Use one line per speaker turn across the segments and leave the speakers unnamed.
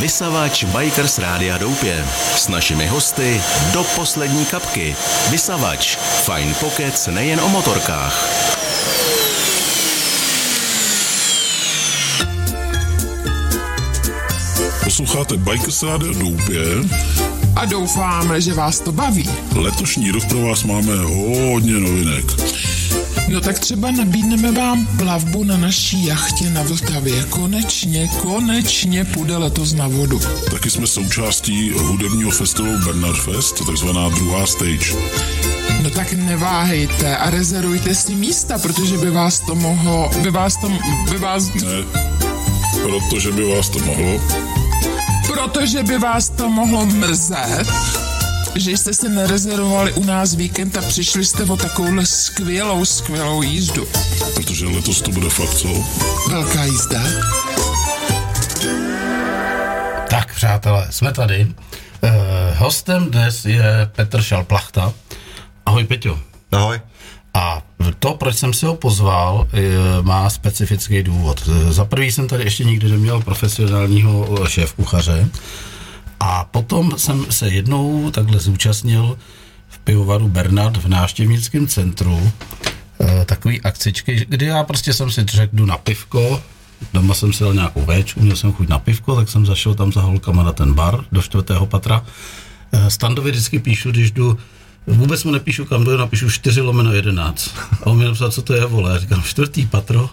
Vysavač Bikers Rádia Doupě. S našimi hosty do poslední kapky. Vysavač. Fajn pokec nejen o motorkách.
Posloucháte Bikers Rádia Doupě.
a doufáme, že vás to baví.
Letošní rok pro vás máme hodně novinek.
No tak třeba nabídneme vám plavbu na naší jachtě na Vltavě. Konečně, konečně půjde letos na vodu.
Taky jsme součástí hudebního festivalu Bernard Fest, takzvaná druhá stage.
No tak neváhejte a rezervujte si místa, protože by vás to mohlo, by vás to, by vás,
Ne, protože by vás to mohlo.
protože by vás to mohlo mrzet, že jste se nerezervovali u nás víkend a přišli jste o takovouhle skvělou, skvělou jízdu.
Protože letos to bude fakt, co?
Velká jízda.
Tak, přátelé, jsme tady. Eh, hostem dnes je Petr Šalplachta. Ahoj, Peťo.
Ahoj.
A to, proč jsem si ho pozval, eh, má specifický důvod. Eh, Za prvý jsem tady ještě nikdy neměl profesionálního eh, šéf-kuchaře. A potom jsem se jednou takhle zúčastnil v pivovaru Bernard v návštěvnickém centru eh, takový akcičky, kdy já prostě jsem si řekl, jdu na pivko, doma jsem si dal nějakou véčku, měl jsem chuť na pivko, tak jsem zašel tam za holkama na ten bar do čtvrtého patra. Eh, Standovi vždycky píšu, když jdu, vůbec mu nepíšu kam jdu, napíšu 4 lomeno 11. A on mi napsal, co to je, vole, já říkám čtvrtý patro,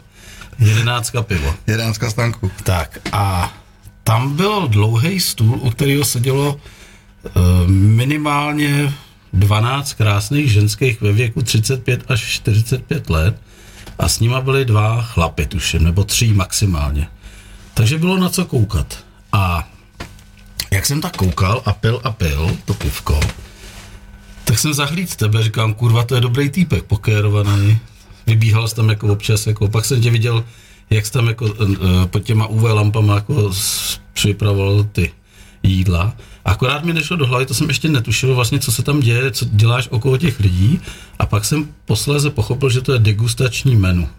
jedenáctka pivo.
Jedenáctka stanku.
Tak a tam byl dlouhý stůl, u kterého sedělo eh, minimálně 12 krásných ženských ve věku 35 až 45 let a s nima byly dva chlapy, tuším, nebo tři maximálně. Takže bylo na co koukat. A jak jsem tak koukal a pil a pil to pivko, tak jsem zahlíd tebe, říkám, kurva, to je dobrý týpek, pokérovaný. Vybíhal jsi tam jako občas, jako, pak jsem tě viděl, jak jsi tam jako eh, pod těma UV lampama jako s- připravoval ty jídla. Akorát mi nešlo do hlavy, to jsem ještě netušil vlastně, co se tam děje, co děláš okolo těch lidí a pak jsem posléze pochopil, že to je degustační menu.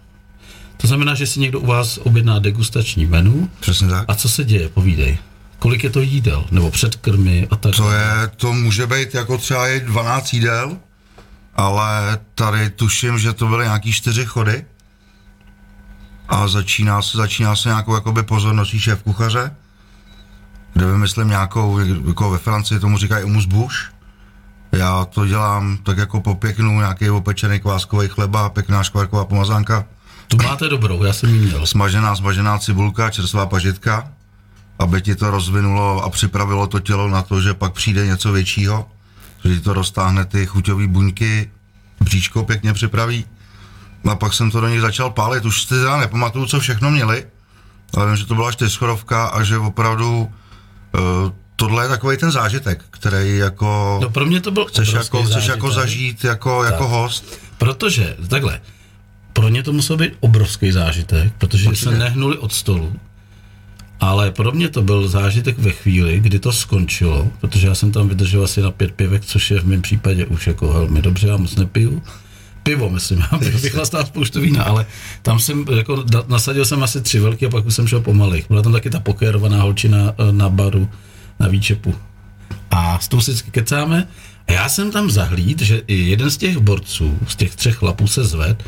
To znamená, že si někdo u vás objedná degustační menu
Přesně tak.
a co se děje, povídej. Kolik je to jídel, nebo předkrmy a tak.
To je, to může být jako třeba i 12 jídel, ale tady tuším, že to byly nějaký čtyři chody a začíná se, začíná se nějakou jakoby pozorností šéf kuchaře, kde vymyslím nějakou, jako ve Francii tomu říkají humus bouche. Já to dělám tak jako popěknu, nějaký opečený kváskový chleba, pěkná škvarková pomazánka,
Tu máte dobrou, já jsem ji měl.
smažená, smažená cibulka, čerstvá pažitka, aby ti to rozvinulo a připravilo to tělo na to, že pak přijde něco většího, že ti to roztáhne ty chuťové buňky, bříčko pěkně připraví. A pak jsem to do nich začal pálit, už si teda nepamatuju, co všechno měli, ale vím, že to byla čtyřschodovka a že opravdu eh, tohle je takový ten zážitek, který jako
No pro mě to byl
chceš,
obrovský
jako, chceš jako
zážitek,
zažít jako, jako host.
Protože, takhle, pro ně to musel být obrovský zážitek, protože Určitě. se nehnuli od stolu, ale pro mě to byl zážitek ve chvíli, kdy to skončilo, protože já jsem tam vydržel asi na pět pivek, což je v mém případě už jako velmi dobře, já moc nepiju. Pivo, myslím, já bych vychlastal spoustu vína, ale tam jsem, jako, da- nasadil jsem asi tři velký a pak už jsem šel pomalej. Byla tam taky ta pokérovaná holčina eh, na baru, na výčepu a s tou si vždycky kecáme. A já jsem tam zahlíd, že i jeden z těch borců, z těch třech chlapů se zved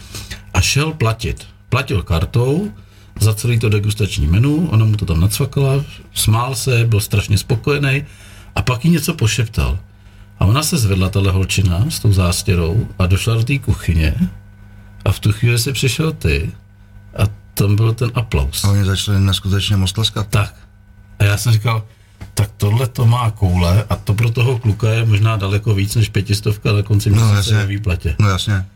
a šel platit. Platil kartou za celý to degustační menu, ona mu to tam nacvakala, smál se, byl strašně spokojený a pak jí něco pošeptal. A ona se zvedla, tahle holčina, s tou zástěrou a došla do té kuchyně a v tu chvíli si přišel ty a tam byl ten aplaus.
A oni začali neskutečně moc tleskat.
Tak. A já jsem říkal, tak tohle to má koule a to pro toho kluka je možná daleko víc než pětistovka na konci
No,
měsíce
jasně.
no, ve výplatě.
No jasně.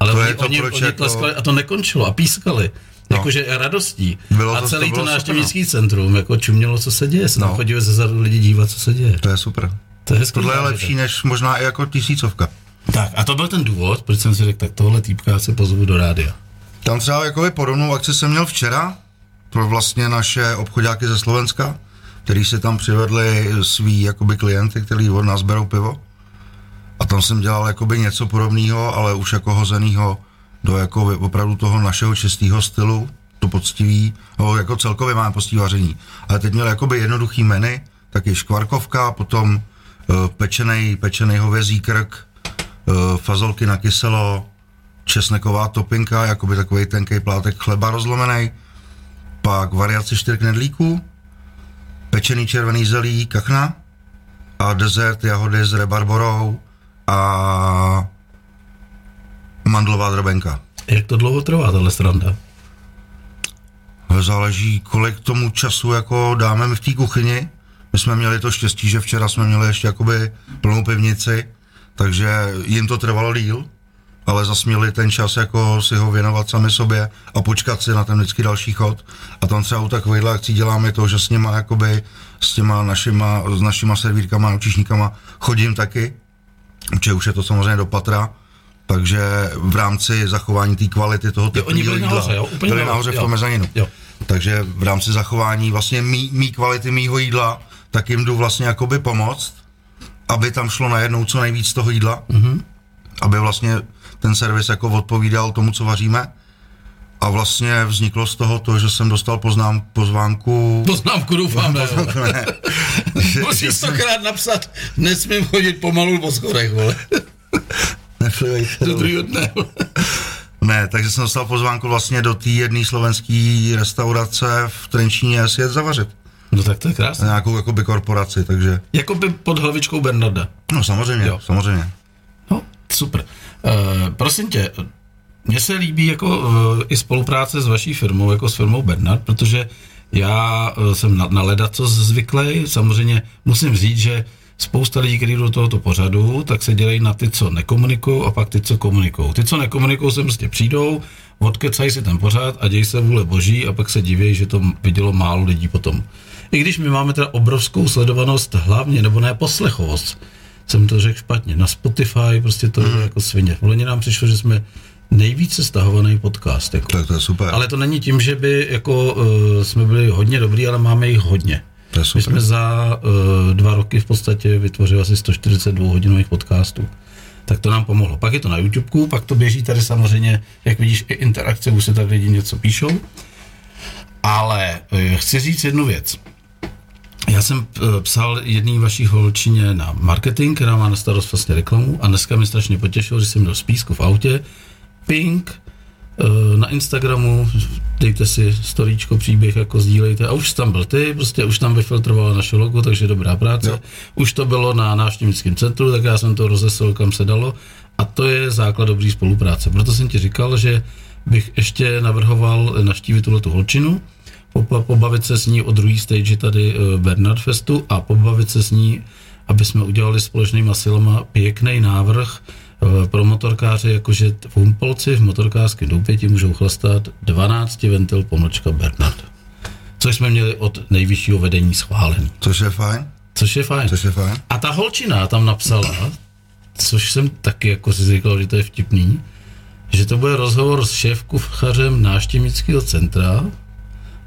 Ale
To
to oni,
je to,
to oni,
proč
oni
jako-
tleskali a to nekončilo a pískali. No. Jakože radostí.
Bylo
a
to- to
celý to,
bylo
to
super,
návštěvnický centrum jako čumělo, co se děje. Se no.
No.
tam chodili ze zadu lidi dívat, co se děje.
To je super.
To je hezký
Tohle je
zážitek.
lepší než možná i jako tisícovka.
Tak a to byl ten důvod, proč jsem si řekl, tak tohle týpka já si pozvu do rádia.
Tam třeba jakoby podobnou akci jsem měl včera pro vlastně naše obchodáky ze Slovenska, který se tam přivedli svý jakoby klienty, který od nás berou pivo. A tam jsem dělal jakoby něco podobného, ale už jako hozenýho do jako vy- opravdu toho našeho čistého stylu. to poctivý, no, jako celkově máme poctivý vaření. Ale teď měl jakoby jednoduchý menu, taky škvarkovka, potom eh, pečený, pečený hovězí krk, eh, fazolky na kyselo, česneková topinka, jakoby takový tenký plátek chleba rozlomený, pak variaci čtyř knedlíků, pečený červený zelí kachna a dezert jahody s rebarborou a mandlová drobenka.
Jak to dlouho trvá, tahle stranda?
Záleží, kolik tomu času jako dáme my v té kuchyni. My jsme měli to štěstí, že včera jsme měli ještě jakoby plnou pivnici, takže jim to trvalo díl, ale zas měli ten čas jako si ho věnovat sami sobě a počkat si na ten vždycky další chod. A tam třeba u takovýchhle akcí děláme to, že s nima jakoby, s těma našima, s našima servírkama, učišníkama chodím taky, protože už je to samozřejmě do patra, takže v rámci zachování té kvality toho
Jo, oni
teplého
byli
jídla,
nahoře, jo, úplně
byli nahoře v
jo.
tom mezaninu.
Jo.
Takže v rámci zachování vlastně mý, mý kvality mýho jídla, tak jim jdu vlastně jakoby pomoct, aby tam šlo najednou co nejvíc toho jídla, mm-hmm. aby vlastně ten servis jako odpovídal tomu, co vaříme. A vlastně vzniklo z toho to, že jsem dostal poznám, pozvánku...
Poznámku doufám, ne. jo.
Ne, že, že
Musíš
jsem,
stokrát napsat, nesmím chodit pomalu po skorech, vole.
Neplivejte
Do
dolů.
druhého dne, vole.
no. ne, takže jsem dostal pozvánku vlastně do té jedné slovenské restaurace v Trenčíně si jet zavařit.
No tak to je
Na
krásné.
nějakou jakoby korporaci, takže...
Jakoby pod hlavičkou Bernarda.
No samozřejmě,
Jo.
jo. samozřejmě.
No, super. E, prosím tě, mně se líbí jako e, i spolupráce s vaší firmou, jako s firmou Bernard, protože já e, jsem na, na leda co zvyklý. Samozřejmě musím říct, že spousta lidí, kteří jdou do tohoto pořadu, tak se dělají na ty, co nekomunikují a pak ty, co komunikují. Ty, co nekomunikují, se prostě přijdou, odkecají si ten pořád a dějí se vůle boží a pak se diví, že to vidělo málo lidí potom. I když my máme teda obrovskou sledovanost hlavně, nebo ne poslechovost, jsem to řekl špatně, na Spotify, prostě to mm. jako svině. V loni nám přišlo, že jsme nejvíce stahovaný podcast. Jako.
Tak to je super.
Ale to není tím, že by jako uh, jsme byli hodně dobrý, ale máme jich hodně.
To je
My
super.
jsme za uh, dva roky v podstatě vytvořili asi 142 hodinových podcastů. Tak to nám pomohlo. Pak je to na YouTube, pak to běží tady samozřejmě, jak vidíš, i interakce, už se tady lidi něco píšou. Ale eh, chci říct jednu věc. Já jsem eh, psal jedný vaší holčině na marketing, která má na starost vlastně reklamu a dneska mě strašně potěšilo, že jsem měl spísku v autě. Pink, eh, na Instagramu, dejte si storíčko, příběh, jako sdílejte. A už tam byl ty, prostě už tam vyfiltrovala naše logo, takže dobrá práce. Jo. Už to bylo na návštěvnickém centru, tak já jsem to rozeslal, kam se dalo. A to je základ dobrý spolupráce. Proto jsem ti říkal, že bych ještě navrhoval eh, navštívit tuhle tu holčinu, popa- pobavit se s ní o druhý stage tady eh, Bernard Festu a pobavit se s ní, aby jsme udělali společnýma silama pěkný návrh eh, pro motorkáře, jakože t- v Humpolci v motorkářském doupěti můžou chlastat 12 ventil ponočka Bernard. Což jsme měli od nejvyššího vedení schválený.
Což je fajn,
Což je fajn.
což je fajn.
A ta holčina tam napsala, což jsem taky jako si říkal, že to je vtipný, že to bude rozhovor s šéfkuchařem náštěvnického centra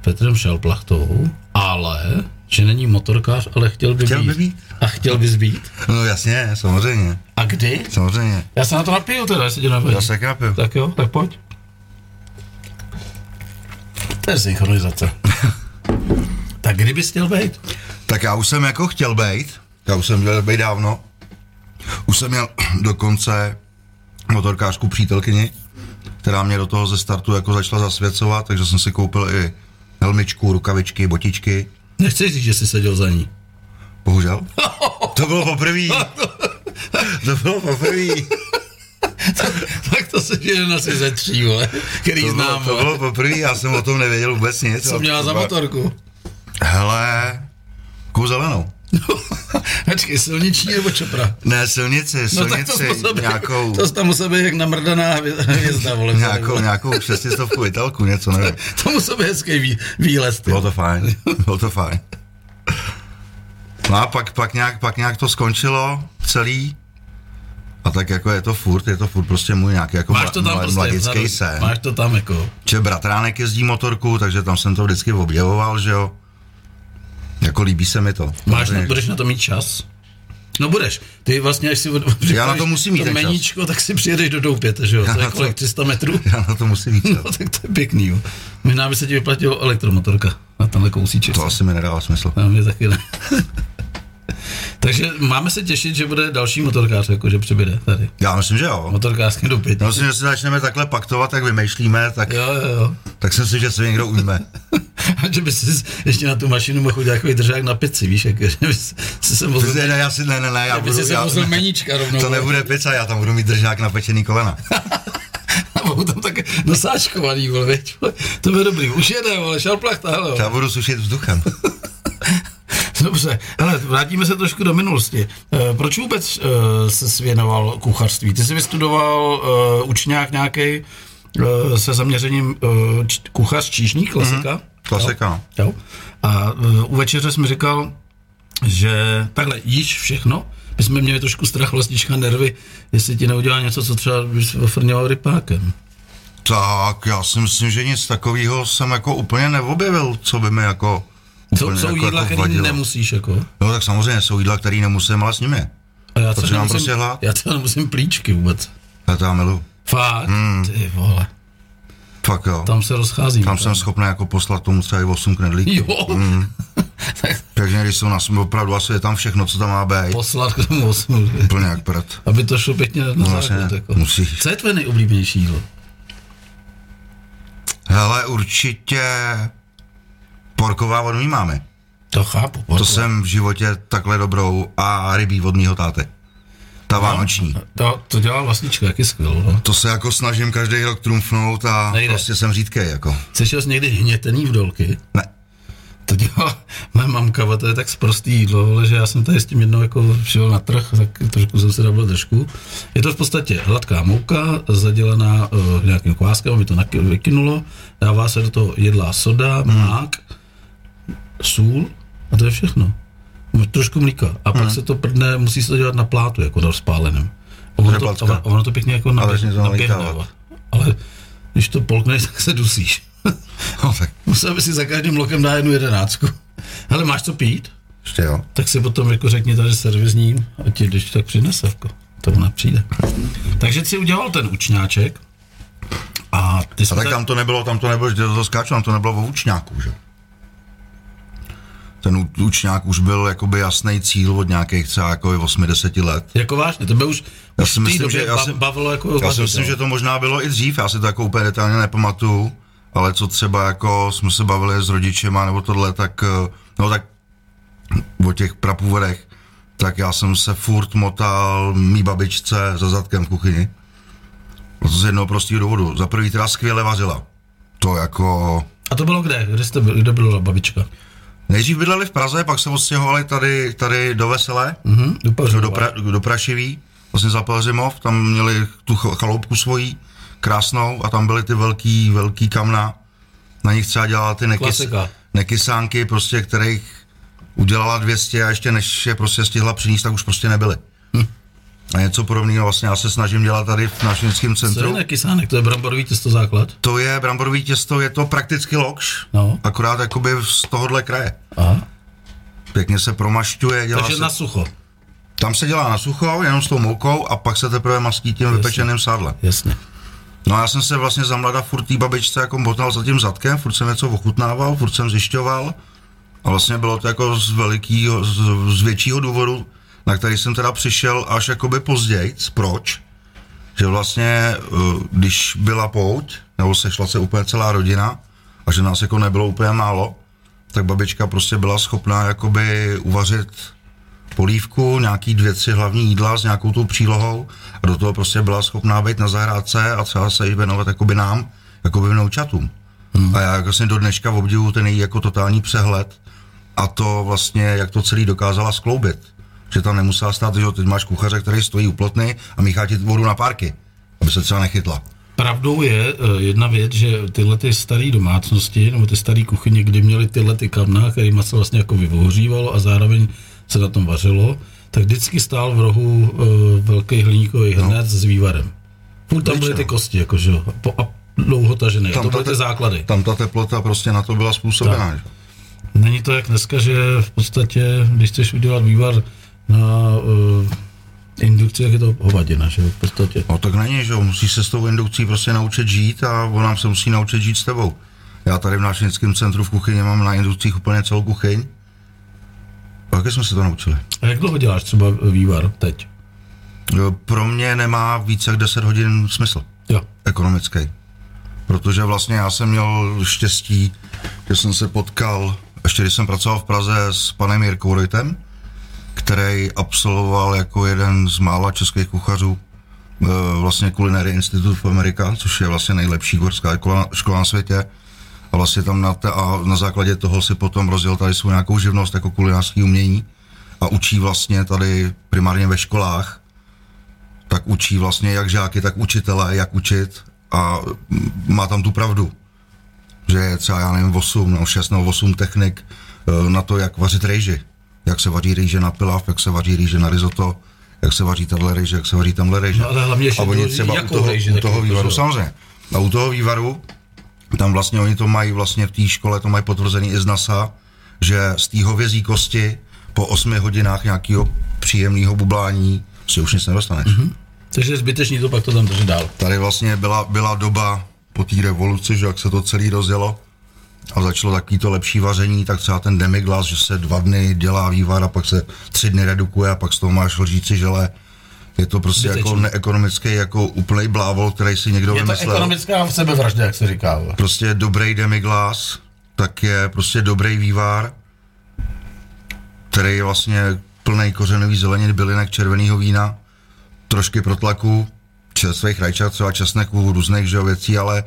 Petrem Šalplachtou, ale že není motorkář, ale chtěl by,
Chtěl
být.
by být.
A chtěl bys být.
No jasně, samozřejmě,
A kdy?
samozřejmě.
Já se na to napiju teda, jestli tě nevadí.
Já se krapil.
Tak jo, tak pojď. To je synchronizace. tak kdyby chtěl být?
Tak já už jsem jako chtěl být, já už jsem chtěl být dávno. Už jsem měl dokonce motorkářku přítelkyni, která mě do toho ze startu jako začala zasvěcovat, takže jsem si koupil i helmičku, rukavičky, botičky.
Nechci říct, že jsi seděl za ní.
Bohužel. To bylo poprvé. To bylo poprvé.
tak to se jeden asi ze tří, vole, který
To bylo,
znám.
to bylo poprvé, já jsem o tom nevěděl vůbec nic.
co měla za motorku?
Hele, kou zelenou.
Počkej, silniční nebo čopra?
Ne, silnici,
No tak to
silnici,
musel být,
nějakou,
to tam musel být jak namrdaná hvě- hvězda, vole.
nějakou, nějakou šestistovku italku, něco nevím.
To musel být hezký vý, výlez, ty.
Bylo No to fajn, bylo to fajn. No a pak, pak, nějak, pak nějak to skončilo celý. A tak jako je to furt, je to furt prostě můj nějaký jako
Máš to tam
mla-
prostě,
mladický
vzadu,
sen.
máš to tam jako.
Že bratránek jezdí motorku, takže tam jsem to vždycky objevoval, že jo. Jako líbí se mi to.
Máš,
Samozřejmě.
budeš na to mít čas? No budeš. Ty vlastně, až si od- připravíš
na to musím mít
to
ten čas.
meníčko, tak si přijedeš do doupěte, že jo?
Já
To je
na to-
kolik, 300 metrů?
Já na to musím jít.
No tak to je pěkný, jo. Možná by se ti vyplatilo elektromotorka na tenhle kousíček.
To asi mi nedává smysl.
Na mě taky ne. Takže máme se těšit, že bude další motorkář, jako že přibude tady.
Já myslím, že jo.
Motorkářský doupět.
Já myslím, že se začneme takhle paktovat, tak vymýšlíme, tak,
Jo, jo, jo.
tak jsem si, že se někdo ujme.
A že by si ještě na tu mašinu mohl udělat takový držák na pici, víš, jak, že by si si se mohl...
Ne, ne, já si, ne, ne, ne, já
Aby si
budu,
se
já,
vozil meníčka rovnou.
to nebude pizza, já tam budu mít držák na pečený kolena.
A budou tam tak nosáčkovaný, vole, věď, vole. To bude dobrý. Už jede, vole, šalplach tahle, vole.
Já budu sušit vzduchem.
Dobře, ale vrátíme se trošku do minulosti. E, proč vůbec e, se věnoval kuchařství? Ty jsi vystudoval e, učňák nějaký e, se zaměřením e, č- kuchař, číšník, klasika? Mm-hmm.
Klasika. no.
Jo. A e, u večeře jsem říkal, že takhle jíš všechno. My jsme měli trošku strach, vlastička, nervy, jestli ti neudělá něco, co třeba bys ofrňoval rypákem.
Tak, já si myslím, že nic takového jsem jako úplně neobjevil, co by mi jako
Co,
úplně
jsou
jako,
jídla,
jako
které
vadilo.
nemusíš, jako.
No tak samozřejmě jsou jídla, které nemusím, ale s nimi.
A já třeba
Protože mám
nemusím,
prostě hlad.
já třeba nemusím plíčky vůbec.
Já to já miluju.
Fakt? Hmm. Ty vole.
Fakt jo. Tam,
Tam se rozcházím.
tam jsem schopný jako poslat tomu třeba i 8 knedlíků.
Jo, mm. tak
Takže když jsou na sm- opravdu asi je tam všechno, co tam má být.
poslat k tomu osmu, že?
Úplně jak prd.
aby to šlo pěkně na
vlastně
základ. Jako.
musíš.
Co je tvoje nejoblíbenější jídlo?
Hele, určitě porková od mý mámy.
To chápu.
To
portové.
jsem v životě takhle dobrou a rybí od mýho táty. Ta vánoční.
to, to dělá vlastnička, jak je skvělou. No.
To se jako snažím každý rok trumfnout a
Nejde.
prostě jsem řídkej jako.
Slyšel jsi někdy hnětený v dolky?
Ne.
To dělá moje mamka, a to je tak sprostý jídlo, vole, že já jsem tady s tím jednou jako šel na trh, tak trošku jsem se dal držku. Je to v podstatě hladká mouka, zadělaná uh, nějakým kváskem, aby to naky- vykynulo, dává se do toho jedlá soda, hmm. mák, sůl a to je všechno. M- Trošku mlíka. A pak se to prdne, musí se to dělat na plátu, jako na rozpáleném. Ono to,
Řepacka.
ono- ono to pěkně jako
Ale
nabě-
začne to
naběhne.
nalítávat.
vole. Ale když to polkneš, tak se dusíš.
No tak
Musel by si za každým lokem dát jednu jedenáctku. Hele, máš co pít?
ještě jo.
Tak si potom jako řekni tady servisním a ti když tak přinese, jako. To ona přijde. Takže si udělal ten učňáček a ty jsi
A tak tam to nebylo, tam to nebylo, že to skáču, tam to nebylo o učňáku, že? Ten u- učňák už byl jakoby jasný cíl od nějakých třeba jako 8-10 let.
jako vážně, tebe už,
Já
už
si
v té
myslím,
době
že- já
ba-
si-
bavilo jako
Já
vařit,
si myslím,
jo.
že to možná bylo i dřív, já si to jako úplně detailně nepamatuju, ale co třeba jako jsme se bavili s rodičema nebo tohle, tak, eh, no tak o těch prapůvodech, tak já jsem se furt motal mý babičce za zadkem v kuchyni. Z jednoho prostého důvodu. Za prvý teda skvěle vařila. To jako...
A to bylo kde? Kde, jste, byli- kde byla babička?
Nejdřív bydleli v Praze, pak se odstěhovali tady, tady do Veselé,
Mhm, do Pařova.
do, pra, do Prašivý, vlastně za Pelřimov, tam měli tu ch- chaloupku svojí, krásnou, a tam byly ty velký, velký kamna. Na nich třeba dělala ty nekys,
Klasika.
nekysánky, prostě, kterých udělala 200 a ještě než je prostě stihla přinést, tak už prostě nebyly.
Hm.
A něco podobného vlastně já se snažím dělat tady v našem
Co je
centru.
na kysánek? To je bramborový těsto základ?
To je bramborový těsto, je to prakticky lokš,
No.
akorát jakoby z tohohle kraje.
Aha.
Pěkně se promašťuje, dělá
Takže
se...
na sucho.
Tam se dělá na sucho, jenom s tou moukou a pak se teprve mastí tím vypečeným sádlem.
Jasně.
No a já jsem se vlastně za mlada furt tý babičce jako motal za tím zadkem, furt jsem něco ochutnával, furt jsem zjišťoval. A vlastně bylo to jako z velikýho, z, z většího důvodu, na který jsem teda přišel až jakoby později. Proč? Že vlastně, eh, když byla pouť, nebo sešla se úplně celá rodina, a že nás jako nebylo úplně málo, tak babička prostě byla schopná jakoby uvařit polívku, nějaký dvě, tři hlavní jídla s nějakou tou přílohou a do toho prostě byla schopná být na zahrádce a třeba se i věnovat jakoby nám, jakoby vnoučatům. Hmm. A já jako vlastně do dneška obdivuju ten její jako totální přehled a to vlastně, jak to celý dokázala skloubit. Že tam nemusela stát, že jo, teď máš kuchaře, který stojí u plotny a míchá ti vodu na párky, aby se třeba nechytla.
Pravdou je eh, jedna věc, že tyhle ty staré domácnosti nebo ty staré kuchyně, kdy měly tyhle ty kamna, kterými se vlastně jako vyvohřívalo a zároveň se na tom vařilo, tak vždycky stál v rohu uh, velký hliníkový hrnec no. s vývarem. Furt tam byly ty kosti, jako, že jo, a po, a dlouho tažené, a to byly ty základy.
tam ta teplota prostě na to byla způsobená. Tak.
Není to jak dneska, že v podstatě, když chceš udělat vývar na uh, indukci, jak je to hovadina, že jo, v podstatě.
No tak není, že jo, musíš se s tou indukcí prostě naučit žít a ona se musí naučit žít s tebou. Já tady v nášnickém centru v kuchyni mám na indukcích úplně celou kuchyň. Taky jsme se to naučili.
A jak dlouho děláš třeba vývar teď?
Jo, Pro mě nemá více jak 10 hodin smysl
Jo.
ekonomický. Protože vlastně já jsem měl štěstí, že jsem se potkal, ještě když jsem pracoval v Praze s panem Jirkou Rojtem, který absolvoval jako jeden z mála českých kuchařů eh, vlastně Culinary Institute v Amerika, což je vlastně nejlepší kuchařská škola- škola na světě. A vlastně tam na, te, a na základě toho si potom rozjel tady svou nějakou živnost jako kulinářské umění a učí vlastně tady primárně ve školách tak učí vlastně jak žáky, tak učitele, jak učit a mm, má tam tu pravdu. Že je třeba, já nevím, 8 nebo 6 nebo 8 technik eh, na to, jak vařit rejži. Jak se vaří rýže na pilav, jak se vaří rýže na risotto, jak se vaří tahle rýže, jak se vaří tamhle rýže.
No, ale hlavně ještě
a oni
důležitý,
třeba u
jakou
toho,
rejži,
u
taky
toho
to, že
vývaru,
jo.
samozřejmě. A u toho vývaru, tam vlastně oni to mají vlastně v té škole, to mají potvrzený i z NASA, že z té hovězí kosti po 8 hodinách nějakého příjemného bublání si už nic nedostaneš.
Mhm.
Mm-hmm.
Takže je zbytečný to pak to tam držet dál.
Tady vlastně byla, byla doba po té revoluci, že jak se to celý rozjelo a začalo takový to lepší vaření, tak třeba ten demiglas, že se dva dny dělá vývar a pak se tři dny redukuje a pak z toho máš lžíci žele. Je to prostě
Zbytečný.
jako neekonomický, jako úplný blávol, který si někdo
Je to
vymyslel.
ekonomická sebevražda, jak se říká. vole.
Prostě dobrý demiglas, tak je prostě dobrý vývar, který je vlastně plný kořenový zeleniny, bylinek, červeného vína, trošky protlaku, čerstvých rajčat, třeba česneku, různých že, jo, věcí, ale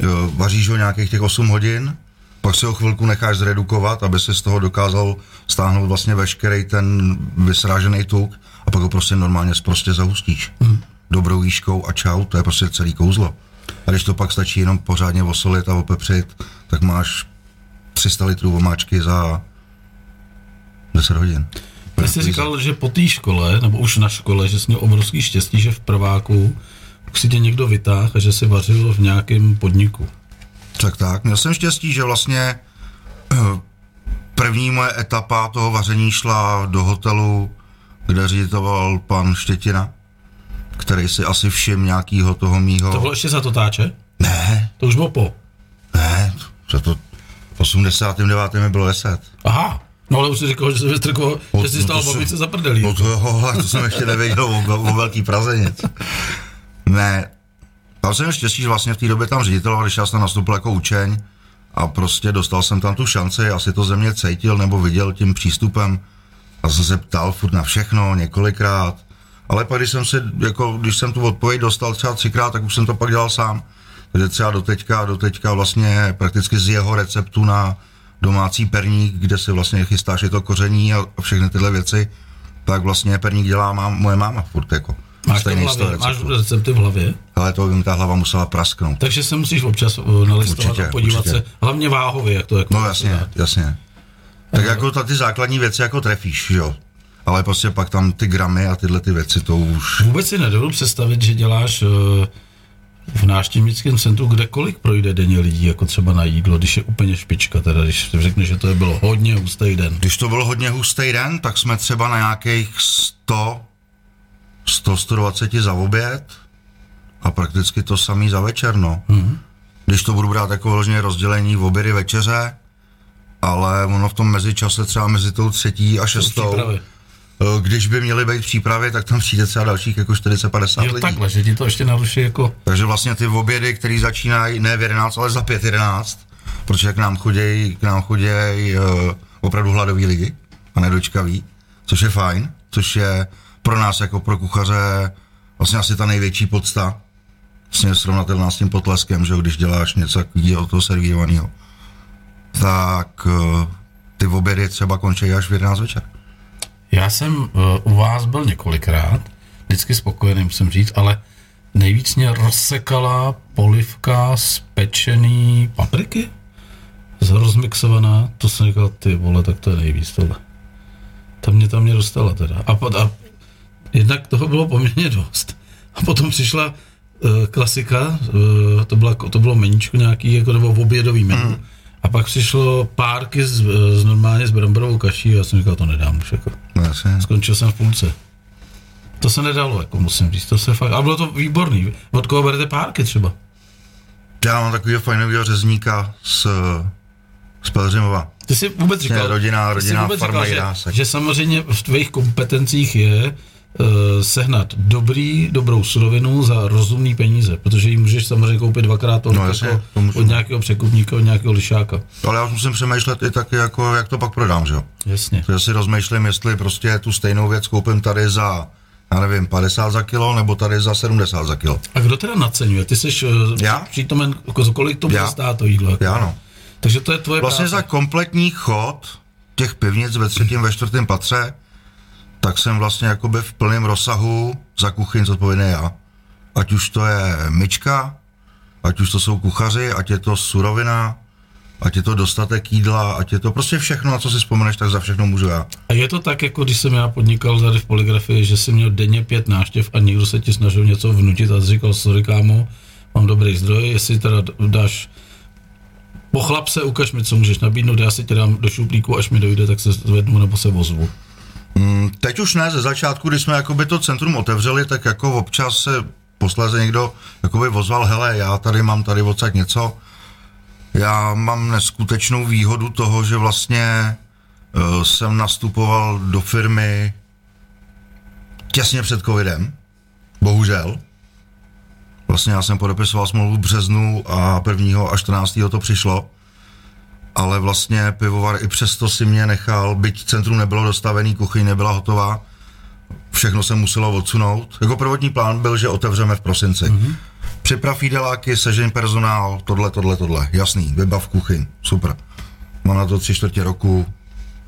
jo, vaříš ho nějakých těch 8 hodin, pak se ho chvilku necháš zredukovat, aby se z toho dokázal stáhnout vlastně veškerý ten vysrážený tuk a pak ho prostě normálně prostě zahustíš. Mm. Dobrou výškou a čau, to je prostě celý kouzlo. A když to pak stačí jenom pořádně osolit a opepřit, tak máš 300 litrů omáčky za 10 hodin.
Ty jsi říkal, že po té škole, nebo už na škole, že jsi měl obrovský štěstí, že v prváku už si tě někdo vytáhl a že si vařil v nějakém podniku.
Tak tak, měl jsem štěstí, že vlastně eh, první moje etapa toho vaření šla do hotelu, kde ředitoval pan Štětina, který si asi všim nějakýho toho mýho...
To bylo ještě za totáče?
Ne,
To už bylo po.
ne, za to v 89. mi bylo 10.
Aha, no ale už jsi říkal, že jsi vystrkoval, že jsi
no
stál no
to jsem-
babice za prdelí.
No to, jo, ale to jsem ještě nevěděl o, o velký Praze nic. Ne, tam jsem měl štěstí, že vlastně v té době tam ředitel, když já jsem tam nastoupil jako učeň a prostě dostal jsem tam tu šanci, asi to ze mě cítil nebo viděl tím přístupem a jsem se ptal furt na všechno několikrát, ale pak když jsem si, jako, když jsem tu odpověď dostal třeba třikrát, tak už jsem to pak dělal sám. Takže třeba do teďka, do teďka vlastně prakticky z jeho receptu na domácí perník, kde si vlastně chystáš i to koření a a všechny tyhle věci, tak vlastně perník dělá mám, moje máma furt jako.
máš to v
Stejný jako- z toho
hlavě, máš
receptu.
recepty v hlavě,
Ale to by mi ta hlava musela prasknout.
takže se musíš občas eh, nalistovat
Určitě,
a podívat
určitě.
se, hlavně váhově, jak to jako.
No jasně, jasně. Tak jako ta, ty základní věci jako trefíš, že jo. Ale prostě pak tam ty gramy a tyhle ty věci, to už...
Vůbec si nedovedu představit, že děláš eh, v náštěvnickém centru, kde kolik projde denně lidí, jako třeba na jídlo, když je úplně špička, teda když řekneš, že to je bylo hodně hustý den.
Když to byl hodně hustý den, tak jsme třeba na nějakých 100, 100, 120 za oběd a prakticky to samý za večer, no. Mm-hmm.
Mhm.
Když to budu brát jako vložně rozdělení v obědy večeře, ale ono v tom mezičase třeba mezi tou třetí a šestou,
Přípravy.
eh, když by měly být přípravy, tak tam přijde třeba dalších jako 40-50
Jo,
lidí.
takhle, že ti to ještě naruší jako...
Takže vlastně ty obědy, které začínají ne v 11, ale za 5, 11, protože k nám chodějí, k nám chodějí uh, opravdu hladoví lidi a nedočkaví, což je fajn, což je pro nás jako pro kuchaře vlastně asi ta největší podsta, vlastně srovnatelná s tím potleskem, že jo, když děláš něco takového toho servírovaného, tak uh, ty obědy třeba končí až v 11 večer.
Já jsem uh, u vás byl několikrát, vždycky spokojený, musím říct, ale nejvíc mě rozsekala polivka z pečený papriky, z- rozmixovaná, to jsem říkal, ty vole, tak to je nejvíc tohle. Ta mě tam mě dostala teda. A, pot- a jednak toho bylo poměrně dost. A potom přišla uh, klasika, uh, to, byla, to bylo meníčko nějaký, jako nebo obědový menu. Mm. e, A pak přišlo párky z, eh, z normálně s bramborovou kaší a já jsem říkal, to nedám už jako.
Ne. jasně.
Skončil jsem v půlce. To se nedalo, jako musím říct, to se fakt, ale bylo to výborný. Od koho berete párky třeba?
Já mám takového fajnového řezníka z, z Pelřimova.
Ty jsi vůbec říkal,
rodinná-
ty jsi
rodinná
vůbec
farma
říkal, že,
Jirásek.
že samozřejmě v tvých kompetencích je uh, sehnat dobrý, dobrou surovinu za rozumný peníze, protože ji můžeš samozřejmě koupit dvakrát tolik
No jasně,
jako
to musím.
od nějakého překupníka, od nějakého lišáka.
Ale já už musím přemýšlet i taky, jako, jak to pak prodám, že jo?
Jasně.
Takže si rozmýšlím, jestli prostě tu stejnou věc koupím tady za, já nevím, 50 za kilo, nebo tady za 70 za kilo.
A kdo teda naceňuje? Ty jsi uh,
Já?
přítomen, jako kolik to bude
Já?
stát to jídlo? Jako?
Já no.
Takže to je tvoje
Vlastně
práce.
za kompletní chod těch pivnic ve třetím, ve čtvrtém patře, tak jsem vlastně jakoby v plném rozsahu za kuchyň zodpovědný já. Ať už to je myčka, ať už to jsou kuchaři, ať je to surovina, ať je to dostatek jídla, ať je to prostě všechno, na co si vzpomeneš, tak za všechno můžu já.
A je to tak, jako když jsem já podnikal tady v poligrafii, že jsem měl denně pět náštěv a někdo se ti snažil něco vnutit a jsi říkal, sorry kámo, mám dobrý zdroj, jestli teda dáš pochlap se, ukaž mi, co můžeš nabídnout, já si tě dám do šuplíku, až mi dojde, tak se zvednu nebo se ozvu.
Teď už ne, ze začátku, když jsme jakoby to centrum otevřeli, tak jako občas se posléze někdo jakoby vozval, hele, já tady mám tady odsaď něco. Já mám neskutečnou výhodu toho, že vlastně uh, jsem nastupoval do firmy těsně před covidem, bohužel. Vlastně já jsem podepisoval smlouvu v březnu a 1. a 14. to přišlo ale vlastně pivovar i přesto si mě nechal, byť centrum nebylo dostavený, kuchyň nebyla hotová, všechno se muselo odsunout. Jako prvotní plán byl, že otevřeme v prosinci. Mm-hmm. Připrav jídeláky, sežeň personál, tohle, tohle, tohle, jasný, vybav kuchyň, super. Mám na to tři čtvrtě roku,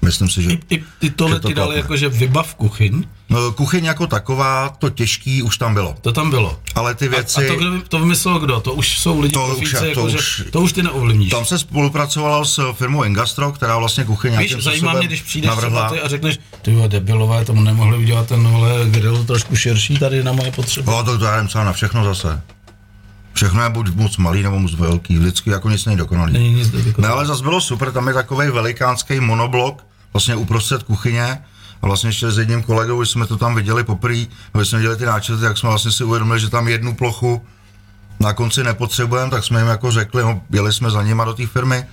myslím si, že...
I, i, i tohle
Že to
ti dali jako,
klapne.
jakože vybav kuchyň,
No, kuchyň jako taková, to těžký už tam bylo,
to tam bylo.
ale ty
A, a
věci...
to, kdo, vy- to vymyslel kdo? To už jsou lidi
To
v
už
ofíce,
je, to
jakože-
už-
to už ty neovlivníš.
Tam se spolupracovalo s firmou Engastro, která vlastně kuchyň nějakým
Víš, zajímá
způsobem
mě, když přijdeš třeba
navrhla.
ty a řekneš, ty jo, debilové, tomu nemohli udělat ten vole, grill trošku širší tady na moje potřeby.
No, to, to já jen psal na všechno zase. Všechno je buď moc malý nebo moc velký, vždycky jako nic není dokonalý.
Není nic
Ne,
debilové.
No ale zase bylo super, tam je takový velikánský monoblok, vlastně uprostřed kuchyně, a vlastně ještě s jedním kolegou, když jsme to tam viděli poprvé, když jsme viděli ty náčety, tak jsme vlastně si uvědomili, že tam jednu plochu na konci nepotřebujeme, tak jsme jim jako řekli, no, jeli jsme za nima do té firmy,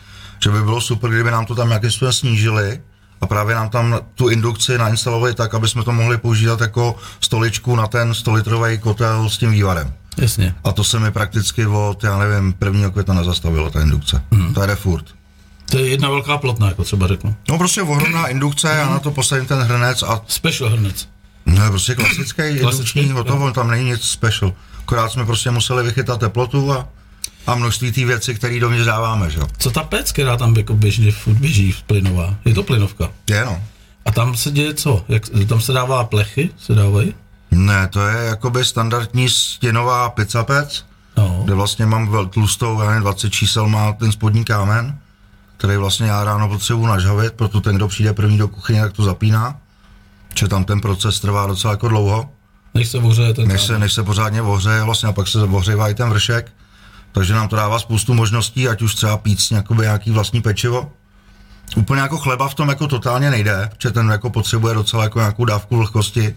že by bylo super, kdyby nám to tam nějakým způsobem snížili a právě nám tam tu indukci nainstalovali tak, aby jsme to mohli používat jako stoličku na ten 100-litrový kotel s tím vývarem.
Jasně.
A to se mi prakticky od, já nevím, 1. května nezastavilo, ta indukce. Hmm. To jde furt.
To je jedna velká plotna, jako třeba řeknu.
No prostě ohromná indukce, já na to posadím ten hrnec a
Special hrnec.
ne, prostě klasický
Klasický,
indukční, hotovo, tam není nic special. Akorát jsme prostě museli vychytat teplotu a, a množství té věci, které dovnitř dáváme, že jo.
Co ta pec, která tam jako běžně furt běží, plynová? Je to plynovka.
Je no.
A tam se děje co? Jak, tam se dává plechy? Se dávají?
Ne, to je jakoby standardní stěnová pizza pec,
No.
kde vlastně mám vel- tlustou, já nevím, 20 čísel má ten spodní kámen, který vlastně já ráno potřebuji nažavit, proto ten, kdo přijde první do kuchyně, tak to zapíná, že tam ten proces trvá docela jako dlouho.
Než se ohřeje ten
než se, než se pořádně ohřeje vlastně a pak se ohřívá i ten vršek. Takže nám to dává spoustu možností, ať už třeba pít s nějakoby nějaký vlastní pečivo. Úplně jako chleba v tom jako totálně nejde, protože ten jako potřebuje docela jako nějakou dávku vlhkosti.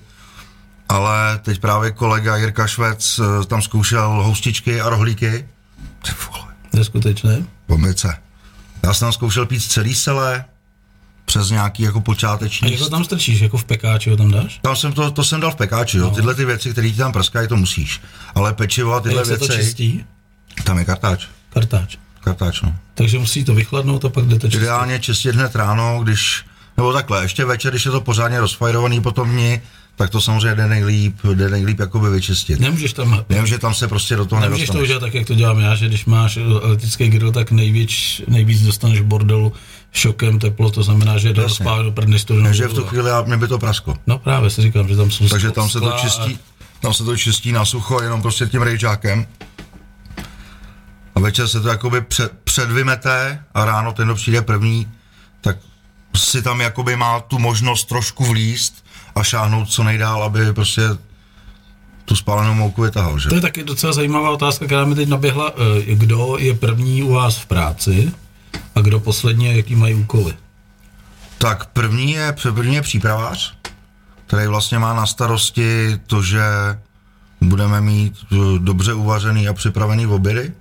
Ale teď právě kolega Jirka Švec eh, tam zkoušel houstičky a rohlíky. Ty vole,
Neskutečné.
pomice. Já jsem tam zkoušel pít celý sele, přes nějaký jako
A
počáteční
jak ho tam strčíš? Jako v pekáči ho tam dáš?
tam jsem to, to jsem dal v pekáči,
No.
jo. Tyhle ty věci, které ti tam prskají, to musíš. Ale pečivo a
A
tyhle
jak se to
věci,
čistí?
tam je kartáč.
Kartáč.
Kartáč, no.
Takže musí to vychladnout a pak jdete čistit.
Ideálně čistit hned ráno, když, nebo takhle, ještě večer, když je to pořádně rozfajrovaný potom dní, tak to samozřejmě jde nejlíp, jde nejlíp jakoby vyčistit.
Nemůžeš tam
Vím, že tam se prostě do toho
Nemůžeš to
nedostaneš.
udělat tak, jak to dělám já, že když máš eh, elektrický grill, tak nejvíc, nejvíc dostaneš v bordelu šokem teplo, to znamená, že jde
Jasně.
rozpálit do prdny studenou
Takže v
vodu.
tu chvíli já- mě by to prasklo.
No právě si říkám, že tam jsou
Takže
skla-
tam se to
skla a-
čistí, tam se to čistí na sucho, jenom prostě tím rejžákem. A večer se to jakoby před, předvymete a ráno ten, kdo přijde první, tak si tam jakoby má tu možnost trošku vlíst a šáhnout co nejdál, aby prostě tu spálenou mouku vytahal, že?
To je taky docela zajímavá otázka, která mi teď naběhla. eh, Kdo je první u vás v práci a kdo poslední a jaký mají úkoly?
Tak první je, první je přípravář, který vlastně má na starosti to, že budeme mít eh, dobře uvařený a připravený obědy.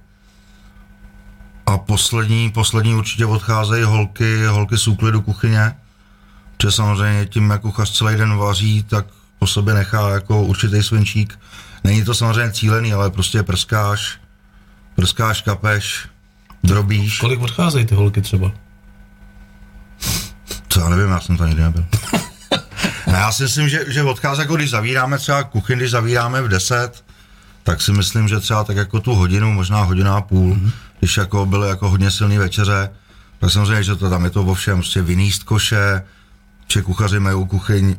A poslední, poslední určitě odcházejí holky, holky z úklidu kuchyně, protože samozřejmě tím, jak kuchař celý den vaří, tak po sobě nechá jako určitý svinčík. Není to samozřejmě cílený, ale prostě prskáš, prskáš, kapeš, drobíš.
Kolik odcházejí ty holky třeba?
Co já nevím, já jsem tam nikdy nebyl. ne, já si myslím, že, že odchází, jako když zavíráme třeba kuchyň, když zavíráme v 10, tak si myslím, že třeba tak jako tu hodinu, možná hodina a půl, mm-hmm. když jako byly jako hodně silný večeře, tak samozřejmě, že to tam je to ovšem, prostě vyníst koše, že kuchaři mají u kuchyň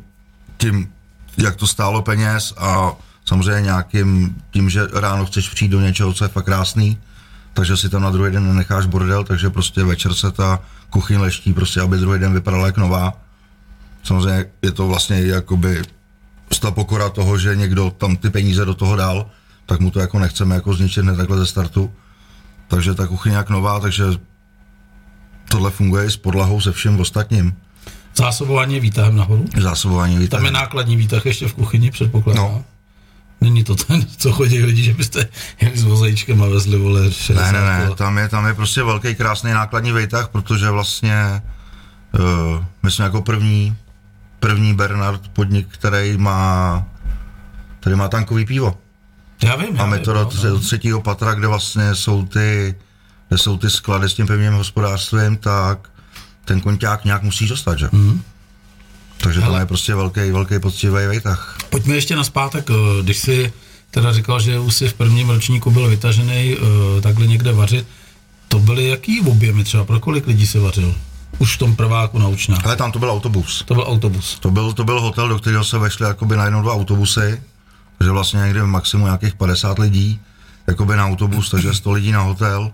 tím, jak to stálo peněz a samozřejmě nějakým tím, že ráno chceš přijít do něčeho, co je fakt krásný, takže si tam na druhý den nenecháš bordel, takže prostě večer se ta kuchyň leští, prostě aby druhý den vypadala jak nová. Samozřejmě je to vlastně jakoby ta pokora toho, že někdo tam ty peníze do toho dal, tak mu to jako nechceme jako zničit hned takhle ze startu. Takže ta kuchyň je jak nová, takže tohle funguje i s podlahou se vším ostatním.
Zásobování je výtahem nahoru.
Zásobování výtahu.
Tam je nákladní výtah ještě v kuchyni, předpokládám.
No.
Není to ten, co chodí lidi, že byste jeli s vozejčkem a vezli vole 60
Ne, ne, ne,
kila.
tam je, tam je prostě velký krásný nákladní výtah, protože vlastně uh, my jsme jako první, první Bernard podnik, který má, který má tankový pivo.
Já vím, já
Máme
vím,
to do,
no,
do třetího patra, kde vlastně jsou ty, kde jsou ty sklady s tím pevným hospodářstvím, tak ten konťák nějak musíš dostat, že? Mm. Takže tam
Hele.
je prostě velký, velký poctivý výtah.
Pojďme ještě na zpátek, eh, když si teda říkal, že už si v prvním ročníku byl vytažený eh, takhle někde vařit, to byly jaký objemy třeba, pro kolik lidí se vařil? Už v tom prváku na učňáku.
Ale tam to byl autobus.
To byl autobus.
To byl, to byl hotel, do kterého se vešly jakoby najednou dva autobusy, takže vlastně někde v maximu nějakých 50 lidí, jakoby na autobus, takže 100 lidí na hotel.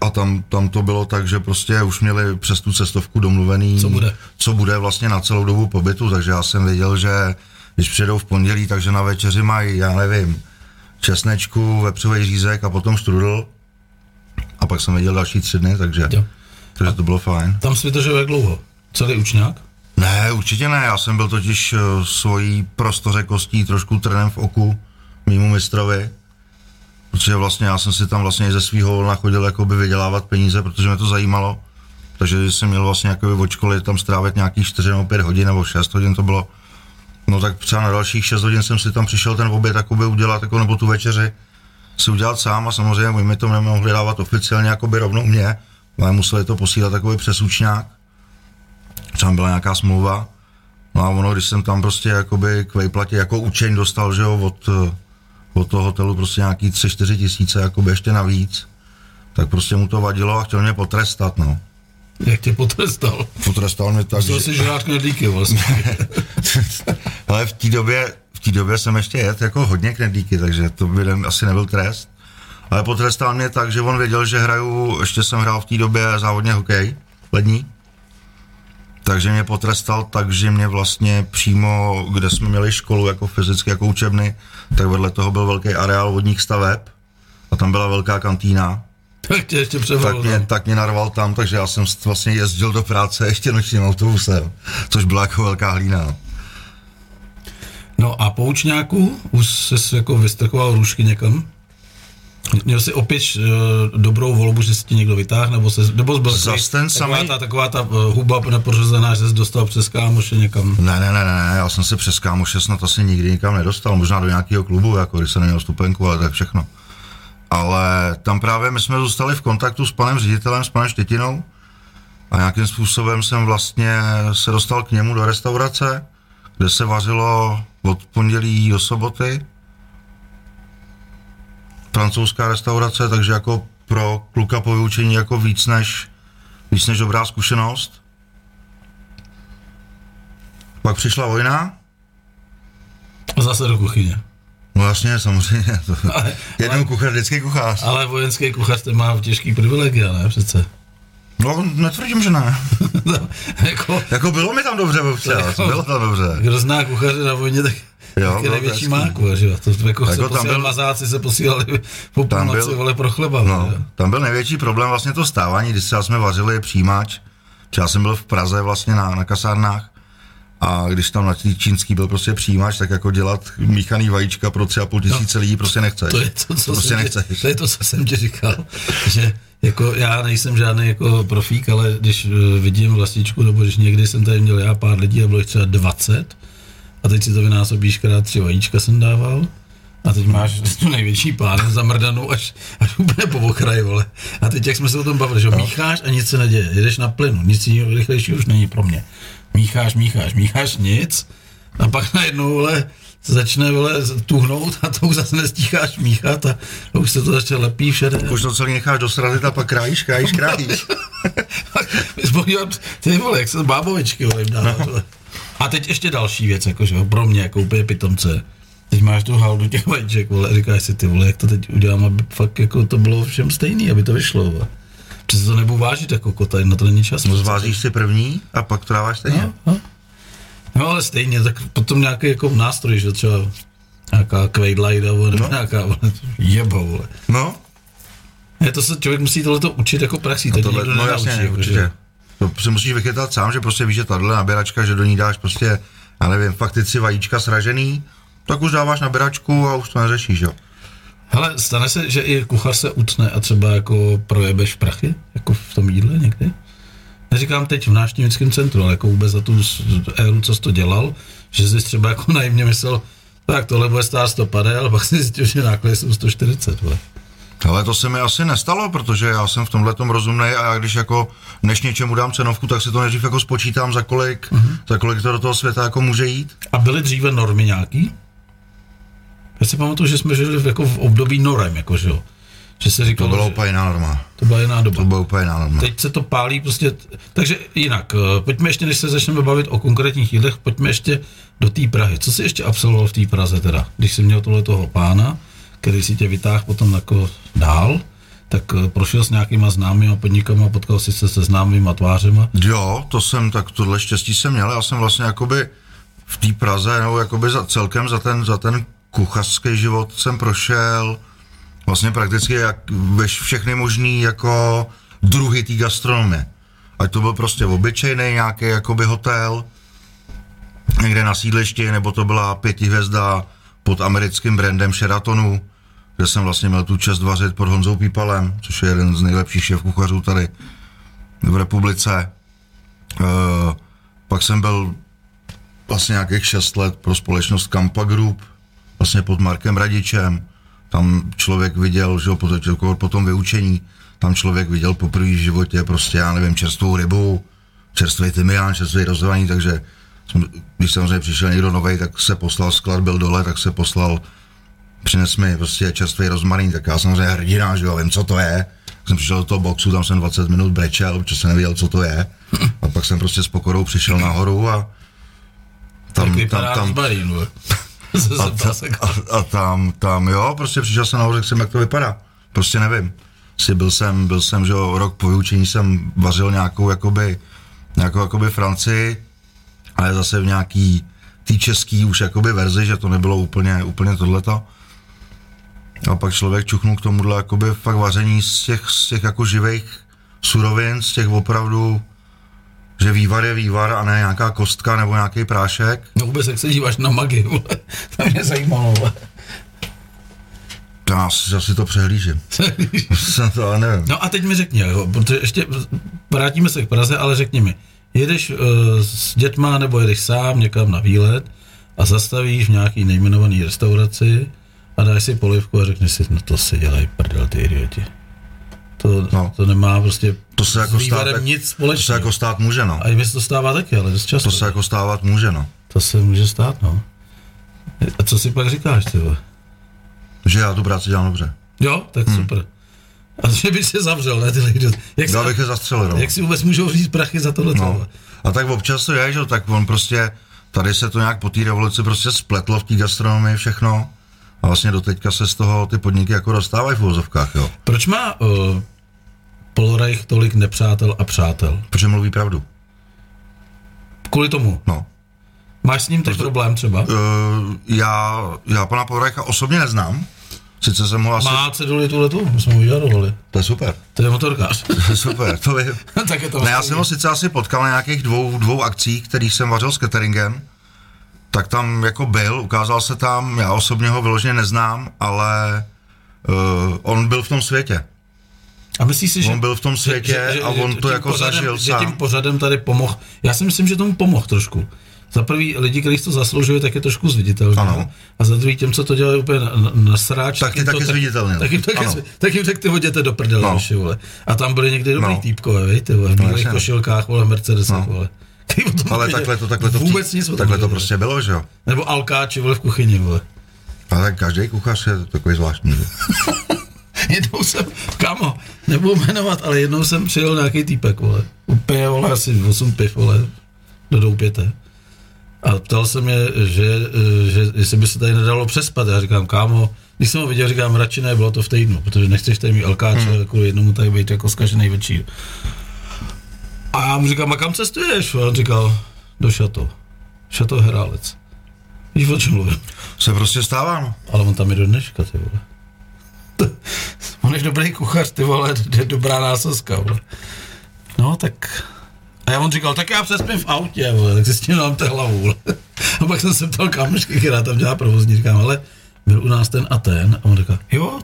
A tam, tam to bylo tak, že prostě už měli přes tu cestovku domluvený,
Co bude.
co bude vlastně na celou dobu pobytu, takže já jsem věděl, že když přijedou v pondělí, takže na večeři mají, já nevím, česnečku, vepřový řízek a potom štrudl. A pak jsem věděl další tři dny, takže,
Jo.
takže to bylo fajn.
Tam si vydržel jak dlouho? Celý učňák?
Ne, určitě ne. Já jsem byl totiž eh, svojí prostořekostí trošku trnem v oku mýmu mistrovi. Protože vlastně já jsem si tam vlastně i ze svého volna chodil jakoby vydělávat peníze, protože mě to zajímalo. Takže jsem měl vlastně jakoby od školy tam strávit nějakých 4 nebo 5 hodin nebo 6 hodin to bylo. No tak třeba na dalších 6 hodin jsem si tam přišel ten oběd jakoby udělat, jako, nebo tu večeři si udělat sám a samozřejmě oni mi to nemohli dávat oficiálně jakoby rovnou mě, ale museli to posílat takový přesučňák třeba byla nějaká smlouva. No a ono, když jsem tam prostě jakoby k vejplatě jako učeň dostal, že jo, od, eh, od toho hotelu prostě nějaký 3-4 tisíce, jakoby ještě navíc, tak prostě mu to vadilo a chtěl mě potrestat, no.
Jak tě potrestal?
Potrestal mě tak,
To
že...
si žrát knedlíky vlastně.
Ale v té době, v té době jsem ještě jet jako hodně knedlíky, takže to by ne, asi nebyl trest. Ale potrestal mě tak, že on věděl, že hraju, ještě jsem hrál v té době závodně hokej, lední. Takže mě potrestal tak, že mě vlastně přímo, kde jsme měli školu jako fyzicky, jako učebny, tak vedle toho byl velký areál vodních staveb a tam byla velká kantýna.
tak tě ještě no.
Tak
převrlo.
mě, tak mě narval tam, takže já jsem s- vlastně jezdil do práce ještě nočním autobusem, což byla jako velká hlína. no.
No a po učňáku už jsi jako vystrkoval růžky někam? Měl jsi opět eh, dobrou volbu, že si ti někdo vytáhne, nebo, se, nebo jsi byl takový-
Zas ten
taková,
samej-
ta, taková ta eh, huba neprořezaná, že jsi dostal přes kámoše někam.
Ne, ne, ne, ne, ne, já jsem se přes kámoše snad asi nikdy nikam nedostal, možná do nějakého klubu, jako když jsem neměl stupenku, ale tak všechno. Ale tam právě my jsme zůstali v kontaktu s panem ředitelem, s panem Štětinou a nějakým způsobem jsem vlastně se dostal k němu do restaurace, kde se vařilo od pondělí do soboty. Francouzská restaurace, takže jako pro kluka po vyučení jako víc než, víc než dobrá zkušenost. Pak přišla vojna,
A zase do kuchyně.
No jasně, samozřejmě. To,
Ale-
jednou kuchař, vždycky kuchař.
Ale vojenský kuchař ten má těžký privilegia, ne přece?
No, netvrdím, že ne.
jako,
Jako bylo mi tam dobře, občas.
Jako-
Bylo tam dobře.
kdo zná kuchaře na vojně, tak
Jo,
tak je
no,
největší
to je hezký.
máku, že jo? To, to jako,
Jako
se
tam
posílali,
byl-
mazáci se posílali po
Tam
půlnoci,
byl-
vole, pro chleba.
No,
vole.
tam byl největší problém vlastně to stávání, když třeba jsme vařili přijímač. Protože Já jsem byl v Praze vlastně na, na kasárnách A když tam na tý čínský byl prostě přijímač, tak jako dělat míchaný vajíčka pro tři a půl tisíce lidí prostě nechceš.
No, To je to, co,
prostě
jsem
nechceš.
ti, to je to, co jsem ti říkal, že jako já nejsem žádný jako profík, ale když eh, vidím vlastičku, nebo když někdy jsem tady měl já pár lidí a bylo jich třeba 20, a teď si to vynásobíš, krát tři vajíčka jsem dával, a teď máš tu největší pánu zamrdanou až, až úplně po okraji, vole. A teď, jak jsme se o tom bavili, že no. mícháš a nic se neděje, jedeš na plynu, nic jiného rychlejšího už není pro mě. Mícháš, mícháš, mícháš nic a pak najednou, vole, se začne, vole, tuhnout a to už zase nestícháš míchat a už se to začne lepí všade.
Už to celý necháš dosrazit a pak krájíš, krájíš, krájíš.
My jsme podívali, ty vole, jak se bábovičky vole, jim dává,
No.
vole. A teď ještě další věc, jakože jo, pro mě, jako úplně pitomce. Teď máš tu haldu těch vajíček, vole, a říkáš si, ty vole, jak to teď udělám, aby fakt jako to bylo všem stejný, aby to vyšlo, vole. Přece to nebudu vážit jako kota, na to není čas.
No zvázíš si první a pak to dáváš stejně.
No ale stejně, tak potom nějaký jako nástroj, že třeba nějaká kvejdlajda, vole, nebo
No.
nějaká, vole, jeba, vole.
No,
Ne, to se člověk musí tohleto učit jako praxí,
a
to
tohle,
nikdo
no jasně,
nenaučí,
ne,
jako,
určitě. To si musíš vychytat sám, že prostě víš, že tahle naběračka, že do ní dáš prostě, já nevím, fakt ty tři vajíčka sražený, tak už dáváš naběračku a už to neřešíš, jo.
Hele, stane se, že i kuchař se utne a třeba jako projebeš prachy? Jako v tom jídle někdy? Neříkám teď v návštěvnickém centru, ale jako vůbec za tu s- éru, co jsi to dělal, že jsi třeba jako naivně myslel, tak tohle bude stát 150, ale pak si zjistil, že náklady jsou 140, vole.
Ale to se mi asi nestalo, protože já jsem v tomhle tom rozumný a já když jako než něčemu dám cenovku, tak si to nejdřív jako spočítám, za kolik, mm-hmm. za kolik to do toho světa jako může jít.
A byly dříve normy nějaký? Já si pamatuju, že jsme žili v- jako v období norem, jako že jo. Že se
To
říkalo,
byla
že
úplně jiná norma.
to byla jiná doba.
To byla úplně jiná norma.
Teď se to pálí prostě, t- takže jinak, eh, pojďme ještě, než se začneme bavit o konkrétních jídlech, pojďme ještě do té Prahy. Co jsi ještě absolvoval v té Praze teda? Když jsi měl tohle toho pána, který si tě vytáhl potom jako dál, tak eh, prošel s nějakýma známýma podnikama, potkal jsi se se známýma tvářema.
Jo, to jsem, tak tohle štěstí jsem měl. Já jsem vlastně jakoby v té Praze, nebo jakoby za, celkem za ten, za ten kuchařský život jsem prošel vlastně prakticky jak, veš, všechny možný jako druhy té gastronomie. Ať to byl prostě obyčejný nějaký jakoby hotel, někde na sídlišti, nebo to byla pětihvězda pod americkým brandem Sheratonu, kde jsem vlastně měl tu čest vařit pod Honzou Pípalem, což je jeden z nejlepších šéf kuchařů tady v republice. Eh, pak jsem byl vlastně nějakých 6 let pro společnost Kampa Group, vlastně pod Markem Radičem. Tam člověk viděl, že jo, po, to- po tom vyučení, tam člověk viděl poprvé v životě prostě, já nevím, čerstvou rybu, čerstvý tymián, čerstvý rozhraní, takže jsem, když samozřejmě přišel někdo novej, tak se poslal sklad, byl dole, tak se poslal přines mi prostě čerstvý rozmarín, tak já samozřejmě hrdina, že jo, vím, co to je. Tak jsem přišel do toho boxu, tam jsem 20 minut brečel, protože jsem nevěděl, co to je. A pak jsem prostě s pokorou přišel nahoru a
Tak
tam, Hmm, tam,
vypadá
tam,
rozmarín, vole. Se
a,
zeptal se,
ta, a, a tam, tam, jo, prostě přišel jsem nahoře, řekl jsem, jak to vypadá. Prostě nevím. Si byl jsem, byl jsem, že jo, rok po vyučení jsem vařil nějakou, jakoby, nějakou, jakoby Francii, ale zase v nějaký tý český už jakoby verzi, že to nebylo úplně, úplně tohleto. A pak člověk čuchnul k tomuhle jakoby fakt vaření z těch, z těch jako živých surovin, z těch opravdu, že vývar je vývar a ne nějaká kostka nebo nějaký prášek.
No vůbec, jak se díváš na magy, vole. To mě zajímalo, vole.
Já si asi to přehlížím. Jsem to, ale nevím.
No a teď mi řekni, jo, protože ještě vrátíme se k Praze, ale řekni mi, jedeš uh, s dětma nebo jedeš sám někam na výlet a zastavíš v nějaký nejmenovaný restauraci a dáš si polivku a řekneš si, no to si dělají prdel ty idioti. To, no.
No.
to nemá prostě
To se jako
s
stát,
vývarem
tak-
nic
to se
společného. Jako...
jako stát může, no.
A i mi se to stává taky, ale dost často.
To se jako stávat může, no.
to se může stát, no. A co si pak říkáš, ty vole?
Že já tu práci dělám dobře.
Jo, tak hmm. super. A že by se zavřel, ne, ty lidi. Jak,
Já
se,
bych je zastřelil, no.
jak si vůbec můžou říct prachy za tohle? No.
no. A tak občas to je, že jo, tak on prostě, tady se to nějak po té revoluci prostě spletlo v té gastronomii všechno. A vlastně doteďka se z toho ty podniky jako dostávají v uvozovkách, jo.
Proč má uh, Polorajch tolik nepřátel a přátel?
Protože mluví pravdu.
Kvůli tomu.
No. Eh, E,
Máš s ním teď problém třeba?
Uh, já, já pana Podorajka osobně neznám, Sice jsem ho asi...
Má ceduli tuhle tu, my jsme ho vyžadovali.
To je super.
To je motorkář.
To je super, to je...
tak je to vlastně
Ne, já jsem ho sice asi potkal na nějakých dvou, dvou akcích, který jsem vařil s cateringem, tak tam jako byl, ukázal se tam, já osobně ho vyloženě neznám, ale uh, on byl v tom světě.
A myslíš si, že...
On byl v tom světě a on to
tím
jako
pořadem,
zažil
že tím
sám.
pořadem tady pomohl. Já si myslím, že tomu pomohl trošku. Za prvý, lidi, kteří si to zasloužili, tak je trošku zviditelný. no.
Ano.
A za druhý, těm, co to dělají úplně na, na, na sráč,
Tak ty
jim to
taky zviditelnil.
Tak jim taky,
Ano.
zvi- tak jim tak ty hoděte do prdele,
No.
no. vole. A tam byli někdy dobrý
No.
no. týpkové, víte, vole, v bílých
jasně, no.
košilkách, vole, Mercedes,
No.
no. vole. Ty o tom
Ale
nevěděli.
takhle to, takhle to,
Vůbec nic o tom
takhle to
nevěděli.
prostě bylo, že jo.
Nebo Alkáči, vole, v kuchyni, vole.
A tak každý kuchař je takový zvláštní. že?
jednou jsem, kamo, nebudu jmenovat, ale jednou jsem přijel nějaký týpek, vole. Úplně, vole, asi 8 piv, vole, do doupěte. A ptal se mě, že, eh, že jestli by se tady nedalo přespat. Já říkám, kámo, když jsem ho viděl, říkám, radši ne, bylo to v týdnu, protože nechceš tady mít LKč hmm. kvůli jednomu tady být jako zkažený večír. A já mu říkám, a kam cestuješ? A on říkal, do šato. Šato Herálec. Víš, o čem mluvím?
Se prostě stává, no.
Ale on tam je do dneška, ty vole. To- On je dobrý kuchař, ty vole, to je dobrá násoska, vole. No, tak... A já on říkal, tak já přespím v autě, vole, tak si s tím dám té hlavu, vole. A pak jsem se ptal kámošky, která tam dělá provozní, říkám, ale byl u nás ten a ten. A on říkal, jo,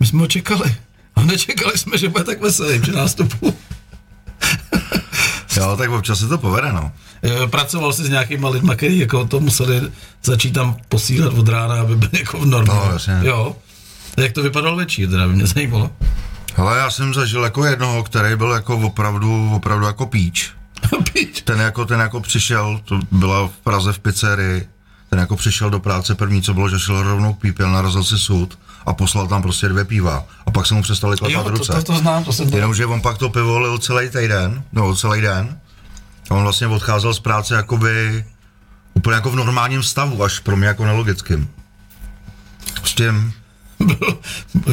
my jsme ho čekali. A nečekali jsme, že bude tak veselý při nástupu.
Jo, tak občas se to povede, no.
Eh, Pracoval si s nějakýma lidma, který jako to museli začít tam posílat od rána, aby byl jako v normě.
No, jasně.
jo. A jak to vypadalo večer, teda by mě zajímalo.
Ale já jsem zažil jako jednoho, který byl jako opravdu, opravdu jako píč.
Píč.
Ten jako, ten jako přišel, to byla v Praze v pizzerii, ten jako přišel do práce první, co bylo, že šel rovnou k pípěl, narazil si sud a poslal tam prostě dvě piva. A pak se mu přestali
jo,
klepat
to,
ruce.
to, to, znám, to jsem to.
Jenomže on pak to pivo lil celý týden, no celý den. A on vlastně odcházel z práce jakoby úplně jako v normálním stavu, až pro mě jako nelogickým. Prostě- S tím,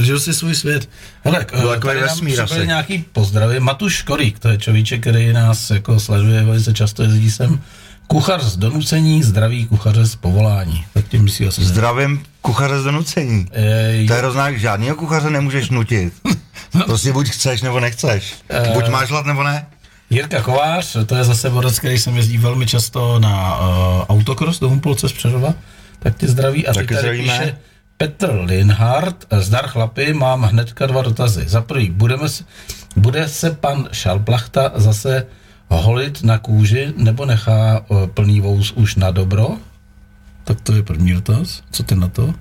Žil si svůj svět. Hele, k-
Byl
eh,
takový
tady nám
vesmír
přibyly
asi.
nějaký pozdravy. Matuš Korík, to je človíček, který nás jako sleduje, velice často jezdí sem. Kuchař z donucení, zdravý kuchaře z povolání. Tak tím myslí asi Zdra-
zdravím kuchaře z donucení.
Eh, Ej,
To je roznák, žádnýho kuchaře nemůžeš nutit.
No.
Prostě buď chceš, nebo nechceš.
Eh.
Buď máš hlad, nebo ne.
Jirka Kovář, to je zase borec, který jsem jezdí velmi často na uh, autokros do Humpolce z Přerova, tak tě zdraví. A
Taky
ty tady
zdravíme.
píše Petr Linhardt, eh, zdar chlapy, mám hnedka dva dotazy. Za prvý, budeme, s- bude se pan Šalplachta zase holit na kůži nebo nechá uh, plný vous už na dobro? Tak to je první dotaz. Co ty na to?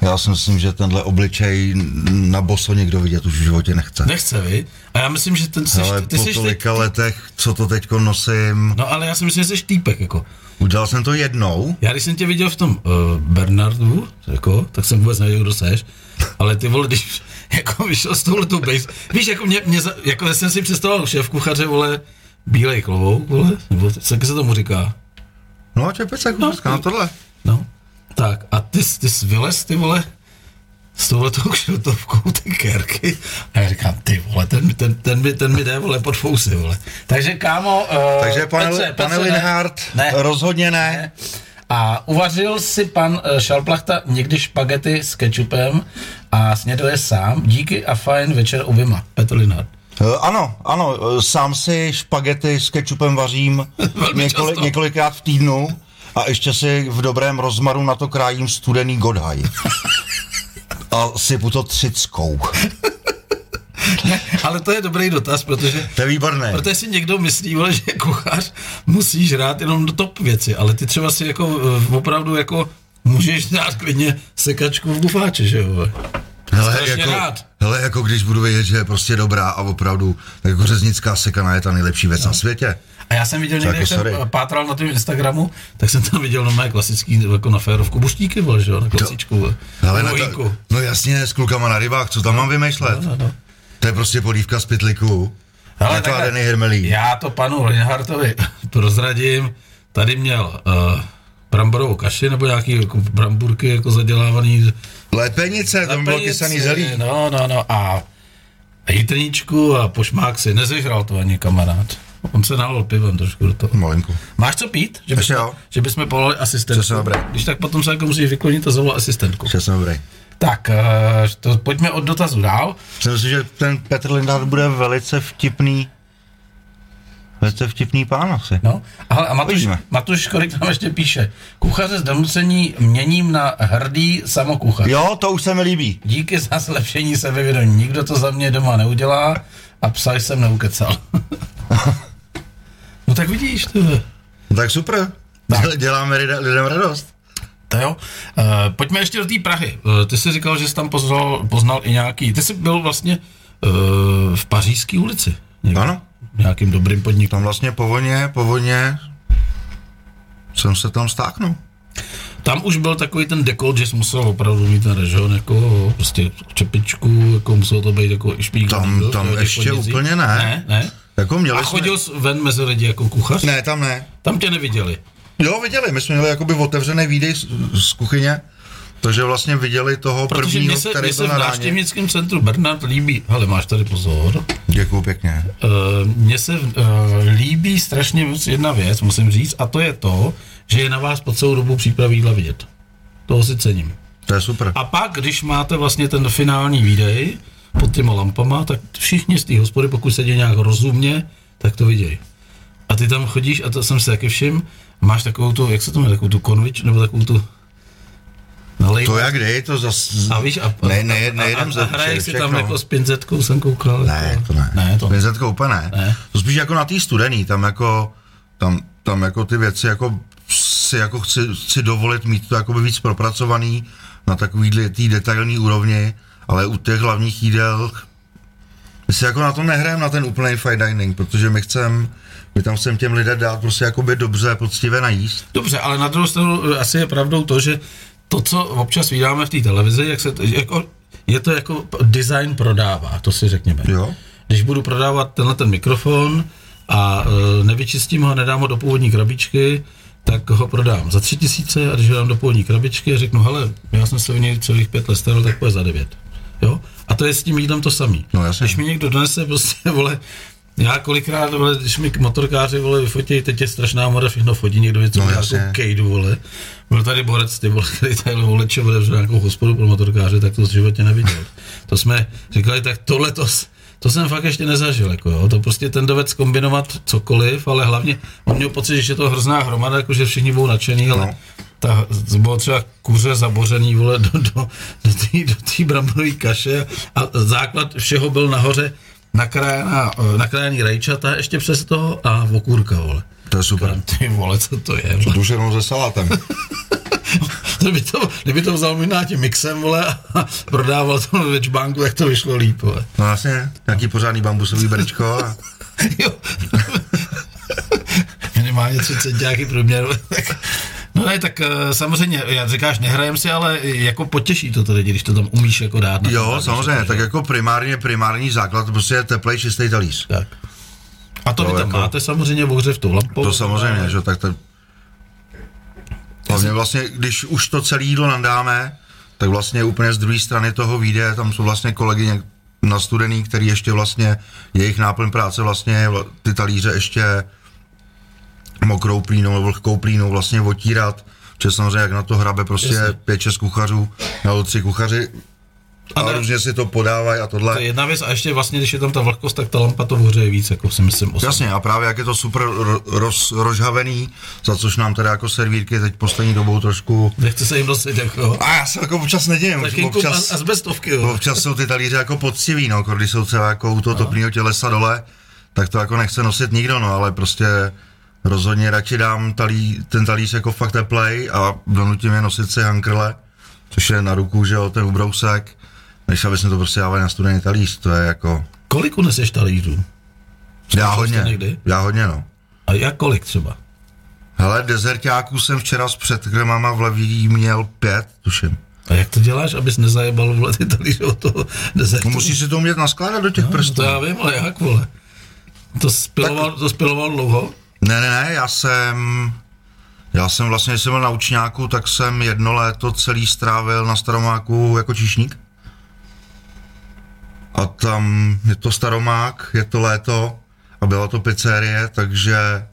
Já si myslím, že tenhle obličej na boso někdo vidět už v životě nechce.
Nechce, vy? A já myslím, že ten, jsi,
Ale
ty
po
jsi, ty,
tolika letech, co to teďko nosím,
no ale já si myslím, že jsi týpek, jako.
udělal jsem to jednou,
Já když jsem tě viděl v tom uh, Bernardu, jako, tak jsem vůbec nevěděl, kdo seš, ale ty vole, když jako vyšel s touhletou base, víš, jako, mě, mě, za- jako jsem si představoval šéf kuchaře, vole, bílej klovouk, vole, nebo jak se tomu říká,
no a čepice, kuchařka, na tohle.
no, tak a ty, jsi- ty jsi vylez, ty vole, s touhletou kšiltovkou ty kerky a já říkám, ty vole, ten, mi- ten, ten, mi, ten mi jde, vole, pod fousy, vole. Takže kámo, uh,
Takže pane, Petře, pane
ne.
Linhardt,
ne.
rozhodně ne.
A uvařil si pan eh, Šalplachta někdy špagety s kečupem a sněduje sám. Díky a fajn večer oběma. Petr Linhard.
Eh, Ano, ano, eh, sám si špagety s kečupem vařím
Velmi
několik,
často.
několikrát v týdnu a ještě si v dobrém rozmaru na to krájím studený godhaj. A sypu to třickou.
Ale to je dobrý dotaz, protože
To je výborné.
Protože si někdo myslí, vole, že kuchař musí žrát jenom do top věci, ale ty třeba si jako eh, opravdu jako můžeš dát klidně sekačku v bufáči, že jo? vole.
Hele
strašně
jako,
rád.
hele, jako když budu vědět, že je prostě dobrá a opravdu, tak jako řeznická sekana je ta nejlepší věc no. na světě.
A já jsem viděl někde,
jako
jak jsem
sorry.
eh, pátral na tom Instagramu, tak jsem tam viděl normálně klasický, jako na férovku buštíky, vole, že jo, na klasičku, vole.
Hele,
na
na
vojínku.
ta, no jasně, s klukama na rybách, co tam mám vymýšlet?
No, no.
To je prostě polívka z pytliku,
Hele,
nakládený
takhle,
hermelí.
Já to panu Reinhardtovi prozradím. Tady měl uh, bramborovou kaši nebo nějaký jako bramburky jako zadělávaný.
Lepenice, tam bylo
Lepenici,
kysaný zelí.
No, no, no a jitrničku a pošmák si. Nezyhral to ani kamarád. On se nalil pivem trošku do toho.
Malinko.
Máš co pít? Že
Ještě
bychom,
jo.
že bychom povolali asistentku.
Přesně dobré.
Když tak potom se jako musíš vyklonit a zavolat asistentku.
Přesně dobrý.
Tak, eh, to, pojďme od dotazu dál.
Myslím si, že ten Petr Lindát bude velice vtipný. Velice vtipný pán asi.
No, ale a Matuš,
Uvidíme.
Matuš Korik tam ještě píše. Kuchaře z donucení měním na hrdý samokuchař.
Jo, to už se mi líbí.
Díky za zlepšení sebevědomí. Nikdo to za mě doma neudělá a psa jsem neukecal. no tak vidíš, to
No tak super. Tak. Děláme lidem, lidem radost.
To jo. E, pojďme ještě do té Prahy. E, ty jsi říkal, že jsi tam poznal, poznal i nějaký... Ty jsi byl vlastně e, v pařížské ulici. Někde,
Ano.
V nějakým dobrým podniku.
Tam vlastně povoně, povoně jsem se tam stáknul.
Tam už byl takový ten dekolt, že jsi musel opravdu mít ten režon, jako prostě čepičku, jako muselo to být jako i špík.
Tam-
jo,
tam
v těch
ještě
podnicích.
úplně ne.
Ne, ne.
Jako měli
A
jsme-
chodil jsi ven mezi lidi jako kuchař?
Ne, tam ne.
Tam tě neviděli.
Jo, viděli, my jsme měli jakoby otevřené výdej z, z kuchyně, takže vlastně viděli toho
Protože
prvního,
mě se,
který
mě se
byl
v
na ráně.
návštěvnickém centru Bernard líbí. Hele, máš tady pozor.
Děkuju pěkně.
Eh, mně se eh, líbí strašně moc jedna věc, musím říct, a to je to, že je na vás po celou dobu přípravy jídla vidět. Toho si cením.
To je super.
A pak, když máte vlastně ten finální výdej pod těma lampama, tak všichni z té hospody, pokud sedí nějak rozumně, tak to vidějí. A ty tam chodíš, a to jsem si taky všim, máš takovou tu, jak se to jmenuje, takovou tu konvič, nebo takovou tu... Nalej,
To jak kdy, to zase...
a víš, a,
ne, ne,
a, a,
nejedem
a, a hraješ si tam
všechno.
jako s pinzetkou, jsem koukal.
Ne,
jako-
to ne.
Ne, to ne.
Benzetko úplně ne.
Ne.
To spíš jako na té studený, tam jako, tam, tam jako ty věci jako si jako chci, chci dovolit mít to jakoby víc propracovaný na takový té detailní úrovni, ale u těch hlavních jídel my si jako na to nehrajeme na ten úplný fine dining, protože my chcem, my tam chcem těm lidem dát prostě jakoby dobře, poctivě najíst.
Dobře, ale na druhou stranu eh, asi je pravdou to, že to, co občas vydáme v té televizi, jak se, t- jako, je to jako p- design prodává, to si řekněme.
Jo.
Když budu prodávat tenhle ten mikrofon a e, nevyčistím ho, nedám ho do původní krabičky, tak ho prodám za tři tisíce a když ho dám do původní krabičky a řeknu, hele, já jsem se o něj celých pět let staral, tak půjde za devět. Jo? A to je s tím jídlem to samý.
No, jasně.
Když mi někdo donese prostě, vole, já kolikrát, vole, když mi motorkáři, vole, vyfotí, teď je strašná moda, všechno fotí, někdo věc, co
No,
no,
jasně.
nějakou kejdu, vole. Byl tady borec, ty vole, který tady vole, čo, vole, nějakou hospodu pro motorkáře, tak to v životě neviděl. To jsme říkali, tak tohle to, s- to jsem fakt ještě nezažil, jako jo. To prostě ten dovec kombinovat cokoliv, ale hlavně on měl pocit, že je to hrozná hromada, jako že všichni budou nadšený, ale
No.
ta, to bylo třeba kuře zabořený, vole, do, do, do té do tý bramborové kaše a základ všeho byl nahoře nakrájená, eh, nakrájený rajčata ještě přes toho a okurka, vole.
To je super.
Říkám, Ty vole, co to je? Vole?
Duš jenom se salátem.
To by to, kdyby to vzal možná tím mixem, vole, a prodával to ve čbánku, tak to vyšlo líp, vole.
No jasně, nějaký pořádný bambusový brčko a
Jo. Minimálně 30 nějaký průměr. tak- No ne, tak eh, samozřejmě, já říkáš, nehrajem si, ale jako potěší to tady, když to tam umíš jako dát. na ten
Jo,
talíř,
samozřejmě,
jako,
tak
že-
jako primárně, primární základ prostě je teplej, čistý talíř.
tak. A to
No,
vy tam
jako-
máte samozřejmě ohřevtou lampou.
To samozřejmě, že tak to... Hlavně vlastně, když už to celé jídlo nadáme, tak vlastně úplně z druhé strany toho vyjde, tam jsou vlastně kolegyně na studený, který ještě vlastně, jejich náplň práce vlastně je vla- ty talíře ještě mokrou plínou nebo vlhkou plínou vlastně otírat, protože samozřejmě jak na to hrabe prostě
Jasně.
pět, šest kuchařů nebo tři kuchaři a,
ne-
různě si to podávají a tohle.
To je jedna věc a ještě vlastně, když je tam ta vlhkost, tak ta lampa to ohřeje víc, jako si myslím. Osobně.
Jasně, a právě jak je to super ro- roz, rozhavený, za což nám teda jako servírky teď poslední dobou trošku...
Nechce se jim nosit, jako.
A já se jako občas nedělím,
Tak jako
občas,
a, a z bestovky, jo.
občas jsou ty talíře jako poctivý, no, když jsou třeba jako u toho topného tělesa dole, tak to jako nechce nosit nikdo, no, ale prostě rozhodně radši dám talí, ten talíř jako fakt teplej a donutím je nosit si hankrle, což je na ruku, že jo, ten ubrousek, než aby jsme to prostě dávali na studený talíř, to je jako...
Kolik uneseš talířů?
Já
jste
hodně,
někdy?
já hodně, no.
A jak kolik třeba?
Hele, dezertáků jsem včera s předkrmama v Leví měl pět, tuším.
A jak to děláš, abys nezajebal vole ty talíře od toho desertu? No,
No musíš si to umět naskládat do těch prstů.
To já vím, ale jak vole? To spiloval, to spiloval dlouho?
Ne, ne, ne, já jsem... Já jsem vlastně, když jsem byl na učňáku, tak jsem jedno léto celý strávil na Staromáku jako číšník. A tam je to Staromák, je to léto a a byla to pizzerie, takže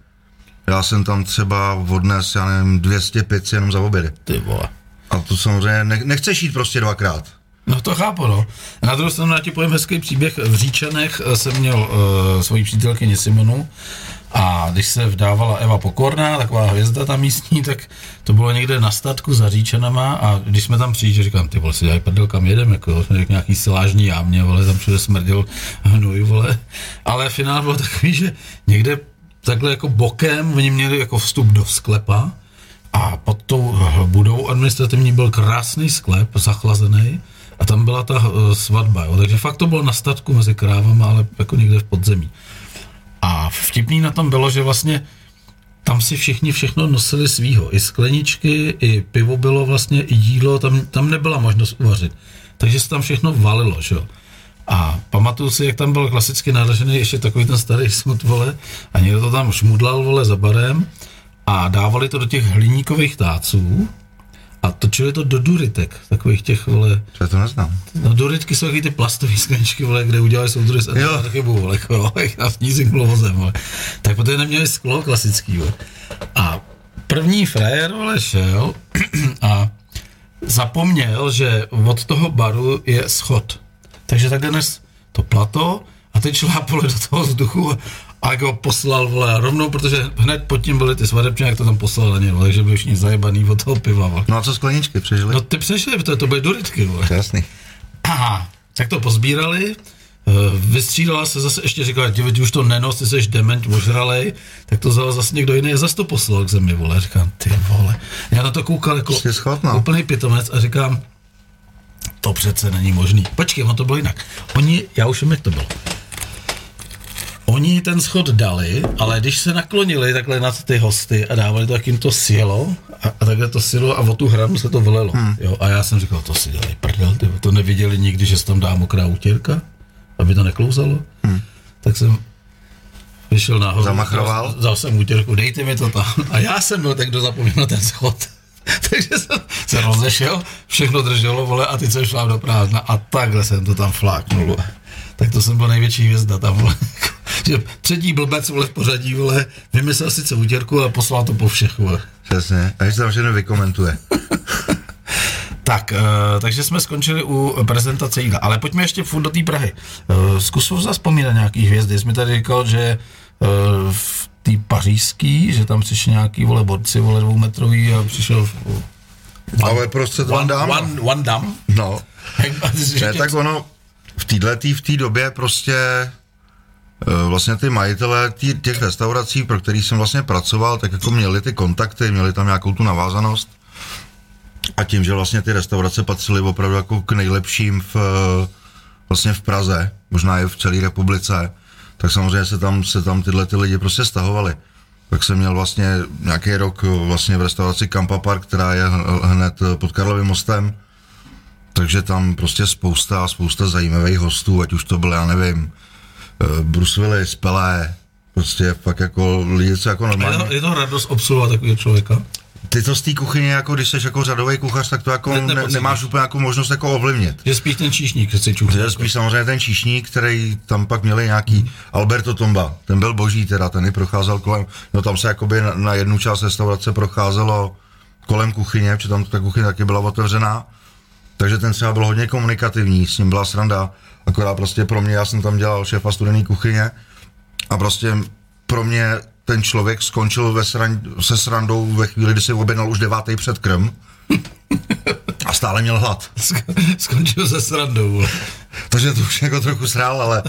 já jsem tam třeba odnes, já nevím, 200 pic jenom za obědy.
Ty vole.
A to samozřejmě ne- nechceš jít prostě dvakrát.
No to chápu, no. Na druhou stranu já ti povím hezký příběh. V Říčanech eh, jsem měl uh, svoji přítelkyni Simonu a když se vdávala Eva Pokorná, taková hvězda tam místní, tak to bylo někde na statku za Říčanama a když jsme tam přijížděli, říkám, ty vole, si dělají prdel, kam jedem, jako jo, jsme řekli nějaký silážní jámě, vole, tam všude smrdil hnůj, vole. Ale finál byl takový, že někde takhle jako bokem, oni měli jako vstup do sklepa, a pod tou eh, budovou administrativní byl krásný sklep, zachlazený, a tam byla ta eh, svatba, jo. takže fakt to bylo na statku mezi krávama, ale jako někde v podzemí. A vtipný na tom bylo, že vlastně tam si všichni všechno nosili svýho. I skleničky, i pivo bylo vlastně, i jídlo, tam, tam nebyla možnost uvařit. Takže se tam všechno valilo, že jo. A pamatuju si, jak tam byl klasicky naražený ještě takový ten starý smut, vole, a někdo to tam šmudlal, vole, za barem a dávali to do těch hliníkových táců a točili to do duritek, takových těch, vole,
To já to neznám.
No dorytky jsou taky ty plastové skleničky, vole, kde udělali soudruhy s
Jo.
taky chybu, vole, jako, jo, jak na snízek bylo vozem, vole. Tak potom neměli sklo klasický, vole. A první frajer, vole, šel a zapomněl, že od toho baru je schod. Takže tak dnes to plato a teď šláp, vole, do toho vzduchu a jak ho poslal, vole, rovnou, protože hned pod tím byly ty svadebčiny, jak to tam poslal na ně, vole, takže byli všichni zajebaný od toho piva, vole.
No a co skleničky přežili?
No
No.
ty přešli, protože to byly dorytky, vole.
Jasný.
Aha, tak to pozbírali, eh, vystřídala se zase, ještě říkala, "Ty vole, ty už to nenos, ty seš dement, ožralej, tak to vzal zase někdo jiný a zase to poslal k zemi, vole, říkám, ty vole. Já na to koukal jako
Prostě schod, no.
úplný pitomec a říkám, to přece není možný. Počkej, on to bylo jinak. Oni, já už vím, jak to bylo. Oni ten schod dali, ale když se naklonili takhle nad ty hosty a dávali to, jak jim to sjelo, a, a takhle to sjelo a o tu hranu se to vlelo. Hmm. Jo, a já jsem říkal, to si dělej prdel, ty, vole, to neviděli nikdy, že se tam dá mokrá utěrka, aby to neklouzalo. Hmm. Tak jsem vyšel nahoru.
Zamachroval?
Dal, dal jsem utěrku, dejte mi to tam. A já jsem byl ten, kdo zapomněl na ten schod. Takže jsem se rozešel, všechno drželo, vole, a teď jsem šláp do prázdna a takhle jsem to tam fláknul. vole. Tak to jsem byl největší hvězda tam, vole. Že třetí blbec, vole, v pořadí, vole, vymyslel sice utěrku a poslal to po všech, vole.
Přesně. A že se tam všechno vykomentuje.
Tak, eh, takže jsme skončili u prezentace jídla, ale pojďme ještě furt do té Prahy. Eh, Zkus už zaspomínat nějaký hvězdy. Jsi mi tady říkal, že eh, v té pařížský, že tam přišli nějaký vole borci, vole dvoumetrový a přišel v-
Ale prostě to vám
one,
dám.
one, one dam.
No. Ne, tak ono, v této tý, v té době prostě eh, vlastně ty majitele tý, těch restaurací, pro který jsem vlastně pracoval, tak jako měli ty kontakty, měli tam nějakou tu navázanost a tím, že vlastně ty restaurace patřily opravdu jako k nejlepším v, eh, vlastně v Praze, možná i v celé republice, tak samozřejmě se tam, se tam tyhle ty lidi prostě stahovali. Tak jsem měl vlastně nějaký rok eh, vlastně v restauraci Kampa Park, která je h- hned eh, pod Karlovým mostem, takže tam prostě spousta, spousta zajímavých hostů, ať už to byl, já nevím, eh, Bruce Willis, Pelé, prostě fakt jako lidi, co jako
je,
normálně.
to, je to radost obsluhovat takového člověka.
Ty to z té kuchyně, jako když jsi jako řadový kuchař, tak to jako
Ne-
ne,
nepocítíš.
nemáš úplně jako možnost jako ovlivnit.
Že spíš ten číšník, že si čuch.
To je spíš samozřejmě ten číšník, který tam pak měli nějaký Alberto Tomba, ten byl boží teda, ten i procházel kolem, no tam se jakoby na, na jednu část restaurace procházelo kolem kuchyně, protože tam ta kuchyně taky byla otevřená, takže ten třeba byl hodně komunikativní, s ním byla sranda, akorát prostě pro mě, já jsem tam dělal šéfa studený kuchyně a prostě pro mě ten člověk skončil ve sran, se srandou ve chvíli, kdy si objednal už devátý předkrm a stále měl hlad.
Skončil se srandou. vole.
Takže to už jako trochu srál, ale,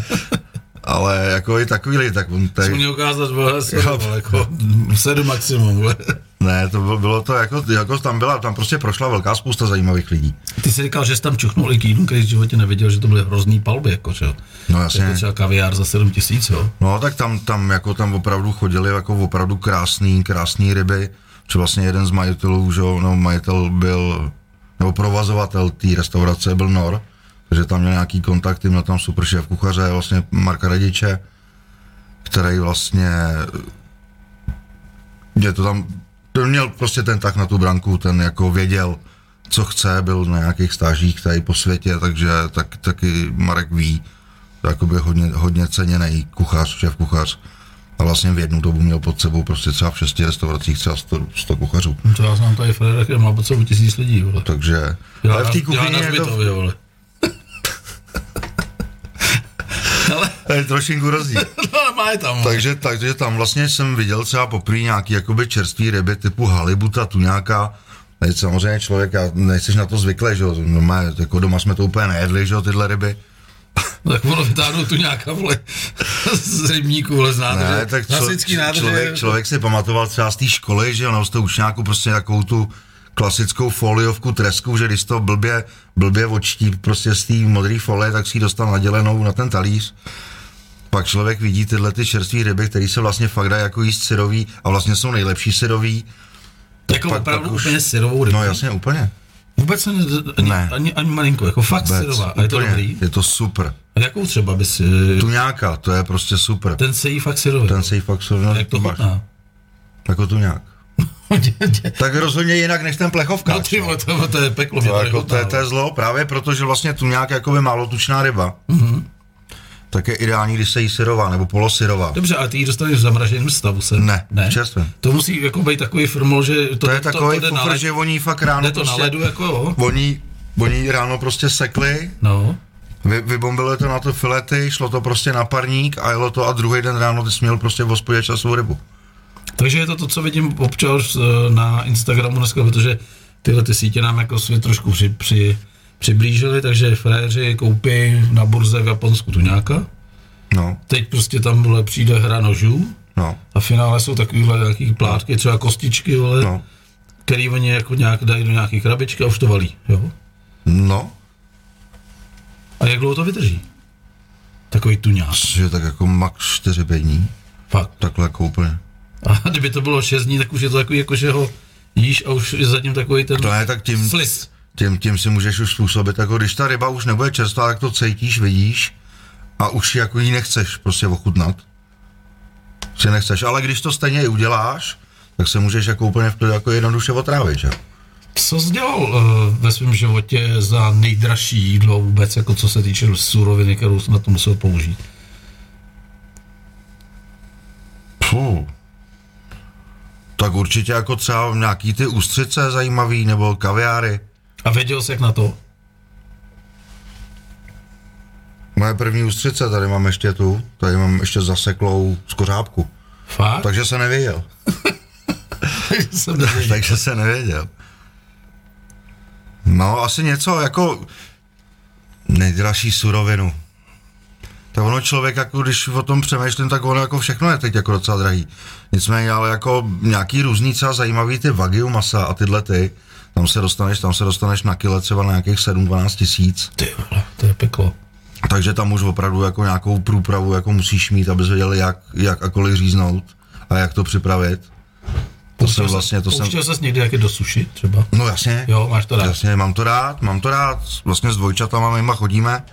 ale jako i takový lidi, tak on
Jsi mu
tady,
měl ukázat, vole, sedm, vole, jako, sedm maximum. Vole.
ne, to bylo, bylo to jako, jako tam byla, tam prostě prošla velká spousta zajímavých lidí.
Ty jsi říkal, že jsi tam čuchnul i k jídlu, který v životě neviděl, že to byly hrozný palby, jako, že jo.
No jasně.
Jako třeba kaviár za 7 tisíc, jo.
No tak tam, tam jako tam opravdu chodili jako opravdu krásný, krásný ryby, čo vlastně jeden z majitelů, že jo, no, majitel byl, nebo provazovatel té restaurace byl Nor, takže tam měl nějaký kontakty, měl tam super šéf kuchaře, vlastně Marka Radiče, který vlastně je to tam, ten měl prostě ten tak na tu branku, ten jako věděl, co chce, byl na nějakých stážích tady po světě, takže tak, taky Marek ví, to je jakoby hodně, hodně ceněný kuchař, šéf kuchař. A vlastně v jednu dobu měl pod sebou prostě třeba v šesti restauracích třeba 100, 100 kuchařů.
No To já znám tady Freda, který má pod sebou tisíc lidí, vole.
Takže,
Dělá
ale v té
na- dělá
kuchyni
na
je to
Zbytově, vole. Ale, no,
to je trošinku rozdíl.
ale má je tam, vole.
takže, takže tam vlastně jsem viděl třeba poprvé nějaký jakoby čerstvý ryby typu halibuta, tu nějaká, samozřejmě člověk, já nejseš na to zvyklý, že jo, no, má, jako doma jsme to úplně nejedli, že jo, tyhle ryby,
No, tak ono vytáhnou tu nějaká, vole, z rybníku, vole, znáte,
Ne,
že?
tak člo,
Klasický
č-
nádrž
člověk,
je-
člověk si pamatoval třeba z té školy, že ono z toho učňáku prostě takovou tu klasickou foliovku tresku, že když to blbě, blbě odští prostě z té modré folie, tak si ji dostal nadělenou na ten talíř. Pak člověk vidí tyhle ty čerstvé ryby, které se vlastně fakt dá jako jíst syrový a vlastně jsou nejlepší syrový.
Jako
pak-
opravdu
pak už-
úplně syrovou rybu.
No jasně, úplně.
Vůbec se ne, ani,
Ne.
ani, ani malinko, jako fakt
Vůbec,
syrová. A je to
úplně.
dobrý?
Je to super.
A jakou třeba bys... eh,
Tu nějaká, to je prostě super. Ten,
Ten se jí fakt syrový.
ten se jí fakt
A
srovnal.
jak to chutná?
Jako tu nějak. Tak rozhodně jinak než ten plechovka.
No ty vole, to, to je peklo, mě
To,
to
jako, to, je,
nechutná,
to je
vole.
zlo, právě protože vlastně tu nějak jakoby málo tučná ryba. Mm-hmm.
Mhm.
Tak je ideální, když se jí syrová nebo polosyrová.
Dobře, ale ty ji dostaneš v zamraženém stavu se?
Ne,
ne.
v čerstvém.
To musí jako být takový formol, že to,
To je
to,
takový
to jde na
kufr,
led,
že oni fakt ráno
jde to na
prostě,
ledu jako jo.
oni, oni ráno prostě sekli,
No.
vy, vybombili to na to filety, šlo to prostě na parník a jelo to a druhý den ráno ty jsi měl prostě v hospodě časovou rybu.
Takže je to to, co vidím občas eh, na Instagramu dneska, protože tyhle ty sítě nám jako svět trošku při, při, přiblížily, takže fréři koupí na burze v Japonsku tuňáka.
No,
Teď prostě tam vole, přijde hra nožů
no,
a v finále jsou takovýhle nějaký plátky, třeba kostičky, vole, no.
no,
který oni jako nějak dají do nějaký krabičky a už to valí, jo.
no.
A jak dlouho to vydrží? Takový tuňák.
Že tak jako max 4-5 dní,
Fakt.
takhle jako úplně.
A kdyby to bylo 6 dní, tak už je to takový, jako že ho jíš a už je zatím takový ten
To No, ne, tak tím,
flis.
Tím, tím si můžeš už způsobit, jako když ta ryba už nebude čerstvá, tak to cítíš, vidíš a už ji jako ji nechceš prostě ochutnat. Si nechceš, ale když to stejně i uděláš, tak se můžeš jako úplně v klidu jako jednoduše otrávit, že?
Co jsi dělal uh, ve svém životě za nejdražší jídlo vůbec, jako co se týče suroviny, kterou jsi na to musel použít?
Puh. Tak určitě jako třeba nějaký ty ústřice zajímavý, nebo kaviáry.
A věděl jsi, jak na to?
Moje první ústřice, tady mám ještě tu, tady mám ještě zaseklou z kořápku.
Fakt? Tak.
Takže se nevěděl.
jsem nevěděl.
Takže se nevěděl. No, asi něco jako nejdražší surovinu. Tak ono člověk, jako když o tom přemýšlím, tak ono jako všechno je teď jako docela drahý. Nicméně, ale jako nějaký různý třeba zajímavý ty wagyu masa a tyhle ty, tam se dostaneš, tam se dostaneš na kile třeba na nějakých 7-12 tisíc.
Ty vole, to je peklo.
Takže tam už opravdu jako nějakou průpravu jako musíš mít, abys věděl, jak, jak a kolik říznout a jak to připravit. To jsem vlastně, to jsem...
Pouštěl ses někdy jak je do suši třeba?
No jasně.
Jo, máš to rád.
Jasně, mám to rád, mám to rád. Vlastně s dvojčatama mýma chodíme.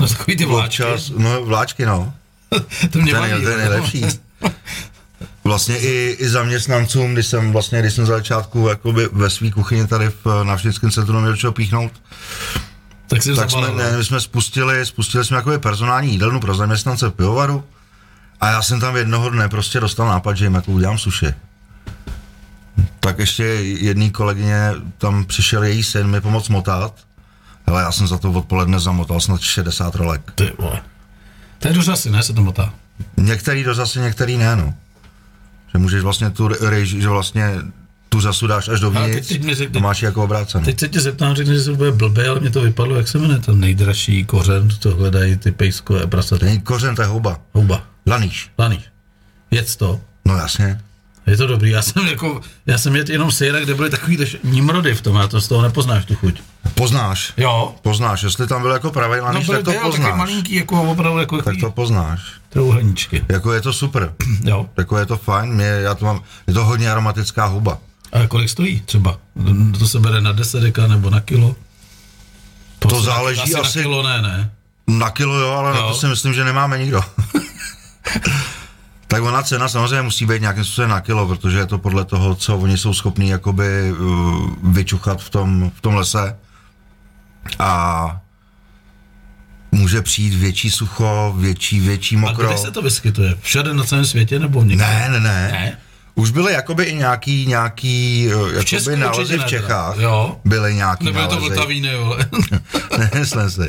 No, takový ty vláčky,
Občas, no vláčky, no.
to mě
Ten,
baví.
je- ten je
jo.
nejlepší. Vlastně i, i zaměstnancům, když jsem vlastně, když jsem za začátku jakoby ve své kuchyni tady v Navštěvském centru neměl čeho píchnout,
Tak si
tak jsme, ne, my jsme spustili, spustili jsme jakoby personální jídelnu pro zaměstnance v pivovaru a já jsem tam jednoho dne prostě dostal nápad, že jim jako udělám suši. Tak ještě jedný kolegyně, tam přišel její syn mi pomoct motat. Hele, já jsem za to odpoledne zamotal snad 60 rolek.
Ty vole. To je do řasy, ne, se to motá.
Některý do zase, některý ne, no. Že můžeš vlastně tu re- rejži, že vlastně tu zasu dáš až
Ale
dovnitř
teď- teď mi řekni-
a máš ji jako obrácenou.
Teď se tě zeptám, řekneš, že se bude blbý, ale mě to vypadlo, jak se jmenuje ten nejdražší kořen, to hledají ty pejskové prasata.
Není kořen, to je houba.
Houba,
Laníš.
laný. Jedz to.
No jasně.
Je to dobrý, já jsem jako, já jsem jedl jenom sejra, kde byly takový tež nímrody v tom, já to z toho nepoznáš tu chuť.
Poznáš.
Jo.
Poznáš, jestli tam byl jako pravý
No,
laníš,
byl,
tak to
byl taky
poznáš.
malinký, jako opravdu, jako
Tak to poznáš.
trouhelníčky.
Jako je to super.
Jo.
Jako je to fajn, mě, já to mám, je to hodně aromatická huba.
A kolik stojí třeba? To se bere na 10 deka nebo na kilo? Prostě
záleží
na, asi...
asi-
Na kilo ne, ne.
Na kilo jo, ale jo. na
Jo.
to si myslím, že nemáme nikdo. tak ona cena samozřejmě musí být nějakým způsobem na kilo, protože je to podle toho, co oni jsou schopní jakoby uh, vyčuchat v tom, v tom lese. A může přijít větší sucho, větší, větší
A
mokro.
kde se to vyskytuje? Všade na celém světě nebo někde?
Ne, ne, ne.
Ne?
Už byly jakoby i nějaký, nějaký eh,
Česku
jakoby
určitě
nálezy
ne, teda.
v Čechách. No.
Jo.
Byly nějaký
Nebyly to
nálezy.
vltavíny, vole.
Nemyslím si.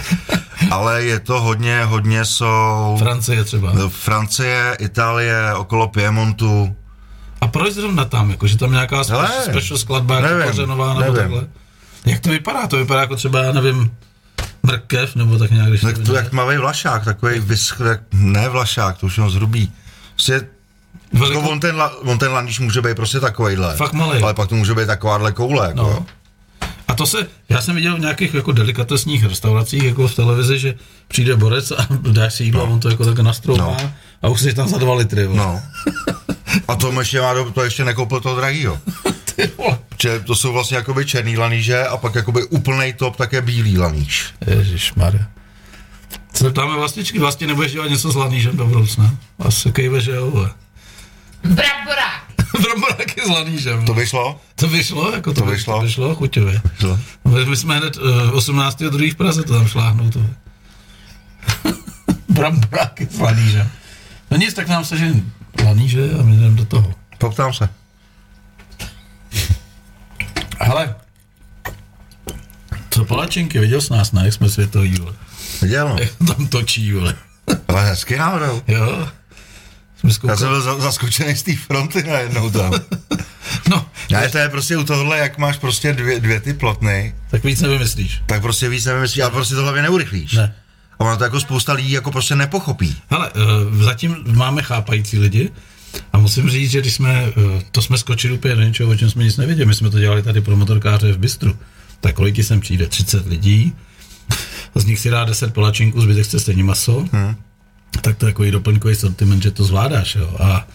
Ale je to hodně, hodně jsou
Francie třeba.
No. Francie, Itálie, okolo Piemontu.
A proč zrovna tam? Jako, že tam nějaká
Hele,
special, special skladba
nevím,
nevím, kořenová nebo
nevím.
takhle? Jak to vypadá? To vypadá jako třeba, já nevím, mrkev nebo tak nějak, když
Tak No, to
vidíte.
jak tmavý vlašák, takový vyschl, jak, ne vlašák, to už jenom zhrubí. Prostě,
Velikou-
jako on ten, la- on ten landíš může být prostě takovejhle.
Fakt malej.
Ale pak to může být takováhle koule. Jako.
No. A to se, já jsem viděl v nějakých jako delikatesních restauracích, jako v televizi, že přijde borec a dá si jídlo a on to jako tak nastroumá no.
No.
a už si tam za dva litry. vole.
no. A to ještě má, do- to ještě nekoupil toho drahýho.
Ty vole.
Že to jsou vlastně jakoby černý laníže a pak jakoby úplnej top také bílý laníž.
Ježišmarja. Se ptáme vlastničky, vlastně nebudeš dělat něco s lanížem do budoucna. Asi kejve, že jo, vole.
Brat Borák.
Bramboráky s lanížem.
To by šlo?
to vyšlo, jako to,
To
by-
vyšlo.
To vyšlo, chuťově. My, my jsme hned uh, 18. druhý v Praze to tam šláhnout. To. Bramboráky s lanížem. No nic, tak nám se že laníže a my jdeme do toho.
Poptám se.
Hele, co palačinky, viděl jsi nás, ne, jak jsme světový, vole.
Viděl? no.
Jak tam točí, vole.
Ale hezky náhodou.
Jo. Jsme
Já jsem
zkoukali.
byl za- zaskočený z té fronty najednou tam.
No,
Ne, to je prostě u tohohle, jak máš prostě dvě, dvě ty plotny,
tak víc nevymyslíš.
tak prostě víc nevymyslíš, ale prostě to hlavně neurychlíš.
Ne.
A ono to jako spousta lidí jako prostě nepochopí.
Hele, eh, zatím máme chápající lidi a musím říct, že když jsme, eh, to jsme skočili úplně do něčeho, o čem jsme nic nevěděli, my jsme to dělali tady pro motorkáře v Bistru, tak kolik ti sem přijde? 30 lidí, z nich si dá 10 palačinků, zbytek chce stejně maso, hmm. tak to je takový doplňkový sortiment, že to zvládáš, jo. A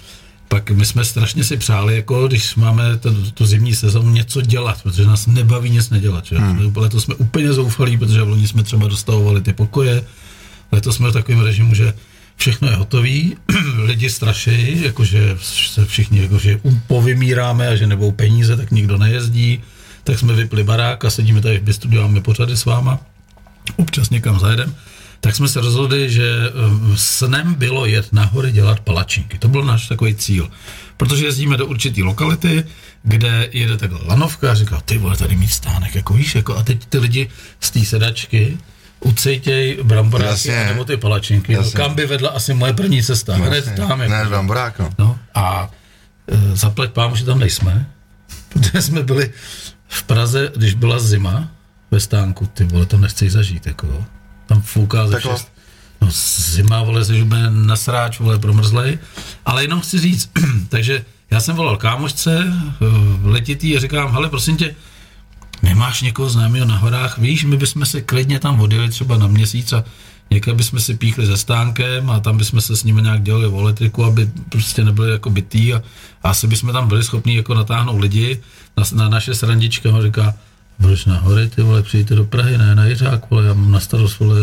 pak my jsme strašně si přáli, jako když máme ten, tu zimní sezónu něco dělat, protože nás nebaví nic nedělat. Že? Hmm. Letos jsme úplně zoufalí, protože v loni jsme třeba dostavovali ty pokoje, Letos jsme v takovém režimu, že všechno je hotový, lidi straší, jakože se všichni jakože u- povymíráme a že nebudou peníze, tak nikdo nejezdí, tak jsme vypli barák a sedíme tady v bistru, děláme pořady s váma, občas někam zajedem, tak jsme se rozhodli, že um, snem bylo jet na hory dělat palačinky. To byl náš takový cíl. Protože jezdíme do určitý lokality, kde jede takhle lanovka a říká, ty vole, tady mít stánek, jako víš, jako a teď ty lidi z té sedačky ucejtěj bramboráky
Jasně.
a nebo ty palačinky. No,
Jasně.
kam by vedla asi moje první cesta? Hned tam. Jako.
Ne, tam brák, no.
No a e, zaplať pámu, že tam nejsme, protože jsme byli v Praze, když byla zima ve stánku, ty vole, to nechci zažít, jako jo. Tam fouká ze
Peklo.
šest. No zima, vole, se úplně nasráč, vole, promrzlej. Ale jenom chci říct, takže já jsem volal kámošce, e, letitý, a říkám, hele, prosím tě, nemáš někoho známého na horách, víš, my bychom se klidně tam odjeli třeba na měsíc a někde bychom si píchli se stánkem a tam bychom se s nimi nějak dělali o elektriku, aby prostě nebyli jako bytý a, a asi bychom tam byli schopni jako natáhnout lidi na, na naše srandička a říká, budeš na hory, ty vole, přijďte do Prahy, ne na Jiřák, vole, já mám na starost, vole,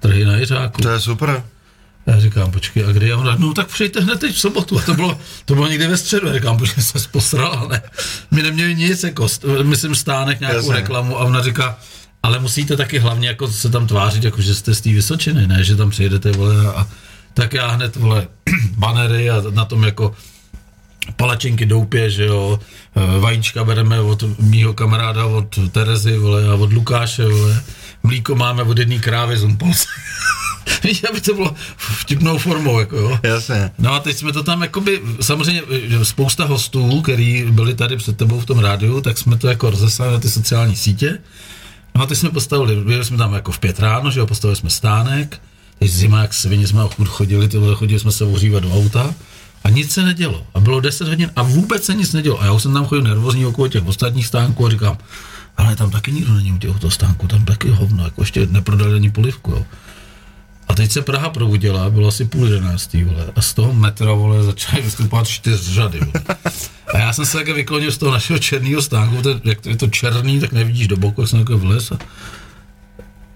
trhy na Jiřáku.
To je super.
Já říkám, počkej, a kde je ona? No tak přijďte hned teď v sobotu. A to bylo, to bylo někdy ve středu. Já říkám, počkej, se posrala, ne? My neměli nic, jako, st- myslím, stánek nějakou
Jasně.
reklamu a ona říká, ale musíte taky hlavně jako se tam tvářit, jako že jste z té Vysočiny, ne? Že tam přijedete, vole, a tak já hned, vole, banery a na tom jako palačinky doupě, že jo, eh, vajíčka bereme od mýho kamaráda, od Terezy, vole, a od Lukáše, vole, mlíko máme od jedné krávy z Umpolce. Víš, aby to bylo vtipnou formou, jako jo.
Jasně.
No a teď jsme to tam, jakoby, samozřejmě eh, spousta hostů, který byli tady před tebou v tom rádiu, tak jsme to jako rozeslali na ty sociální sítě. No a teď jsme postavili, byli jsme tam jako v pět ráno, že jo, postavili jsme stánek, teď zima, jak svině jsme furt chodili, ty vole, chodili jsme se ohřívat do auta a nic se nedělo. A bylo 10 hodin a vůbec se nic nedělo. A já už jsem tam chodil nervózní okolo těch ostatních stánků a říkám, ale tam taky nikdo není u těch toho stánku, tam taky hovno, jako ještě neprodali ani polivku, jo. A teď se Praha probudila, bylo asi půl jedenáctý, vole, a z toho metra, vole, začaly vystupovat čtyř řady, vole. A já jsem se také vyklonil z toho našeho černého stánku, to, je- jak to je to černý, tak nevidíš do boku, jak jsem jako vles a,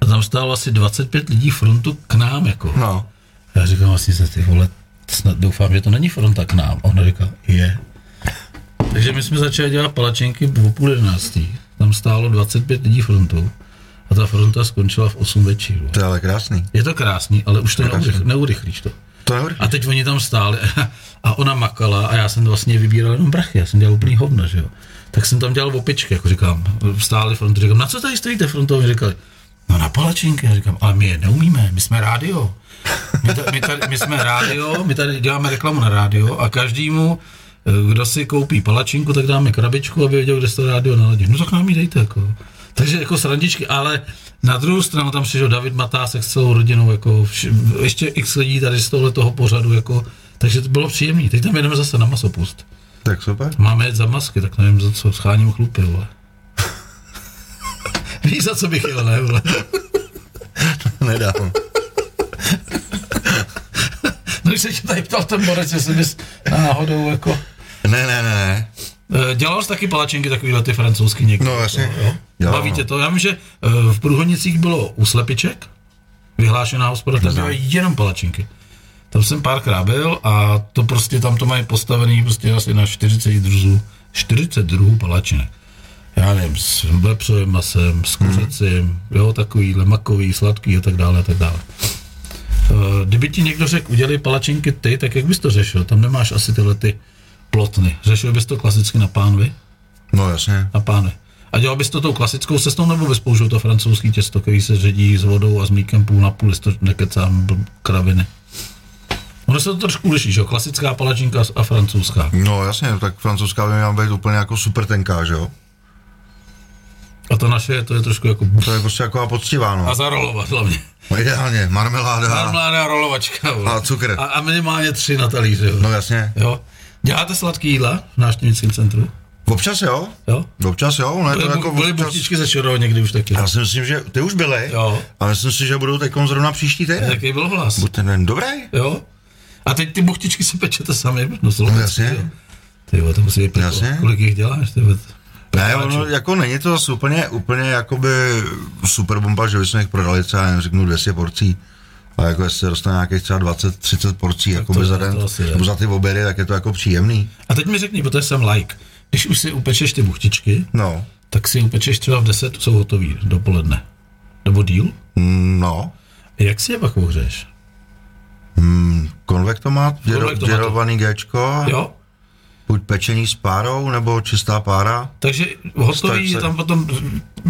a tam stálo asi 25 lidí frontu k nám, jako.
No.
A já říkám vlastně se ty vole, snad doufám, že to není fronta k nám. A ona říká, je. Takže my jsme začali dělat palačinky v půl jedenáctý. Tam stálo 25 lidí frontu. A ta fronta skončila v 8 večer.
To je ale krásný.
Je to krásný, ale už to
Krásný.
neurych, neurychlíš to.
To je horší.
A teď oni tam stáli a ona makala a já jsem vlastně vybíral jenom brachy, já jsem dělal úplný hovna, že jo. Tak jsem tam dělal opičky, jako říkám, stáli front, říkám, na co tady stojíte frontou? Oni říkali, no na palačinky, já říkám, ale my je neumíme, my jsme rádio. My, ta, my, tady, my jsme rádio, my tady děláme reklamu na rádio a každému, eh, kdo si koupí palačinku, tak dáme krabičku, aby věděl, kde se to rádio naladí. No tak nám ji dejte, jako. Takže jako srandičky, ale na druhou stranu tam přišel David Matásek s celou rodinou, jako vš- ještě x lidí tady z tohle toho pořadu, jako, takže to bylo příjemné. Teď tam jedeme zase na masopust.
Tak super.
Máme jet za masky, tak nevím za co, scháním chlupy, vole. Víš, za co bych jel, ne, vole?
Nedám.
No, když se tě tady ptal ten borec, jestli bys náhodou, jako...
Ne, ne, ne, ne.
Eh, Dělal jsi taky palačinky takovýhle ty francouzsky někdy?
No, jasně.
Jo, jo.
Dělal,
Baví
no.
tě to? Já vím, že eh, v Průhonicích bylo u Slepiček vyhlášená hospoda, tam dělají jenom palačinky. Tam jsem párkrát byl a to prostě tam to mají postavený prostě asi na 40 druhů, 40 druhů palačinek. Já nevím, s vepřovým masem, s kuřecím, hmm. jo, takovýhle, makový, sladký a tak dále a tak dále. Eh, Kdyby ti někdo řekl, udělej palačinky ty, tak jak bys to řešil? Tam nemáš asi tyhle ty plotny. Řešil bys to klasicky na pánvi?
No jasně.
na pány. A dělal bys to tou klasickou cestou, nebo bys použil to francouzský těsto, který se ředí s vodou a s mlíkem půl na půl, jestli to nekecám bl- kraviny. Ono se to trošku liší, že jo? Klasická palačinka a francouzská.
No jasně, tak francouzská by měla být úplně jako super tenká, že jo?
A ta naše, to je trošku jako...
To je prostě jako poctivá,
A
no.
zarolovat hlavně.
no ideálně, marmeláda.
Marmládá rolovačka. vole.
A cukr.
A, a minimálně tři na talíři.
No
No.
jasně.
Jo? Děláte sladký jídla v návštěvnickém centru?
Občas jo?
Jo?
Občas jo? Ne, to
Byly,
jako
bu- byly
občas...
buchtičky ze šero někdy už taky.
Já si myslím, že ty už byly.
Jo.
A myslím si, že budou teď zrovna příští týden.
Jaký byl hlas?
Buď ten den dobrý?
Jo? A teď ty buchtičky si pečete sami, no slovenský,
No jasně.
jo. Ty vole, to musí být peklo.
Jasně.
Kolik jich děláš, ty vole?
Ne, ono jako není to zase úplně, úplně jakoby super bomba, že bychom jich prodali třeba, nevím, řeknu 200 porcí. A jako jestli se dostane nějakých třeba 20-30 porcí jakoby
No to-
za
to
den,
asi je.
nebo za ty obědy, tak je to jako příjemný.
A teď mi řekni, protože jsem like, když už si upečeš ty buchtičky,
No,
tak si je upečeš třeba v 10, jsou hotový dopoledne. Nebo díl?
no.
Jak si je pak ohřeješ?
Konvek to má, děro-
Konvek to má to.
děrovaný Gčko,
Jo?
buď pečení s párou, nebo čistá pára.
Takže hotový je
Stavce.
tam potom...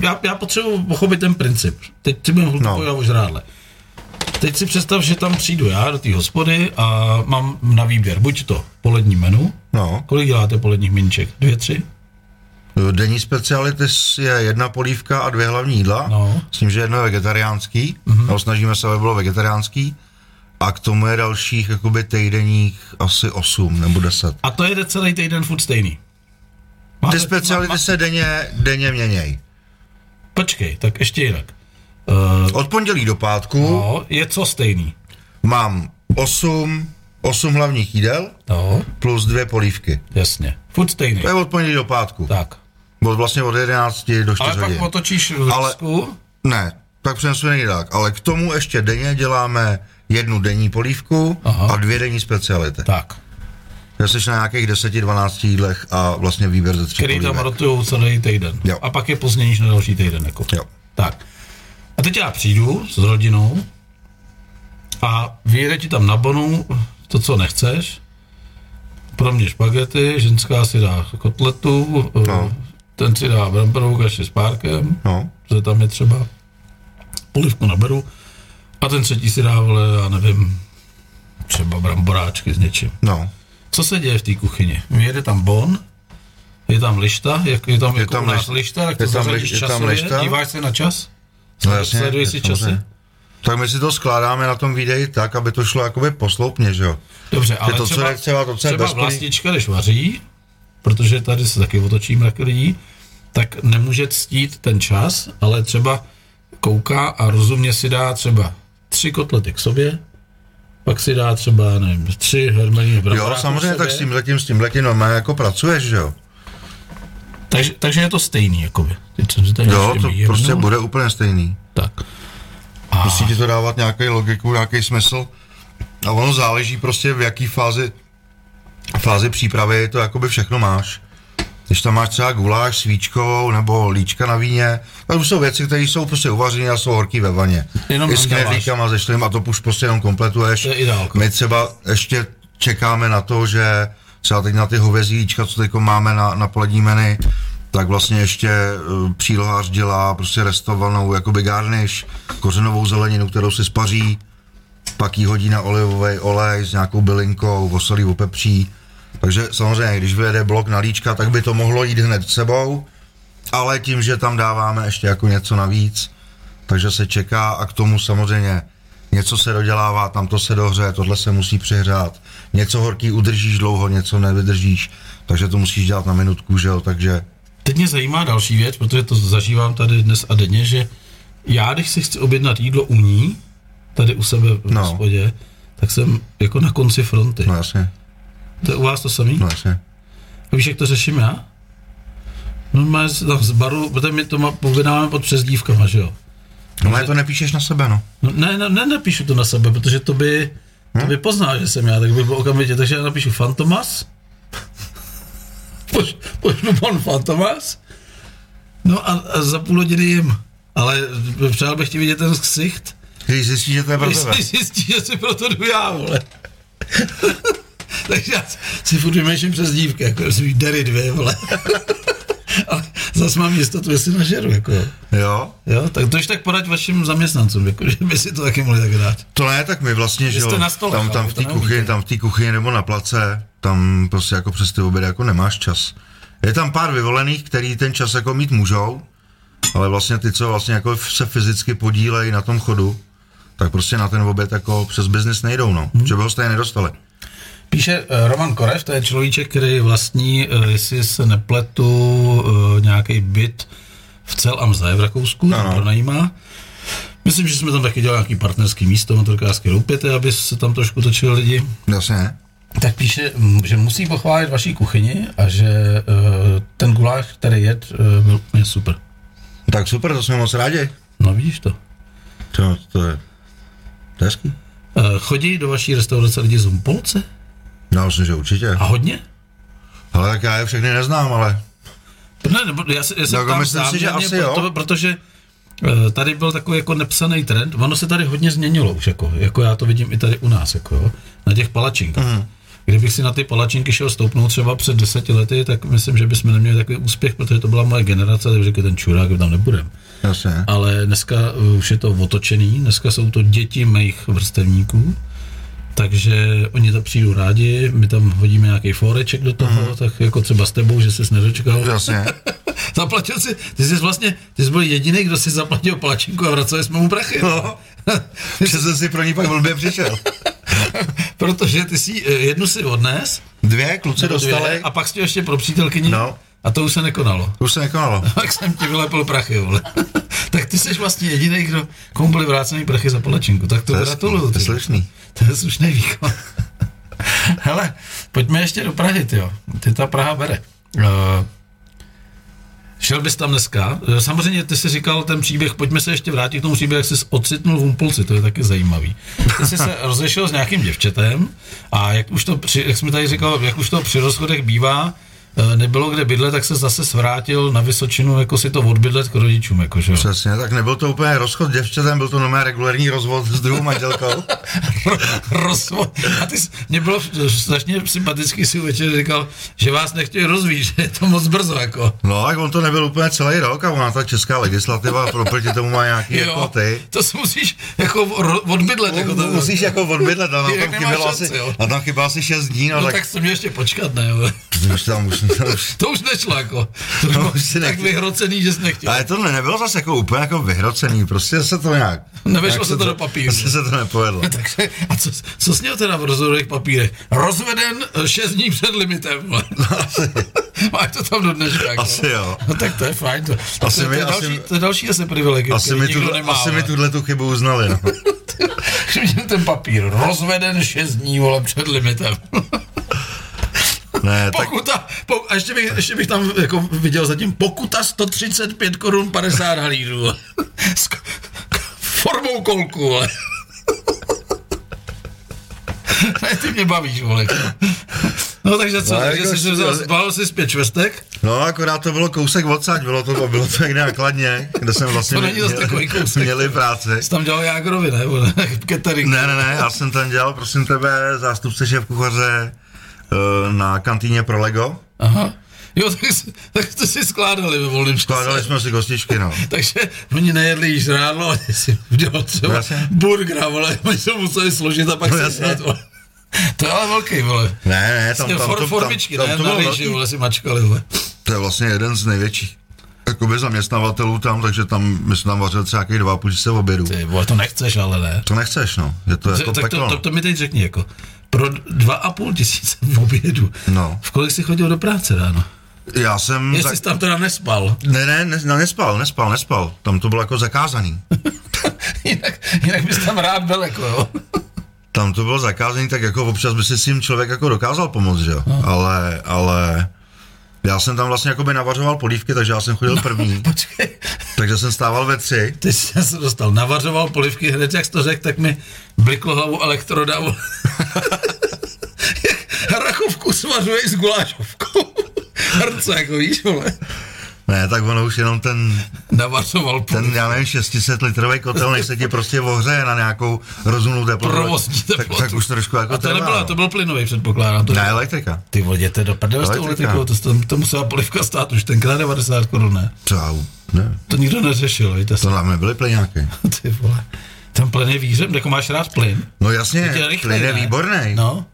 Já, já potřebuji pochopit ten princip. Teď si budeme
No.
hluboko no. žrádle. Teď si představ, že tam přijdu já do té hospody a mám na výběr buď to polední menu,
No,
kolik děláte poledních minček? Dvě, tři?
denní speciality s- je jedna polívka a dvě hlavní jídla,
No. Mhm.
s tím, že jedno je vegetariánský, nebo snažíme se, aby bylo vegetariánský, a k tomu je dalších jakoby týdenních asi 8 nebo 10.
A to jede celý týden furt stejný. Máte,
Ty speciality se denně, denně měněj.
Počkej, tak ještě jinak. Uh,
Od pondělí do pátku no.
no, je co stejný?
mám 8, 8 hlavních jídel
No,
plus dvě polívky.
jasně. Furt stejný.
To je od pondělí do pátku.
Tak.
Od vlastně od 11 do 4
Ale
hodin.
pak otočíš v
Ale-
Rusku.
Ne, tak přinesu jiný dák. Ale k tomu ještě denně děláme jednu denní polívku
Aha.
Aha. a dvě denní speciality.
Tak.
Já jsi na nějakých 10-12 jídlech a vlastně výběr ze tří
Který tam
polívek.
rotují celý týden.
Jo.
A pak je později na další týden. Jako.
Jo.
Tak. A teď já přijdu s rodinou a vyjede ti tam na bonu to, co nechceš. Pro mě špagety, ženská si dá kotletu, no.
No.
ten si dá bramborovou kaši s párkem,
No,
protože tam je třeba polivku naberu a ten třetí si dá, vole, já nevím, třeba bramboráčky s něčím.
no.
Co se děje v té kuchyni? Jede tam bon, je tam lišta, jak je tam, je jako
tam
tam u nás
lišta.
lišta, tak to
Je tam
zařadíš
liš- je tam
časově,
lišta.
díváš se na čas?
No jasně,
Sleduješ si
samozřejmě.
časy?
Tak my si to skládáme na tom videí tak, aby to šlo jakoby posloupně, že jo?
Dobře, ale
to, co
třeba,
nechce, a to, co je
třeba
bez plí-
vlastička, když vaří, protože tady se taky otočí mraky lidí, tak nemůže ctít ten čas, ale třeba kouká a rozumně si dá třeba tři kotlety k sobě, pak si dá třeba, nevím, tři hermelíny
Jo, samozřejmě, tak s tím letím, s tím letím, no, má jako pracuješ, že jo?
Takže, takže je to stejný, jakoby. Teď jsem si tady
Jo,
ještě
to
mírnul.
prostě bude úplně stejný.
Tak.
Musí ti to dávat nějaký logiku, nějaký smysl. A ono záleží prostě v jaký fázi, fázi přípravy to jakoby všechno máš. Když tam máš třeba guláš s víčkou nebo líčka na víně, to jsou věci, které jsou prostě uvařené a jsou horký ve vaně.
Jenom
I s
nandáváš.
knedlíkama ze šlim a to už prostě jenom kompletuješ.
To je ideálko.
My třeba ještě čekáme na to, že třeba teď na ty hovězí víčka, co teď máme na, na polední menu, tak vlastně ještě eh, přílohář dělá prostě restovanou jakoby garnish, kořenovou zeleninu, kterou si spaří, pak ji hodí na olivový olej s nějakou bylinkou, osolí, opepří. Takže samozřejmě, když vyjede blok na líčka, tak by to mohlo jít hned sebou, ale tím, že tam dáváme ještě jako něco navíc, takže se čeká a k tomu samozřejmě něco se dodělává, tam to se dohře, tohle se musí přehrát. Něco horký udržíš dlouho, něco nevydržíš, takže to musíš dělat na minutku, že jo, takže
Teď mě zajímá další věc, protože to zažívám tady dnes a denně, že já, když si chci objednat jídlo u ní, tady u sebe v
No.
hospodě, tak jsem jako na konci fronty.
no jasně,
To je u vás to samý?
no jasně.
A víš, jak to řeším já? Normálně se tam z baru, protože my to má- objednáme pod přezdívkama, že jo?
No ale to nepíšeš na sebe, no.
No, ne, ne, ne, napíšu to na sebe, protože to by,
Hm?
to by poznal, že jsem já, tak by byl okamžitě, takže já napíšu Fantomas. Poš, pošlu pan Fantomas. No a, a za půl hodiny jim. Ale přál bych ti vidět ten ksicht,
Když zjistíš, že to je pro tebe.
jestli zjistí, že si pro to jdu já, vole. takže já si furt vymýšlím přes dívky, jako si dery dvě, vole. Ale zase mám jistotu, jestli nažeru, jako.
Jo?
Jo, tak to ještě tak poraď vašim zaměstnancům, jako, že by si to taky mohli tak dát.
To ne, tak my vlastně, že jo,
jste na stole,
tam, tam
chápu,
v
to
té
neumíte.
kuchyni, tam v té kuchyni nebo na place, tam prostě jako přes ty obědy jako nemáš čas. Je tam pár vyvolených, který ten čas jako mít můžou, ale vlastně ty, co vlastně jako f- se fyzicky podílejí na tom chodu, tak prostě na ten oběd jako přes biznis nejdou, no.
Mhm.
Hmm. Že by ho stejně nedostali.
Píše eh, Roman Korev, to je človíček, který vlastní, eh, jestli se nepletu, eh, nějaký byt v Cel Amze v Rakousku, tam
Ano.
pronajímá. Myslím, že jsme tam taky dělali nějaký partnerský místo, motorkářské loupěte, aby se tam trošku točili lidi.
Jasně, ne?
Tak píše, mm, že musí pochválit vaší kuchyni a že eh, ten guláš, který jed, eh, byl úplně super.
Tak super, to jsme moc rádi.
No vidíš to.
To, to je, to je hezký.
Eh, Chodí do vaší restaurace lidi z Umpolce?
Já No, myslím, že určitě.
A hodně?
Ale tak já je všechny neznám, ale
Ne, nebo já, se, já se
Tak
ptám
myslím si, že
záměrně,
asi jo.
proto, protože eh, tady byl takový jako nepsaný trend, ono se tady hodně změnilo už, jako, jako já to vidím i tady u nás, jako, jo, na těch palačinkách.
Mhm.
Mm. Kdybych si na ty palačinky šel stoupnout třeba před deseti lety, tak myslím, že bychom neměli takový úspěch, protože to byla moje generace, takže řekli, ten čurák my tam nebudem.
jasně. A
Ale dneska eh, už je to otočený, dneska jsou to děti mých vrstevníků, takže oni tam přijdou rádi, my tam hodíme nějaký foreček do toho, mm. tak jako třeba s tebou, že ses nedočkal.
Mhm. Jasně.
Zaplatil si, ty jsi vlastně, ty jsi byl jediný, kdo si zaplatil palačinku a vraceli jsme mu prachy. No.
Přece jsem si pro ní pak blbě přišel.
Protože ty si eh, jednu si odnes,
Dvě kluci dostali.
a pak jsi ještě pro přítelkyni
No.
a to už se nekonalo.
Už se nekonalo.
Tak jsem ti vylepil prachy, vole. tak ty jsi vlastně jediný, kdo komu byly vráceny prachy za palačinku. Tak to,
To je
gratuluju.
hezký, to je
ty.
slušný.
To je slušný výkon. Hele, pojďme ještě do Prahy, jo. Ty ta Praha bere. Uh, šel bys tam dneska. Eh, Samozřejmě ty jsi říkal ten příběh, pojďme se ještě vrátit k tomu příběhu, jak jsi ocitnul v Humpolci, to je taky zajímavý. Ty jsi se rozešel s nějakým děvčetem a jak už to, při, jak jsme tady říkal, jak už to při rozchodech bývá, eh, nebylo kde bydlet, tak se zase svrátil na Vysočinu, jako si to odbydlet k rodičům, jako, že jo.
Přesně, tak nebyl to úplně rozchod děvčetem, byl to normální regulární rozvod s druhou manželkou.
rozvod. A ty jsi, mě bylo strašně sympatický si večer říkal, že vás nechtějí rozvíjet, že je to moc brzo, jako.
No, tak on to nebyl úplně celý rok a ona ta česká legislativa pro- proti tomu má nějaký jako ty.
to si musíš jako ro- odbydlet. Jako to,
Musíš jako odbydlet, a na
Jak
tam
nemá
chybělo
šanci,
asi,
jo.
a tam chybělo asi 6 dní, no,
No
tak,
tak jsem měl ještě počkat, ne? jo.
už tam už, to už.
To už nešlo, jako. To už
No,
bylo
už si
tak
nechtěl.
vyhrocený, že jsi nechtěl.
Ale to ne- nebylo zase jako úplně jako vyhrocený, prostě se to nějak...
Nevešlo
nějak
se to do papíru.
Prostě se to nepovedlo.
Takže, a co, co jsi měl teda v rozhodových papírech? Rozveden 6 dní před limitem. vole. Máš to tam do dneška. Jako.
No, Asi jo.
No tak to je fajn. To, to,
Asi
to,
mi-
je,
asi-
další, to je další asi privilegium,
Asi
který
mi,
nikdo
tu,
nemá.
asi mi
vole.
tuhle tu chybu uznali, no.
Viděl ten papír, rozveden 6 dní, vole, před limitem.
Ne, tak
Pokuta, pok, a ještě bych, ještě bych tam jako viděl zatím pokuta 135 korun 50 halírů. S k- k- formou kolku, vole. Ne, ty mě bavíš, vole. jako. No takže co,
No,
takže
jako
jsi si vzal,
styl-
zbalil si zpět čvestek?
No, akorát to bylo kousek odsaď, bylo to, bylo to někde na Kladně, kde jsem vlastně
To není zas takový kousek.
měli práci.
Jsi tam dělal jágrovi, ne? Vole, Catering.
Ne, ne, ne, já jsem tam dělal, prosím tebe, zástupce šéf kuchaře eh, na kantýně pro Lego.
Aha. Jo, tak, jsi- tak to si skládali ve volném
Skládali
čase.
jsme si kostičky, no.
Takže oni nejedli již ráno, oni si udělali třeba
No jasně.
burgera, vole, oni se museli složit a pak
No
se
jasně.
snad, vole. To je ale velký, vole.
Ne, ne, tam,
Tam,
tam, tam,
For,
tam,
formičky,
tam,
ne?
to
na
bylo
rýži,
velký.
vole, si mačkali, vole.
To je vlastně jeden z největších jakoby zaměstnavatelů tam, takže tam, my jsme tam vařili třeba nějakých dva a půl tisíce obědů.
Ty, vole, to nechceš, ale ne.
To nechceš, no. Je to jako
Že- tak to,
peklo.
to, to, mi teď řekni, jako, pro dva a půl tisíce v obědu.
No.
V kolik jsi chodil do práce ráno?
Já jsem...
Jestli jsi tam teda nespal.
Ne, ne, ne, no, nespal, nespal, nespal. Tam to bylo jako zakázaný.
jinak, jinak bys tam rád byl, jako jo.
Tam to bylo zakázaný, tak jako občas by si s tím člověk jako dokázal pomoct, že jo.
No.
Ale, ale... Já jsem tam vlastně jakoby navařoval polívky, takže já jsem chodil
No.
první.
Počkej,
Takže jsem stával ve tři.
ty jsi se dostal, navařoval polivky, hned jak jsi to řekl, tak mi bliklo hlavu elektroda. vole. Jak Rachovku svařuješ s gulášovkou. Hrce, jako víš, vole.
Ne, tak ono už jenom ten,
Navařoval
ten
polivky.
já nevím, 600 litrový kotel, než se ti prostě ohřeje na nějakou rozumnou teplotu.
Provozní
tak,
teplotu.
tak, už trošku jako
A to
trvá,
nebyla,
no.
to byl plynový, předpokládám. To
Ne, elektrika.
Ty vole, jděte do prdele s tou
Elektrika.
elektrikou, to, to, to musela polivka stát už tenkrát 90 korun, ne?
To, já- ne,
To nikdo neřešil, víte,
to nám nebyly plyňáky.
ty vole. Ten plyn je výřem, jako máš rád plyn.
No jasně,
Teď je
plyn je
ne?
výborný. No.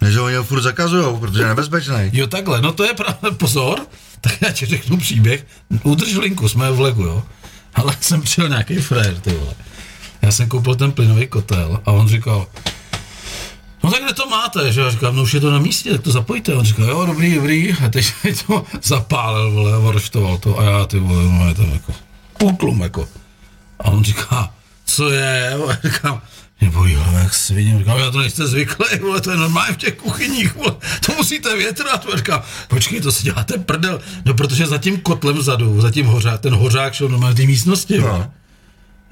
No,
Že oni ho furt zakazujou, protože je nebezpečný.
jo takhle, no to je právě, pozor, tak já ti řeknu příběh, udrž linku, jsme v legu, jo. Ale jsem přijel nějaký frér, ty vole. Já jsem koupil ten plynový kotel a on říkal, No tak kde to máte, že? Já říkám, no už je to na místě, tak to zapojte. On říká, jo, dobrý, dobrý. A teď mi to zapálil, vole, a varštoval to. A já, ty vole, no je tam jako útlum, jako. A on říká, co je? A já říkám, nebo jo, jak sviním, říkám, já to nejste zvyklý, vole, to je normálně v těch kuchyních, vole, to musíte větrat, A říká, počkej, to si děláte prdel, no protože za tím kotlem vzadu, za tím hořák, ten hořák šel normálně do té místnosti, no.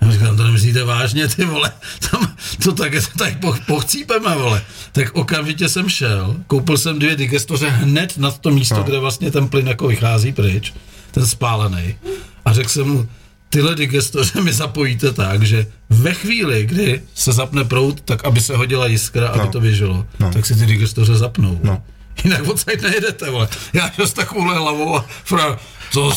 Já říkám, to nemyslíte vážně, ty vole, tam, to tak, tak po, pochcípeme, vole. Tak okamžitě jsem šel, koupil jsem dvě digestoře hned nad to místo, no. kde vlastně ten plyn jako vychází pryč, ten spálený. A řekl jsem mu, tyhle digestoře mi zapojíte tak, že ve chvíli, kdy se zapne prout, tak aby se hodila jiskra, no. aby to běželo, no. tak si ty digestoře zapnou. No. Jinak odsaď nejedete, vole. Já šel s takovouhle hlavou a fra, to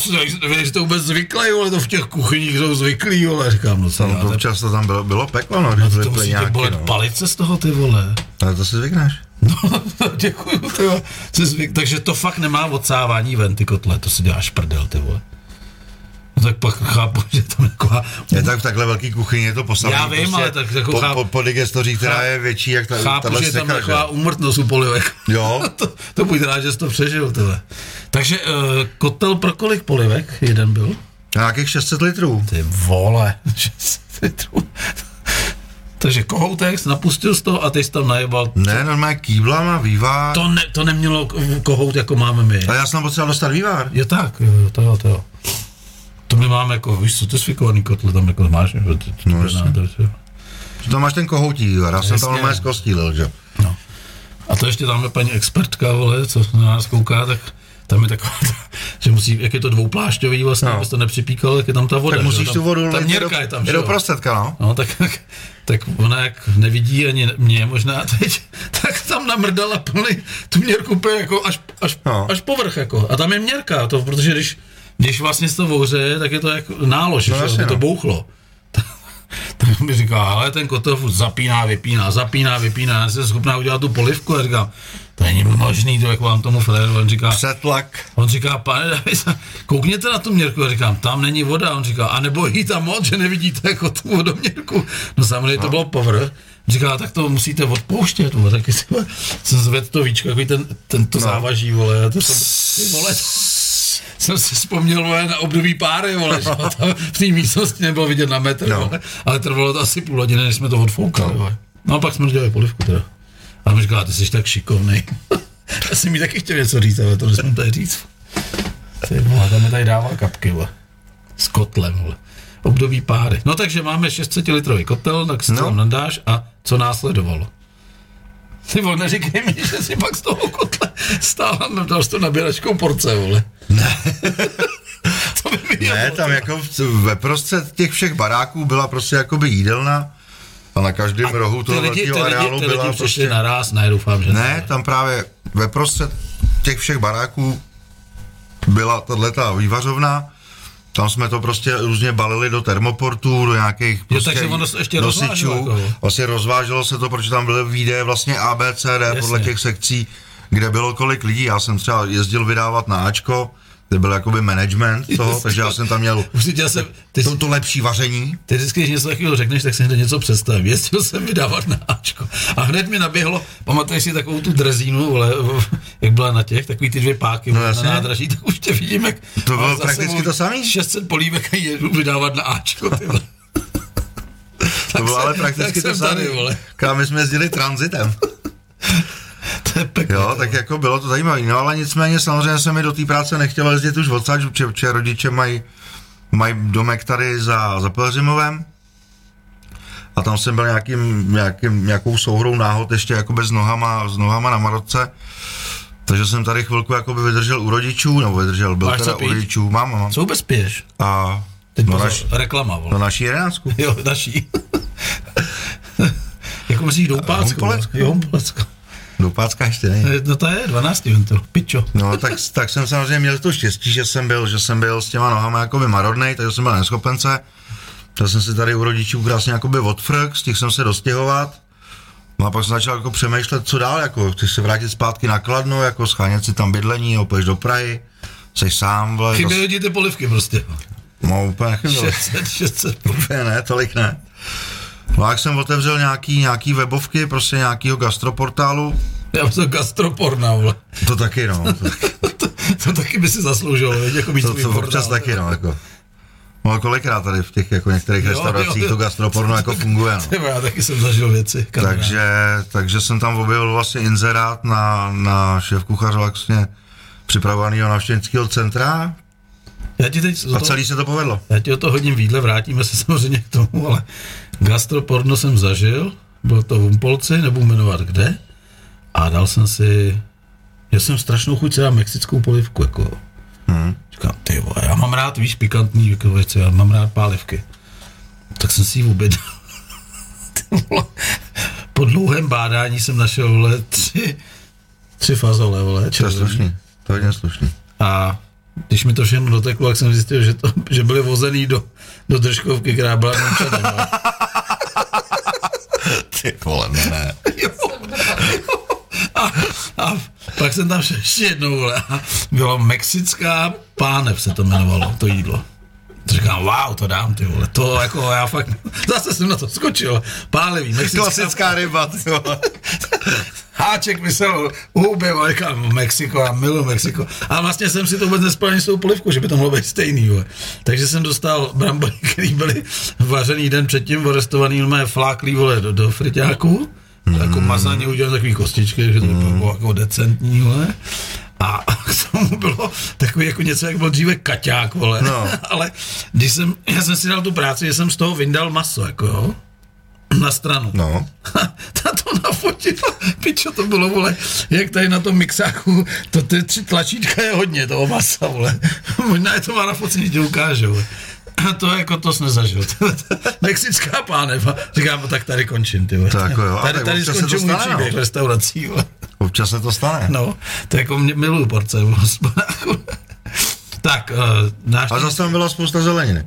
jste vůbec zvyklý, vole, to v těch kuchyních jsou zvyklí, vole. Říkám, no co
Tam to
děláte,
občas to tam bylo, bylo peklo, no, když
no,
byly
to musíte
plyňáky,
bolet
no.
palice z toho, ty vole.
Ale to si zvykneš.
No, děkuju, ty vole. Jsi zvyk... Takže to fakt nemá odsávání ven, ty kotle, to si děláš prdel, ty vole. No tak pak chápu, že tam taková...
Je tak v takhle velký kuchyni, je to postavený.
Mhm.
prostě
Já vím, ale tak jako
po,
chápu-
po, po digestoří, která
chápu-
je větší, jak ta,
Chápu,
tahle
že je tam
steka, že?
taková umrtnost u polivek.
Jo,
to, to buď rád, že jsi to přežil, tyhle. Takže uh, kotel pro kolik polivek jeden byl?
nějakých 600 litrů.
Ty vole, 600 litrů. Takže kohoutek jsi napustil z toho a ty jsi tam najebal.
Ne, normálně kýblama, vývár.
To, ne, to nemělo k- kohout, jako máme my.
A já jsem tam potřeboval dostat vývár.
Jo tak, jo, jo, to jo, to jo. To my máme jako, víš co, ty sfikovaný kotle tam jako máš, že? to, to, to,
No,
no,
jasně.
to, to,
To tam máš ten kohoutí vývár, já jsem
Jasně.
tam normálně zkostílil, že?
A to ještě tam je paní expertka, vole, co na nás kouká, tak tam je taková, ta, že musí, jak je to dvouplášťový vlastně, no.
No.
aby se to nepřipíkalo, jak je tam ta voda.
Tak
že jo,
musíš
tam,
tu vodu
ta
lít
měrka je tam,
je
že
do
jo.
prostředka, no.
No, tak, tak, tak ona jak nevidí ani mě možná teď, tak tam namrdala plný tu měrku úplně jako až, až, no.
No.
až povrch jako. A tam je měrka, to, protože když, když vlastně se to bouře, tak je to jako nálož, no, že,
jasně,
aby to
no.
bouchlo. Tak mi říká, ale ten kotel furt zapíná, vypíná, zapíná, vypíná, já jsem schopná udělat tu polivku. A říkám, to není možný, to jak vám tomu fréru. On říká,
Přetlak.
on říká, pane Davis, koukněte na tu měrku. Já říkám, tam není voda. On říká, a nebo jí tam moc, že nevidíte jako tu vodoměrku. No samozřejmě to bylo povrch. Říká, tak to musíte odpouštět, vole, taky si vole, jsem zved to víčko, jako ten, ten to no. závaží, vole, a to, to, ty vole, jsem si vzpomněl, vole, na období páry, vole, že jo, tam v té místnosti nebylo vidět na metr, no.
No.
vole, ale trvalo to asi půl hodiny, než jsme to odfoukali, vole. No a pak jsme dělali polivku teda. A mi říká, ty jsi tak šikovnej. Já jsem mi taky chtěl něco říct, ale to nesmím tady říct. Ty vole, tam mi tady dává kapky, vole. S kotlem, vole. Období páry. No takže máme 600 litrový kotel, tak si no.
No.
tam nadáš a co následovalo? Ty vole, neříkej mi, že si pak z toho kotle stála, dal jsi to nabíračkou porce, vole. Ne. to by mi
Ne,
jelo,
tam
ty.
jako v, ve prostřed těch všech baráků byla prostě jakoby jídelna a na každém a rohu toho
ty lidi, ty
velkého
lidi,
areálu
ty lidi
byla
přišli
prostě...
naraz, ne, doufám, že
Ne, tam právě ve prostřed těch všech baráků byla tato vývařovna, tam jsme to prostě různě balili do termoportů, do nějakých prostě
takže ono se ještě
nosičů.
rozváželo, jako.
Vlastně rozváželo se to, protože tam byly výdeje vlastně A, B, C, D
Jasně.
podle těch sekcí, kde bylo kolik lidí. Já jsem třeba jezdil vydávat na Ačko, kde byl jakoby management toho,
Jasně.
takže já jsem tam měl
Určitě jsem, ty,
to, to lepší vaření.
ty vždycky, když něco takového řekneš, tak si hned něco představím. Jezdil jsem vydávat na Ačko. A hned mi naběhlo, pamatuješ si takovou tu drezínu, vole, jak byla na těch, takový ty dvě páky vole, na
No jasně.
nádraží, tak už tě vidím, jak...
To bylo
mám za
prakticky
sebou
to samý.
600 polívek a jedu vydávat na Ačko, ty vole.
To bylo
jsem-
ale
tak
prakticky to
jsem
samé.
tady, vole.
Kámo, my jsme jezdili transitem.
To je peklo.
Jo, tak jako bylo to zajímavé. No ale nicméně samozřejmě se mi do té práce nechtělo jezdit už odsaď, protože protože rodiče mají mají domek tady za, za Pelřimovem. A tam jsem byl nějakým, nějakým, nějakou souhrou náhod ještě jakoby s nohama, s nohama na Marotce. Takže jsem tady chvilku jakoby vydržel u rodičů, nebo vydržel, byl
Máš
teda
co
u
pít?
rodičů, mám, mám.
Co vůbec piješ?
A
Teď
no,
pozor,
naš,
reklama,
no
vole.
naší jedenáctku.
Jo, naší. jako myslíš doupácku? vole?
Humpolec?
Jo, humpolec.
Do Pácka ještě není.
No to je 12. ventil, pičo.
No, tak, tak jsem samozřejmě měl to štěstí, že jsem byl, že jsem byl s těma nohama jakoby marodnej, takže jsem byl neschopence. To jsem si tady u rodičů krásně jakoby odfrk, stihl jsem se dostěhovat. No a pak jsem začal jako přemýšlet, co dál, jako chceš se vrátit zpátky na Kladno, jako schánět si tam bydlení, opěš do Prahy, jsi sám, vle,
Chyběly ti ty polivky prostě.
no úplně nechybělo.
600, 600.
Ne, ne, tolik ne. No a jak jsem otevřel nějaký, nějaký webovky, prostě nějakýho gastroportálu,
Já jsem gastroporna, vole.
to taky no, to
To, to taky by si zasloužilo, veď, jako mít
To,
svůj
to
portál.
občas taky, no, jako. No, ale kolikrát tady v těch jako některých
Jo,
restauracích
jo, jo.
to gastroporno jako funguje, no.
Ty vole, Já taky jsem zažil věci. kamarád.
Takže, takže jsem tam objevil vlastně inzerát na, na šéf kuchaře vlastně připravovaného návštěvnického centra
Já ti teď
a
to,
celý se to povedlo.
já ti o to hodím výdle, vrátíme se samozřejmě k tomu, ale gastroporno jsem zažil, bylo to v Umpolci, nebudu jmenovat kde, a dal jsem si, měl jsem strašnou chuť si dát mexickou polivku, jako. Hmm. Říkám, ty vole, já mám rád, víš, pikantní jako věci, já mám rád pálivky. Tak jsem si ji objednal. Ty vole. po dlouhém bádání jsem našel, vole, tři, tři fazole, vole,
To je
červený.
slušný, to je hodně slušný.
A když mi to všechno doteklo, tak jsem zjistil, že, to, že byli vozený do, do držkovky, která byla Němčanem.
Ty vole, ne, ne.
A, a pak jsem tam šel ještě jednou, vole, a bylo mexická pánev se to jmenovalo, to jídlo. Říkám, wow, to dám, ty vole, to jako já fakt, zase jsem na to skočil, pálivý, mexická,
Klasická ryba, ty vole.
háček mi se houby, vole, říkám, Mexiko, já miluji Mexiko. A vlastně jsem si to vůbec nespal ani s tou polivkou, že by to mohlo být stejný, vole. Takže jsem dostal brambory, které byly vařený den předtím, orestovaný mé fláklí, vole, do, do friťáku. Mm.
Hmm.
Jako mazaně udělal takový kostičky, že to bylo jako decentní, vole. A k tomu bylo takový jako něco, jak byl dříve kaťák, vole.
No.
Ale když jsem, já jsem si dal tu práci, že jsem z toho vyndal maso, jako jo, na stranu.
No,
Ta to nafotila, pičo, to bylo, vole, jak tady na tom mixáku, to ty tři tlačítka je hodně toho masa, vole. Možná je to má na focení, ti ukáže, vole. A to jako to jsi nezažil. Mexická pánev. A Říkám, "No, tak tady končím, ty vole.
Tak jo, a
tady,
tak
tady
občas se
skončil
to
můj
stane, no.
příběh restaurací, vole.
občas se to stane.
No, to jako mě miluju porce, vole, z panáku. Tak, uh, náš...
A zase tam byla spousta zeleniny.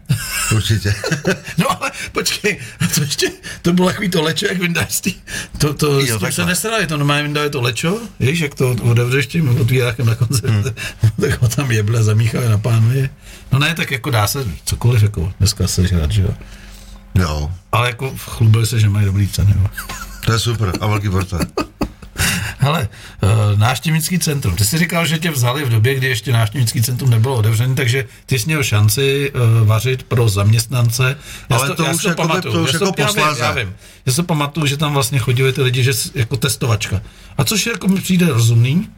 Určitě.
No ale počkej, a to ještě, to bylo takový to lečo, jak vyndáš ty, to, to jo, s tím
takhle.
se nesrali, to normálně vyndali to lečo, víš, jak to odevřeš tím otvírákem na konci, hmm. tak ho tam jeble, zamíchali na pánvi. No ne, tak jako dá se cokoliv, jako dneska se žrat, že jo.
Jo,
Ale jako chlubili se, že mají dobrý ceny, jo.
to je super. A velký porce.
Hele, uh, náštěvnický centrum. Ty jsi říkal, že tě vzali v době, kdy ještě náštěvnický centrum nebylo otevřené, takže ty jsi měl šanci uh, vařit pro zaměstnance.
Ale
si
to
si
už jakoby-
pamatuju.
to už
Já si
jako
já vím,
posléze.
já vím. Já se pamatuju, že tam vlastně chodili ty lidi, že s- jako testovačka. A což je, jako mi přijde rozumný.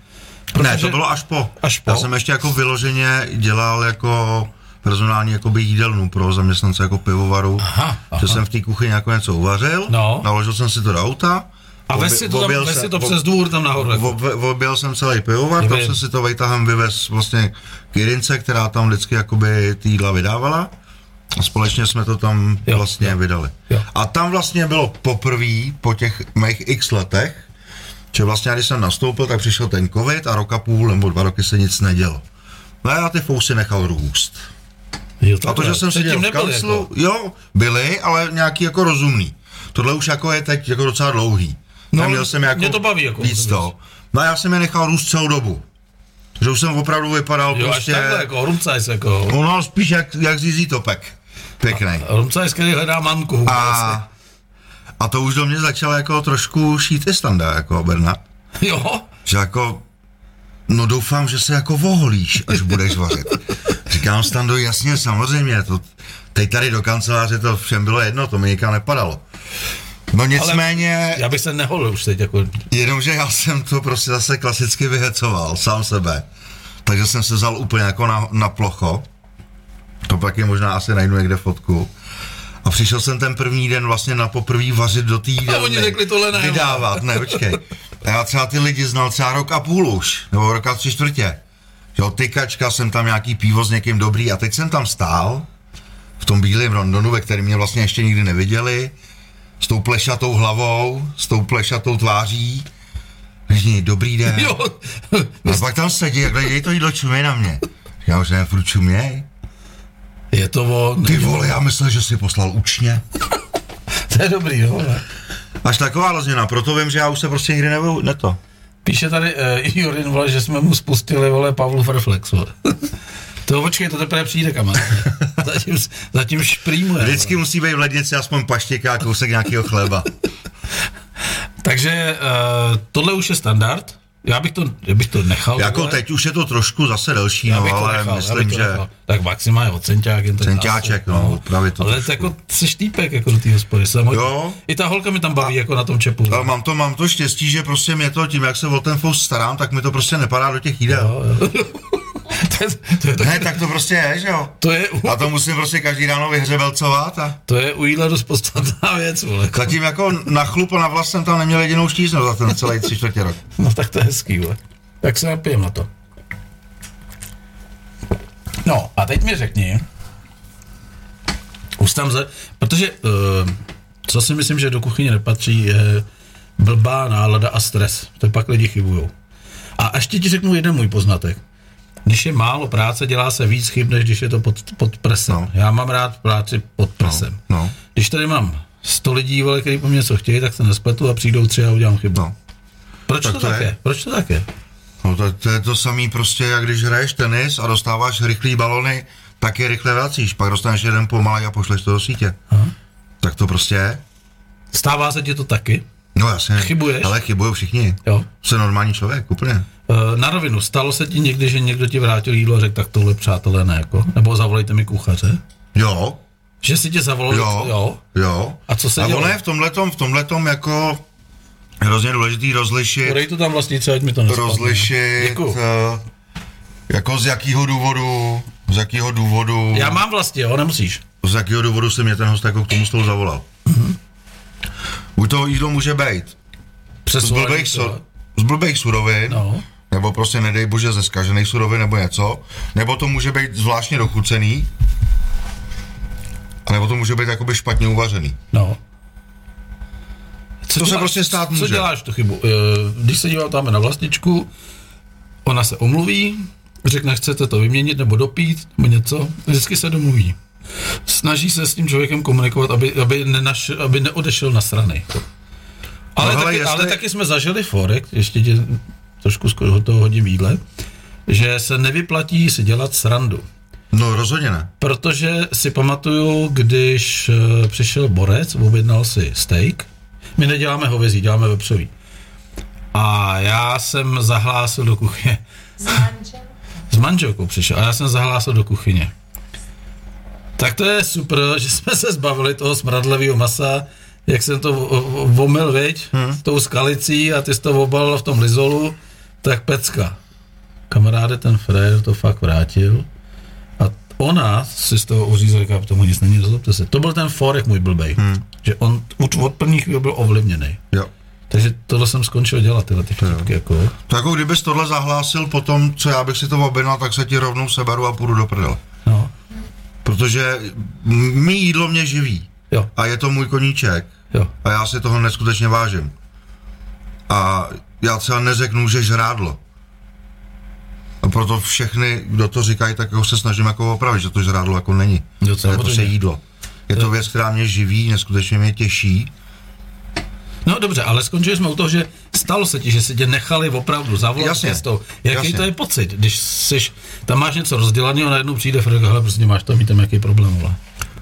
Ne, to bylo až po.
Až po?
Já jsem ještě jako vyloženě dělal jako personální jakoby jídelnu pro zaměstnance jako pivovaru.
Aha, aha.
Že jsem v té kuchyni jako něco uvařil,
No.
naložil jsem si to do auta
A
Obi-
ves si to, tam,
objel
ves
se-
si to
ob-
přes dvůr tam nahoru. jako.
Ob- Objel jsem celý pivovar, tam
Vím.
jsem si to vejtahem vyvez vlastně k Jirince, která tam vždycky jakoby ty jídla vydávala. A společně jsme to tam
Jo,
vlastně
jo.
vydali.
Jo.
A tam vlastně bylo poprvé po těch mých x letech, že vlastně když jsem nastoupil, tak přišel ten covid a roka půl nebo dva roky se nic nedělo. No a já ty fousy nechal růst.
Jo,
A to,
takhle.
že jsem
Předtím
seděl v
nebyl,
kanclu,
jako.
jako. jo, byli, ale nějaký jako rozumný. Tohle už jako je teď jako docela dlouhý.
No,
Neměl jsem jako
mě to baví, jako
víc
vůbec.
to. No a já jsem je nechal růst celou dobu. Že už jsem opravdu vypadal
Jo, až
prostě...
takhle, jako rumcajs, jako.
Ono spíš jak, jak zízí topek. Pěkný.
Rumcajs, který hledá manku. vlastně.
A, a to už do mě začalo jako trošku šít i standa, jako Berna.
Jo,
Že jako, no doufám, že se jako voholíš, až budeš vařit. Říkám stando, jasně, samozřejmě, to, teď tady do kanceláře to všem bylo jedno, to mi nikam nepadalo. No nicméně,
já bych se neholil už teď, jako.
jenomže já jsem to prostě zase klasicky vyhecoval, sám sebe. Takže jsem se vzal úplně jako na, na plocho. To pak je možná asi najdu někde fotku. A přišel jsem ten první den vlastně na poprvý vařit do té
A oni řekli, tohle ne. no."
Vydávat, ne, počkej. A já třeba ty lidi znal třeba rok a půl už, nebo rok a tři čtvrtě. Jo, tykačka, jsem tam nějaký pivo s někým dobrý a teď jsem tam stál v tom bílém rondonu, ve kterém mě vlastně ještě nikdy neviděli, s tou plešatou hlavou, s tou plešatou tváří. Všichni, dobrý den.
Jo,
A pak tam sedí, jak dej to jídlo čumě na mě. Já už nevím, furt čuměj.
je to on.
Ty vole, já myslel, že jsi poslal učně.
To je dobrý, no. jo. ne?
Až taková změna, proto vím, že já už se prostě nikdy nevu, ne to.
Píše tady eh, Jurin, vole, že jsme mu spustili, vole, Pavlu Reflex, vole. To počkej, to teprve přijde, kamarád. Zatím, zatím šprýmuje. vole.
Vždycky musí být v lednici aspoň paštěka a kousek nějakého chleba.
Takže uh, tohle už je standard. Já bych to, já bych to nechal.
Jako
tohle.
teď už je to trošku zase delší,
Já
no,
bych to
ale
nechal, já
myslím,
bych to
že...
nechal. Tak Maxima je o centiák, jen tak
Centiáček,
zase,
no, právě to
Ale
trošku.
to jako jsi týpek jako do té hospody. Jsem
Jo.
I ta holka mi tam baví jako na tom čepu.
Ale No, mám to, mám to štěstí, že prostě mě to tím, jak se o ten fous starám, tak mi to prostě nepadá do těch jídel.
Jo, jo. to, je, to, je,
Ne, tak to prostě je, že jo?
to, je, u-
A to musím prostě každý ráno vyhřebelcovat a
to je u jídla dost podstatná věc, vole.
zatím jako na chlup a na vlast jsem tam neměl jedinou štíznu za ten celý tři čtvrtě rok.
No tak to je hezký, vole. Tak se napijem na to. No a teď mi řekni, už tam za, protože uh, co si myslím, že do kuchyně nepatří, je blbá nálada a stres. To pak lidi chybujou. A ještě ti řeknu jeden můj poznatek. Když je málo práce, dělá se víc chyb, než když je to pod, pod presem. No.
No.
Já mám rád práci pod presem.
no.
Když tady mám 100 lidí, vole, kteří po mně co chtějí, tak se nespletu a přijdou tři a udělám chybu.
No.
Proč tak to,
to
tak je?
je.
Proč to tak je?
No to, to je to samý prostě, jak když hraješ tenis a dostáváš rychlý balony, tak je rychle vracíš, pak dostaneš jeden pomalej a pošleš to do sítě.
Aha.
Tak to prostě je.
Stává se ti to taky?
No jasně.
Chybuješ?
Ale chybují všichni.
Jo.
Jsem normální člověk, úplně.
E, Na rovinu, stalo se ti někdy, že někdo ti vrátil jídlo a řekl, tak tohle přátelé ne, jako? Nebo zavolejte mi kuchaře?
Jo,
Že si tě zavolal?
jo,
jo.
jo.
A co se
a
dělo?
ono je v tomhletom, v tomhletom jako hrozně důležitý rozlišit,
Podej to tam vlastnice, ať mi to nespadne.
rozlišit
Děkuju.
eh, jako z jakého důvodu, z jakého důvodu,
Já mám vlastně, jo, nemusíš.
z jakého důvodu se mě ten host jako k tomu stolu zavolal. Buď to jídlo může být z
Přesvolání
blbých,
to,
so, z blbých surovin,
No.
nebo prostě nedej bože ze zkažených surovin nebo něco, nebo to může být zvláštně dochucený, a nebo to může být jakoby špatně uvařený.
No. Co
To se prostě stát
Co
může.
děláš tu chybu? E, Když se dívám tam na vlastničku, ona se omluví, řekne, chcete to vyměnit nebo dopít, nebo něco, vždycky se domluví. Snaží se s tím člověkem komunikovat, aby, aby, nenaš, aby neodešel na strany. Ale,
No
no,
hele,
taky, jestli... ale
jestli-
taky jsme zažili forek, ještě tě trošku skoro do toho hodím jídle, že se nevyplatí si dělat srandu.
No rozhodně ne.
Protože si pamatuju, když eh, přišel borec, objednal si steak. My neděláme hovězí, děláme vepřový. A já jsem zahlásil do kuchyně. S manželkou přišel a já jsem zahlásil do kuchyně. Tak to je super, že jsme se zbavili toho smradlavého masa, jak jsem to v- v- vomil, viď, hmm. tou skalicí a ty jsi to obalil v tom lizolu, tak pecka. Kamaráde, ten frér to fakt vrátil. A ona si z toho uřízla, říká, tomu nic není, nezlobte se. To byl ten forek můj blbej, hmm. že on už od první chvíli byl ovlivněný.
Jo.
Takže tohle jsem skončil dělat, tyhle ty vtipky, jako.
To jako kdybys tohle zahlásil po tom, co já bych si to objednal, tak se ti rovnou seberu a půjdu do prdele.
No,
Protože m- mý jídlo mě živí.
jo,
A je to můj koníček.
jo.
A já si toho neskutečně vážím. A já třeba neřeknu, že žrádlo. A proto všechny, kdo to říkají, tak jako se snažím jako opravit, že to žrádlo jako není.
Jo,
To je prostě
samozřejmě.
jídlo. Je to věc, která mě živí, neskutečně mě těší.
No dobře, ale skončili jsme u toho, že stalo se ti, že si tě nechali opravdu zavolat
Jasně,
cestou. Jaký
jasně.
to je pocit, když jsi, tam máš něco rozdělaného a najednou přijde Fredek, hele, prostě máš tam, tam jaký problém, vole.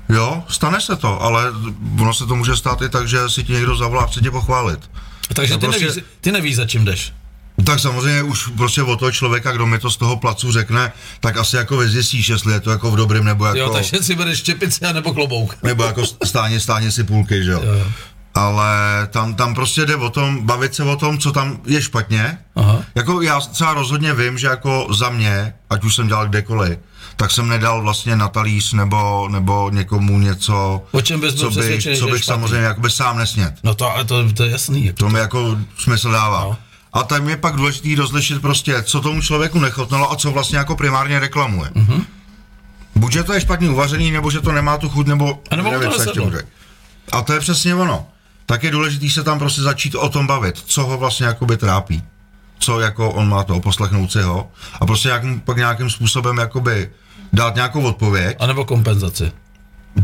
Jo, stane se to, ale ono se to může stát i tak, že si ti někdo zavolá, chce tě pochválit.
Takže
No
ty,
prostě-
nevíš, ty nevíš, za čím jdeš.
Tak samozřejmě už prostě od toho člověka, kdo mi to z toho placu řekne, tak asi jako vyzjistíš, jestli je to jako v dobrém nebo jako...
Jo, takže si bereš štěpici a nebo klobouk.
nebo jako stáně, stáně si půlky, že jo.
Jo, jo.
Ale tam, tam prostě jde o tom, bavit se o tom, co tam je špatně.
Aha.
Jako já třeba rozhodně vím, že jako za mě, ať už jsem dělal kdekoliv, tak jsem nedal vlastně na talíř nebo, nebo někomu něco,
O čem bys byl
co bych,
přesvědčený,
co
že je
bych
špatný?
samozřejmě jakoby sám nesnět.
No to, ale to, to je jasný. Jako.
To mi jako smysl dává.
No.
No. A tam je pak důležitý rozlišit prostě, co tomu člověku nechutnalo a co vlastně jako primárně reklamuje. Mm-hmm.
Mhm.
Buď, že to je špatně uvařený, nebo že to nemá tu chuť, nebo,
A nebo mu to
nevím, co ještě
nesedlo.
bude. A to je přesně ono. Tak je důležité se tam prostě začít o tom bavit, co ho vlastně jakoby trápí. Co jako on má to, poslechnout si ho. A prostě jak mu pak nějakým způsobem jakoby dát nějakou odpověď.
A nebo kompenzaci.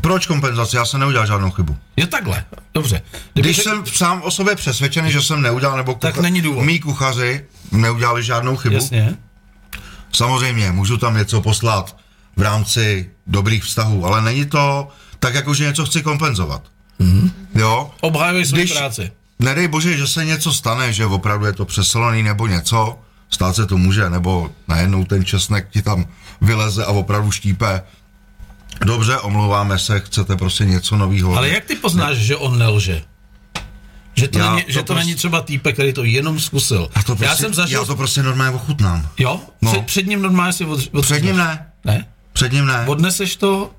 Proč kompenzace? Já jsem neudělal žádnou chybu.
Je takhle, dobře.
Když
se-
jsem sám o sobě přesvědčený, že jsem neudělal, nebo
Tak není důvod.
mý kuchaři neudělali žádnou chybu.
Jasně.
Samozřejmě, můžu tam něco poslat v rámci dobrých vztahů, ale není to tak, jako že něco chci kompenzovat.
Mhm.
Mm-hmm. Jo?
Obhajuj svou
Když-
práci.
Nedej bože, že se něco stane, že opravdu je to přesolený nebo něco, stát se to může, nebo najednou ten česnek ti tam vyleze a opravdu štípe. Dobře, omlouváme se, chcete prostě něco nového.
Ale jak ty poznáš, že on nelže? Že to,
Já
není,
to
že to
prostě-
není třeba týpek, který to jenom zkusil.
A to prostě,
já jsem zažil...
já to prostě normálně ochutnám.
Jo?
No.
Před, před ním normálně si od, od,
Před ním ne,
ne?
před ním ne.
Odneseš to,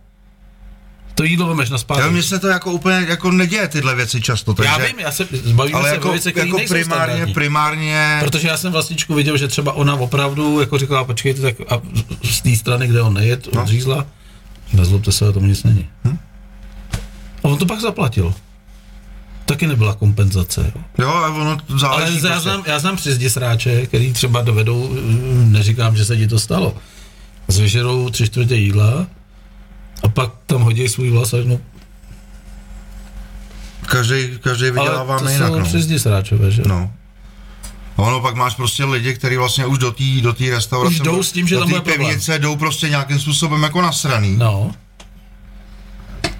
to jídlo vemeš na
Já
spátek.
mně se to jako úplně jako neděje tyhle věci často, takže,
já vím, já se zbavím
ale
se
jako,
věci, které
jako
nejsou
primárně,
standardní.
primárně,
Protože já jsem vlastničku viděl, že třeba ona opravdu jako říkala, počkejte, tak a z té strany, kde on nejet, no. odřízla, nezlobte se, ale tomu nic není. Hm? A on to pak zaplatil. Taky nebyla kompenzace. Jo.
jo, a ono t- záleží
Ale já
prostě.
znám, já znám přizdisráče, který třeba dovedou, mm, neříkám, že se ti to stalo, zvyžerou tři čtvrtě jídla a pak tam hodí svůj vlas a řeknou,
každý, každý
ale to
vyděláváme jinak,
jsou
no.
přizdisráčové, že? jo?
no. A ono pak máš prostě lidi, kteří vlastně už do té do tý restaurace,
Už jdou s tím, že
do
tam
té
bude problém.
pivnice jdou prostě nějakým způsobem jako nasraný. No,
no.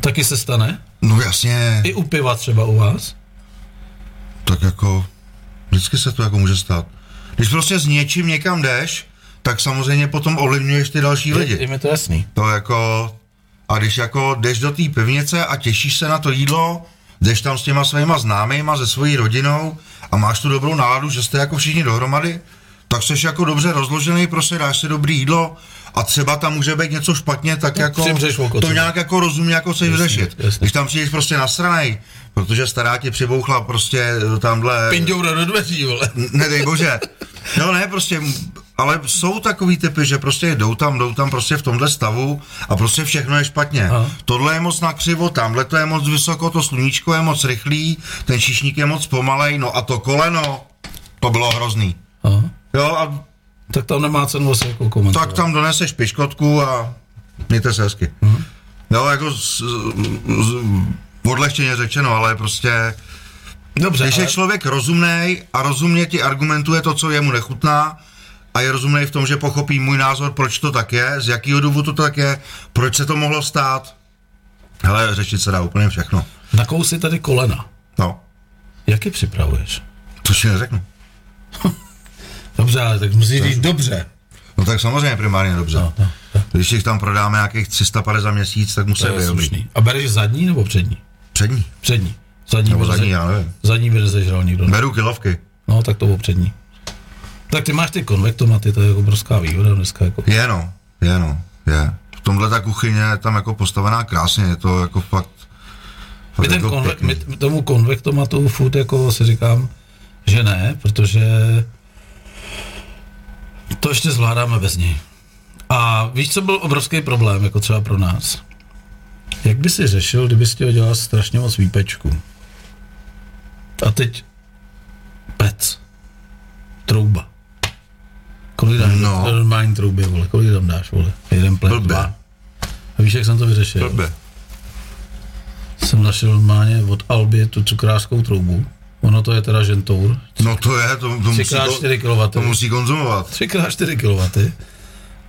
Taky se stane?
no jasně,
I u piva třeba u vás?
tak jako vždycky se to jako může stát. Když prostě s něčím někam jdeš, tak samozřejmě potom ovlivňuješ ty další lidi.
Je, je mi to jasný.
To jako... A když jako jdeš do té pivnice a těšíš se na to jídlo, jdeš tam s těma svýma známýma, se svojí rodinou a máš tu dobrou náladu, že jste jako všichni dohromady, tak jsi jako dobře rozložený, prostě dáš si dobrý jídlo a třeba tam může být něco špatně, tak jako
přimřeš oko,
to
třeba.
nějak jako rozumí, jako se vyřešit.
jasně.
Když tam přijdeš prostě nasranej, protože stará ti přibouchla prostě tamhle...
Pindoura do dveří, vole.
Nedej bože. No ne, prostě, m- ale jsou takový typy, že prostě jdou tam, jdou tam prostě v tomhle stavu a prostě všechno je špatně.
Aha.
Aha. Tohle je moc nakřivo, tamhle to je moc vysoko, to sluníčko je moc rychlý, ten šišník je moc pomalej, no a to koleno, to bylo hrozný.
Aha.
Jo a
No. Tak tam nemá cenu asi jako komentovat.
tak tam doneseš piškotku a mějte se hezky.
Mhm.
Jo, jako z, z, odlehčeně řečeno, ale prostě
Dobře,
Když
ale,
je člověk rozumný a rozumně ti argumentuje to, co jemu nechutná, a je rozumný v tom, že pochopí můj názor, proč to tak je, z jakého důvodu to tak je, proč se to mohlo stát. Hele, řešit se dá úplně všechno.
na kousy tady kolena.
No,
Jak je připravuješ?
to si neřeknu.
Dobře, ale tak musíš říct dobře.
No tak samozřejmě primárně dobře.
No, no,
Když jich tam prodáme nějakých 350 za měsíc, tak musí
to je
být dobrý.
slušný. A bereš zadní nebo přední?
Přední.
Přední. Zadní
Nebo
by
zadní,
neze-
já nevím.
zadní by nezežral nikdo. Ne?
Beru kilovky.
No, tak to bylo přední. Tak ty máš ty konvektomaty, to je jako obrovská výhoda dneska. Jako.
Je no, je no, je. V tomhle ta kuchyně je tam jako postavená krásně, je to jako fakt... fakt
My, ten
jako
konve-
pěkný.
my, my tomu konvektomatu furt jako si říkám, že ne, protože to ještě zvládáme bez něj. A víš, co byl obrovský problém, jako třeba pro nás? Jak by si řešil, kdyby si ho dělal strašně moc výpečku? A teď pec. Trouba. Kolik dáš?
No.
No. Normální trouby, vole. Kolik tam dáš, vole? Jeden plen,
Blbě.
dva. A víš, jak jsem to vyřešil?
Blbě.
Jsem našel normálně od Alby tu cukrářskou troubu. Ono to je teda žentour.
No to je, to, to, musí,
Třikrát
kon-
čtyři kilowaty.
to musí konzumovat.
3x4 kW.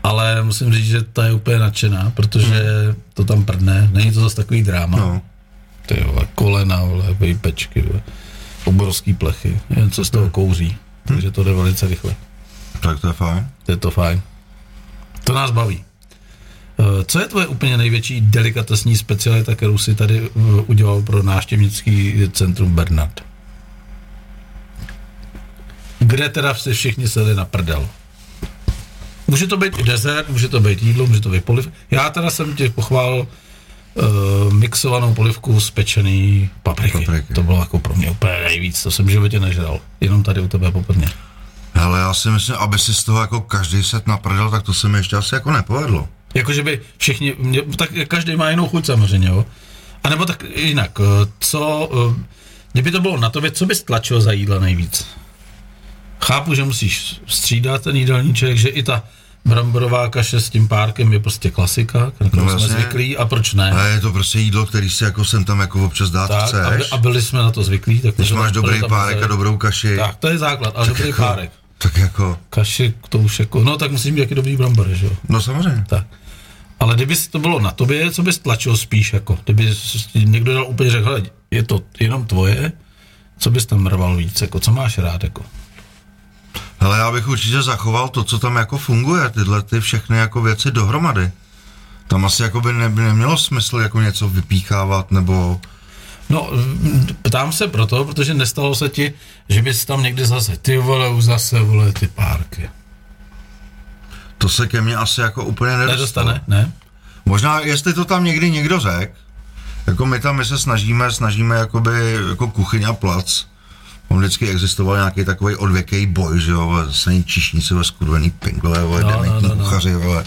Ale musím říct, že ta je úplně nadšená, protože to tam prdne. Není to zase takový dráma.
Hmm. No.
Ty vole, kolena, vole, pečky, vole. obrovský plechy. Jen co z toho kouří.
Hm.
Takže to jde velice rychle.
Tak to je fajn.
To je to fajn. To nás baví. Eh, Co je tvoje úplně největší delikatesní specialita, kterou si tady eh, udělal pro náštěvnický centrum Bernard? Kde teda se všichni sedli na prdel? Může to být i dezert, může to být jídlo, může to být poliv. Já teda jsem tě pochválil uh, mixovanou polivku z pečený papriky.
Papriky.
papriky. To bylo jako pro mě úplně nejvíc, to jsem v životě nežral. Jenom tady u tebe poprvé.
Hele, já si myslím, aby si z toho jako každý set naprdel, tak to se mi ještě asi jako nepovedlo.
Jakože by všichni, mě, tak každý má jinou chuť samozřejmě, jo. A nebo tak jinak, eh, co, eh, kdyby to bylo na tobě, co bys tlačil za jídla nejvíc? Chápu, že musíš střídat ten jídelníček, že i ta bramborová kaše s tím párkem je prostě klasika, na kterou
No
no, jsme
jasně.
zvyklí, a proč ne?
A je to prostě jídlo, který si jako sem tam jako občas dát tak,
tak, a, by,
chceš.
a byli jsme na to zvyklí. Tak
Když
to
máš
tam-
dobrý
tam
párek
museli-
a dobrou kaši,
Tak, to je základ, ale dobrý
jako-
párek.
tak jako,
Kaši, to už jako, no tak musím mít jaký dobrý brambory, že jo?
no samozřejmě.
Tak. Ale kdyby to bylo na tobě, co bys tlačil spíš? Jako? Kdyby s- ti někdo dal úplně řekl, hele, je to jenom tvoje, co bys tam rval víc? Jako, co máš rád? Jako?
Hele, já bych určitě zachoval to, co tam jako funguje, tyhle ty všechny jako věci dohromady. Tam asi jako by ne, nemělo smysl jako něco vypíchávat, nebo
No, mm, ptám se proto, protože nestalo se ti, že bys tam někdy zase, ty vole, už zase, vole, ty párky.
to se ke mně asi jako úplně nedostalo.
Nedostane, ne?
Možná, jestli to tam někdy někdo řekl, jako my tam, my se snažíme, snažíme jakoby, jako kuchyň a plac. On vždycky existoval nějaký takový odvěký boj, že jo, vole, zase není čišníci ve skurvený pingle, vole,
No,
no,
no,
dementní
no, no.
kuchaři, vole.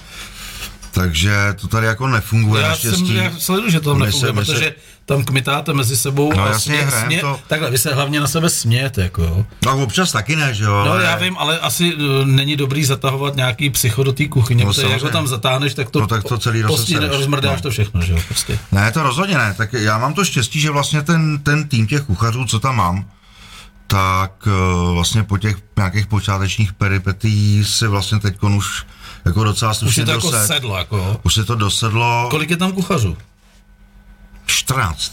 Takže to tady jako nefunguje
Já, jsem,
naštěstí.
já sleduju, že to tam
My
nefunguje,
se- my se-
protože tam kmitáte mezi sebou
No,
a
jasně,
smě,
hrajem
smě,
to.
takhle, vy se hlavně na sebe smějete, jako jo.
No občas taky ne, že jo,
No,
ale-
já vím, ale asi eh, není dobrý zatahovat nějaký psycho do té kuchyně,
No,
protože jak ho
samozřejmě.
tam zatáhneš, tak to,
No, tak to celý
postihne,
rozesereš.
rozmrdáš
No.
to všechno, že jo, prostě.
Ne, to rozhodně ne. Tak já mám to štěstí, že vlastně ten, ten tým těch kuchařů, co tam mám, tak eh, vlastně po těch nějakých počátečních peripetích se vlastně teď už jako docela
Už
slušně
je to jako
dosed-
sedlo, jako jo.
Už se to dosedlo
Kolik je tam kuchařů?
14.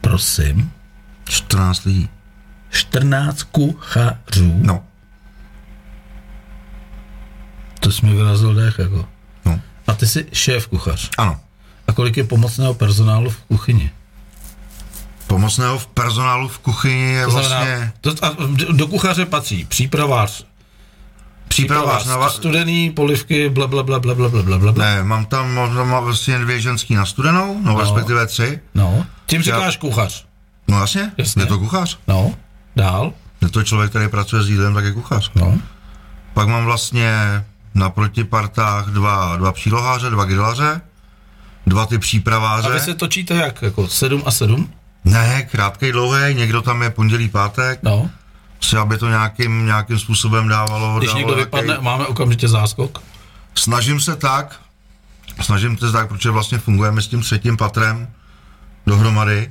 Prosím.
14 lidí.
14 kuchařů.
No.
To jsi mi vyrazil dech, jako.
No.
A ty jsi šéf kuchař.
Ano.
A kolik je pomocného personálu v kuchyni?
Pomocného v personálu v kuchyni je
To
vlastně
to, a do- do kuchaře patří přípravář,
přípravář na va-
studený, polivky, bla, bla, bla, bla, bla, bla, bla, bla.
Ne, mám tam, mám tam vlastně dvě ženský na studenou, no, no. respektive tři.
No, tím
Já-
říkáš kuchař.
No jasně,
Jasně.
je to kuchař.
No, dál.
Je to člověk, který pracuje s jídlem, tak je kuchař.
No.
Pak mám vlastně na protipartách dva, dva příloháře, dva grilaře, dva ty
A
přípraváře.
vy se točíte jak? Jako 7 a 7?
Ne, krátkej, dlouhý, někdo tam je pondělí, pátek,
No.
si aby to nějakým, nějakým způsobem dávalo.
Když
dávalo
někdo
nějaký-
vypadne, máme okamžitě záskok.
Snažím se tak, snažím se tak, protože vlastně fungujeme s tím třetím patrem dohromady,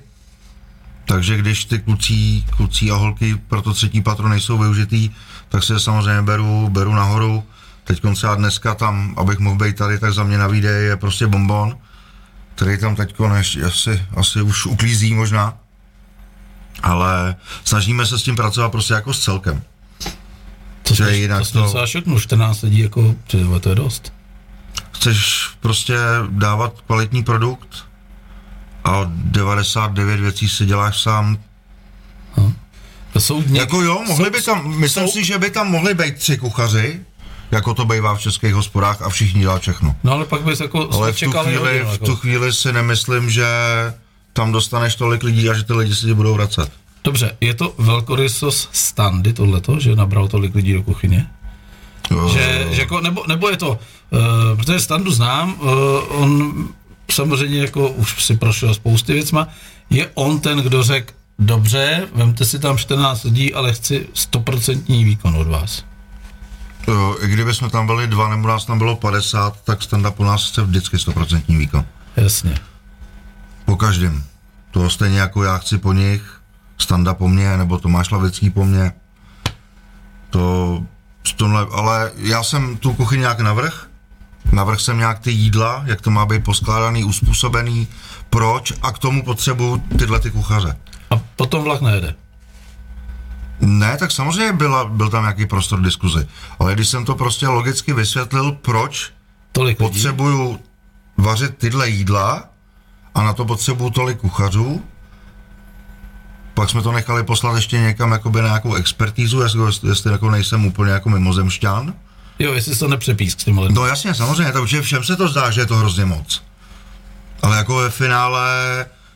takže když ty kluci, kluci a holky pro to třetí patro nejsou využitý, tak se je samozřejmě beru, beru nahoru. Teď třeba dneska tam, abych mohl být tady, tak za mě na výdej je prostě bonbon, který tam teďko než, asi, asi už uklízí možná. Ale snažíme se s tím pracovat prostě jako s celkem.
To
Že
jsem-
jinak
to jsem
to-
docela šoknul, 14 lidí, jako, ty vole, to je dost.
chceš prostě dávat kvalitní produkt a 99 věcí si děláš sám.
To jsou dní,
Jako jo, mohli by tam, myslím
jsou-
si, že by tam mohli být tři kuchaři, jako to bývá v českých hospodách a všichni dělá všechno.
No ale pak bys jako
Ale
ale
v tu,
čekali
chvíli,
hodinu,
v tu
jako.
chvíli si nemyslím, že tam dostaneš tolik lidí a že ty lidi si tě budou vracet.
Dobře, je to velkorysost standy tohleto, že nabral tolik lidí do kuchyně? Že, že jako, nebo, nebo je to, uh, protože Standu znám, uh, on samozřejmě jako už si prošel spousty věcma, je on ten, kdo řekl, dobře, vemte si tam 14 lidí, ale chci 100% výkon od vás.
Jo, I kdyby jsme tam byli dva, nebo nás tam bylo 50, tak standa po nás chce vždycky 100% výkon.
Jasně.
Po každém. To stejně jako já chci po nich, standa po mně, nebo Tomáš Lavický po mně. To v tomhle, ale já jsem tu kuchyň nějak navrh, navrh jsem nějak ty jídla, jak to má být poskládaný, uspůsobený, proč a k tomu potřebuju tyhle ty kuchaře.
A potom vlak nejede.
Ne, tak samozřejmě byla, byl tam nějaký prostor diskuzi, ale když jsem to prostě logicky vysvětlil, proč
Tolik lidí.
potřebuju vařit tyhle jídla a na to potřebuju tolik kuchařů. Pak jsme to nechali poslat ještě někam jakoby na nějakou expertízu, jestli, jestli jako nejsem úplně jako mimozemšťan.
Jo, jestli se to nepřepísk s těmhle.
No jasně, samozřejmě, takže všem se to zdá, že je to hrozně moc. Ale jako ve finále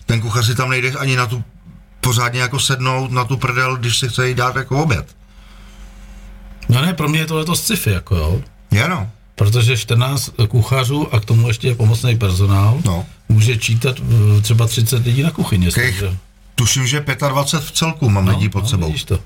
ten kuchař si tam nejde ani na tu pořádně jako sednout na tu prdel, když si chce jít dát jako oběd.
No ne, pro mě je tohleto sci-fi, jako jo.
Jenom.
Protože 14 kuchařů a k tomu ještě je pomocný personál,
No.
může čítat eh, třeba 30 lidí na kuchyni.
Těch,
takže-
tuším, že 25 v celku mám lidí pod sebou.
no, vidíš to.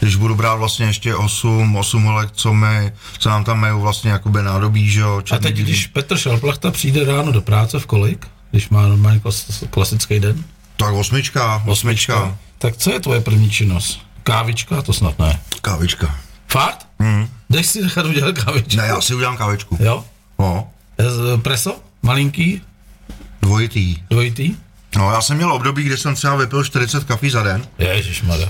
Když budu brát vlastně ještě 8, 8 holek, co mi, co nám tam mají vlastně jakoby nádobí, že jo,
A
černý
teď,
bílý.
když Petr Šelplachta přijde ráno do práce v kolik, když má normálně klas, klasický den,
Tak osmička, osmička,
tak co je tvoje první činnost? Kávička? To snad ne.
kávička.
Fakt? Mm. Jdeš si nechat udělat kávičku?
Mhm. Ne, já si udělám kávičku.
Jo? E,
No,
Z- Preso? Malinký?
dvojitý.
Dvojitý?
No, já jsem měl období, kdy jsem třeba vypil 40 kafí za den,
Ježišmarja.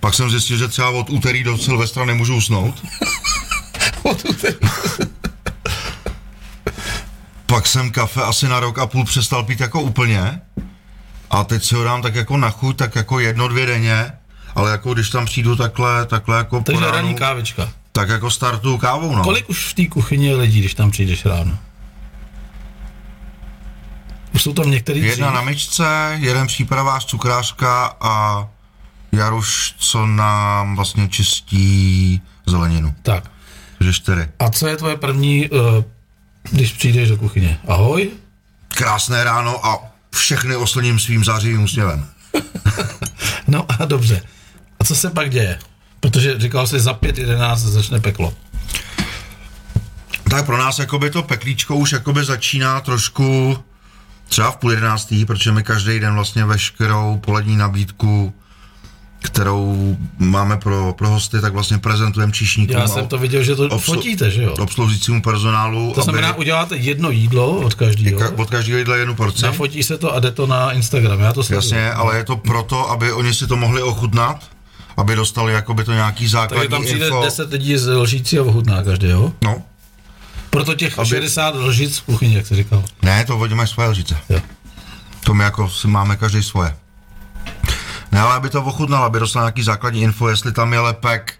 pak jsem zjistil, že třeba od úterý do Silvestra nemůžu usnout. Pak jsem kafe asi na rok a půl přestal pít jako úplně. A teď si ho dám tak jako na chuť, tak jako jedno, dvě denně. Ale jako když tam přijdu takhle, takhle jako po
Takže
ránu,
ranní kávička.
tak jako startuju kávou, no.
Kolik už v té kuchyni je lidí, když tam přijdeš ráno? Už jsou tam některý
Jedna
dřív?
na myčce, jeden přípravář, cukrářka a Jaruš, co nám vlastně čistí zeleninu.
Tak.
Takže čtyři.
A co je tvoje první, eh, když přijdeš do kuchyně? Ahoj?
Krásné ráno a všechny oslním svým zářivým úsměvem.
No a dobře. A co se pak děje? Protože říkal jsi, za 5.11 začne peklo.
Tak pro nás jakoby to peklíčko už jakoby začíná trošku třeba v půl jedenáctý, protože my každý den vlastně veškerou polední nabídku, kterou máme pro, pro hosty, tak vlastně prezentujeme číšníkům.
Já
a
jsem to viděl, že to
obslu-
fotíte, že jo?
no, Obslužícímu personálu.
To znamená, uděláte jedno jídlo od každého,
ka- od každého jídla jednu porci.
nafotí se to a jde to na Instagram, já to sleduju.
Jasně, ale je to proto, aby oni si to mohli ochutnat, aby dostali jakoby to nějaký základní
Takže tam přijde
info.
10 lidí z lžící a vohutná každého.
No,
Proto těch
Aby-
60 lžic v kuchyni, jak jsi říkal.
ne, to vodíme svoje lžice.
Jo.
To my jako si máme každý svoje. Ne, ale aby to ochutnal, aby dostal nějaký základní info, jestli tam je lepek,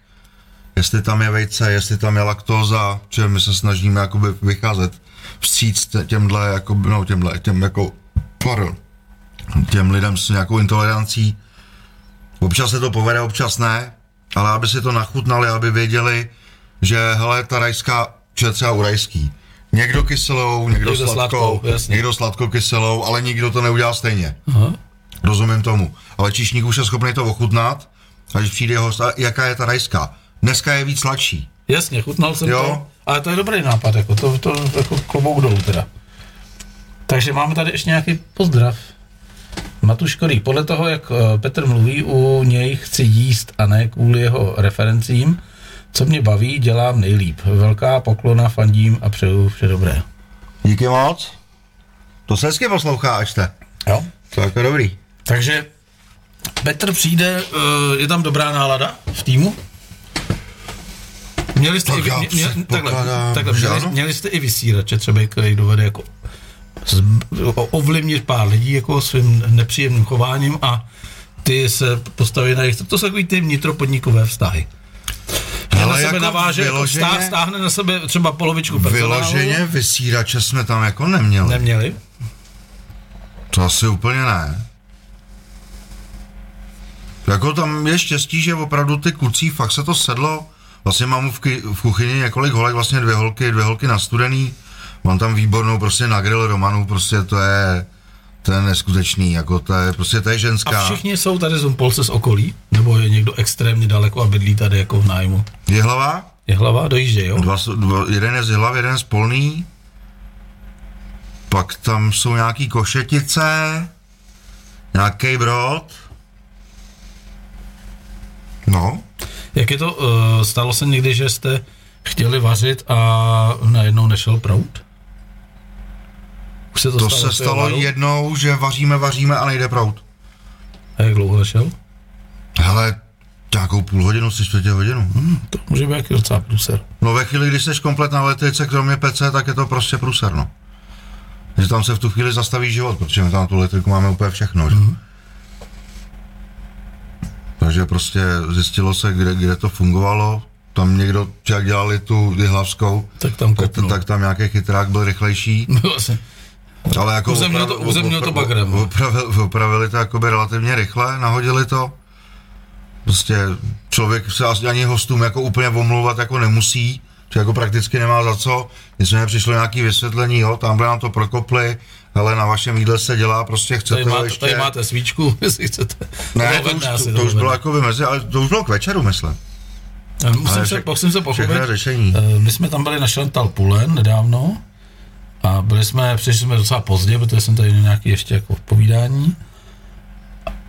jestli tam je vejce, jestli tam je laktóza, čili my se snažíme jakoby vycházet vstříc tě- těmhle, jako, no, těmhle, těm jako, pardon, těm lidem s nějakou intolerancí. Občas se to povede, občas ne, ale aby si to nachutnali, aby věděli, že hele, ta rajská, že třeba u rajský. Někdo kyselou, někdo,
Někdo
někdo
sladkou,
sladkou,
jasně.
někdo sladkokyselou, ale nikdo to neudělá stejně.
Aha.
Rozumím tomu. Ale číšník už je schopný to ochutnat, a když přijde host, a jaká je ta rajská. Dneska je víc sladší.
Jasně, chutnal jsem
Jo.
to, ale to je dobrý nápad, jako to, to jako klobouk dolů teda. Takže máme tady ještě nějaký pozdrav. Matuš Korý, podle toho, jak eh, Petr mluví, u něj chci jíst a ne kvůli jeho referencím. Co mě baví, dělám nejlíp. Velká poklona, fandím a přeju vše dobré.
Díky moc. To se hezky poslouchá a čte.
Jo?
To je jako dobrý.
Takže Petr přijde, eh, je tam dobrá nálada v týmu? Měli jste,
Tak
i, vy-
já
mě, mě, takhle,
předpokládám,
takhle,
že
měli,
ano.
měli jste i vysírače třeba, který dovede jako z, o- ovlivnit pár lidí jako svým nepříjemným chováním a ty se postaví na jejich, to jsou takový ty vnitropodnikové vztahy. Že
Ale
na sebe
jako
naváže,
vyloženě-
vyloženě, stáhne na sebe třeba polovičku personálu.
Vyloženě vysírače jsme tam jako neměli. Ne.
Neměli.
To asi úplně ne. Jako tam je štěstí, že opravdu ty kluci, fakt se to sedlo. Vlastně mám v, ky, v kuchyni několik holek, vlastně dvě holky, dvě holky na studený. Mám tam výbornou prostě na grill Romanu, prostě to je, to je neskutečný, jako to je, prostě to je ženská.
A všichni jsou tady z Umpolce z okolí? Nebo je někdo extrémně daleko a bydlí tady jako v nájmu?
Je hlava?
Je hlava, dojíždě, jo?
Dva, jsou- dva, jeden je z hlav, jeden z polný. Pak tam jsou nějaký košetice, nějaký brod. No,
Jak je to, uh, stalo se někdy, že jste chtěli vařit a najednou nešel prout? Už se to,
to
stalo,
se
ty
stalo
varu?
jednou, že vaříme, vaříme a nejde prout.
A jak dlouho nešel?
Hele, nějakou půl hodinu, si čtvrtě hodinu. Hm.
To může být jaký docela průser.
No ve chvíli, když jsi komplet na elektrice, kromě PC, tak je to prostě průser, no. Že tam se v tu chvíli zastaví život, protože my tam tu elektriku máme úplně všechno, že? Takže prostě zjistilo se, kde, kde to fungovalo, tam někdo, jak dělali tu vyhlavskou,
Tak no. tam
tak,
kopnul.
tak tam nějaký chytrák byl rychlejší.
Vlastně.
Ale jako
Uzemnil to- uzemnil to bagrem. no.
Opravili, opravili to jakoby relativně rychle, nahodili to. Prostě člověk se asi ani hostům jako úplně omlouvat jako nemusí, to jako prakticky nemá za co. Nicméně přišlo nějaké vysvětlení, jo, tamhle nám to prokopli, ale na vašem jídle se dělá, prostě chcete
tady,
ho
máte,
ještě...
tady máte svíčku, jestli chcete.
ne, to
Dovedne
už,
asi,
to, to už
dovedne.
bylo jako mezi, ale to už bylo k večeru, myslím.
A Musím
ale
se,
však-
musím se pochopit.
všechno je řešení.
Eh, My jsme tam byli na Šentalpulen nedávno a byli jsme, přišli jsme docela pozdě, protože jsem tady měl nějaký ještě jako odpovídání.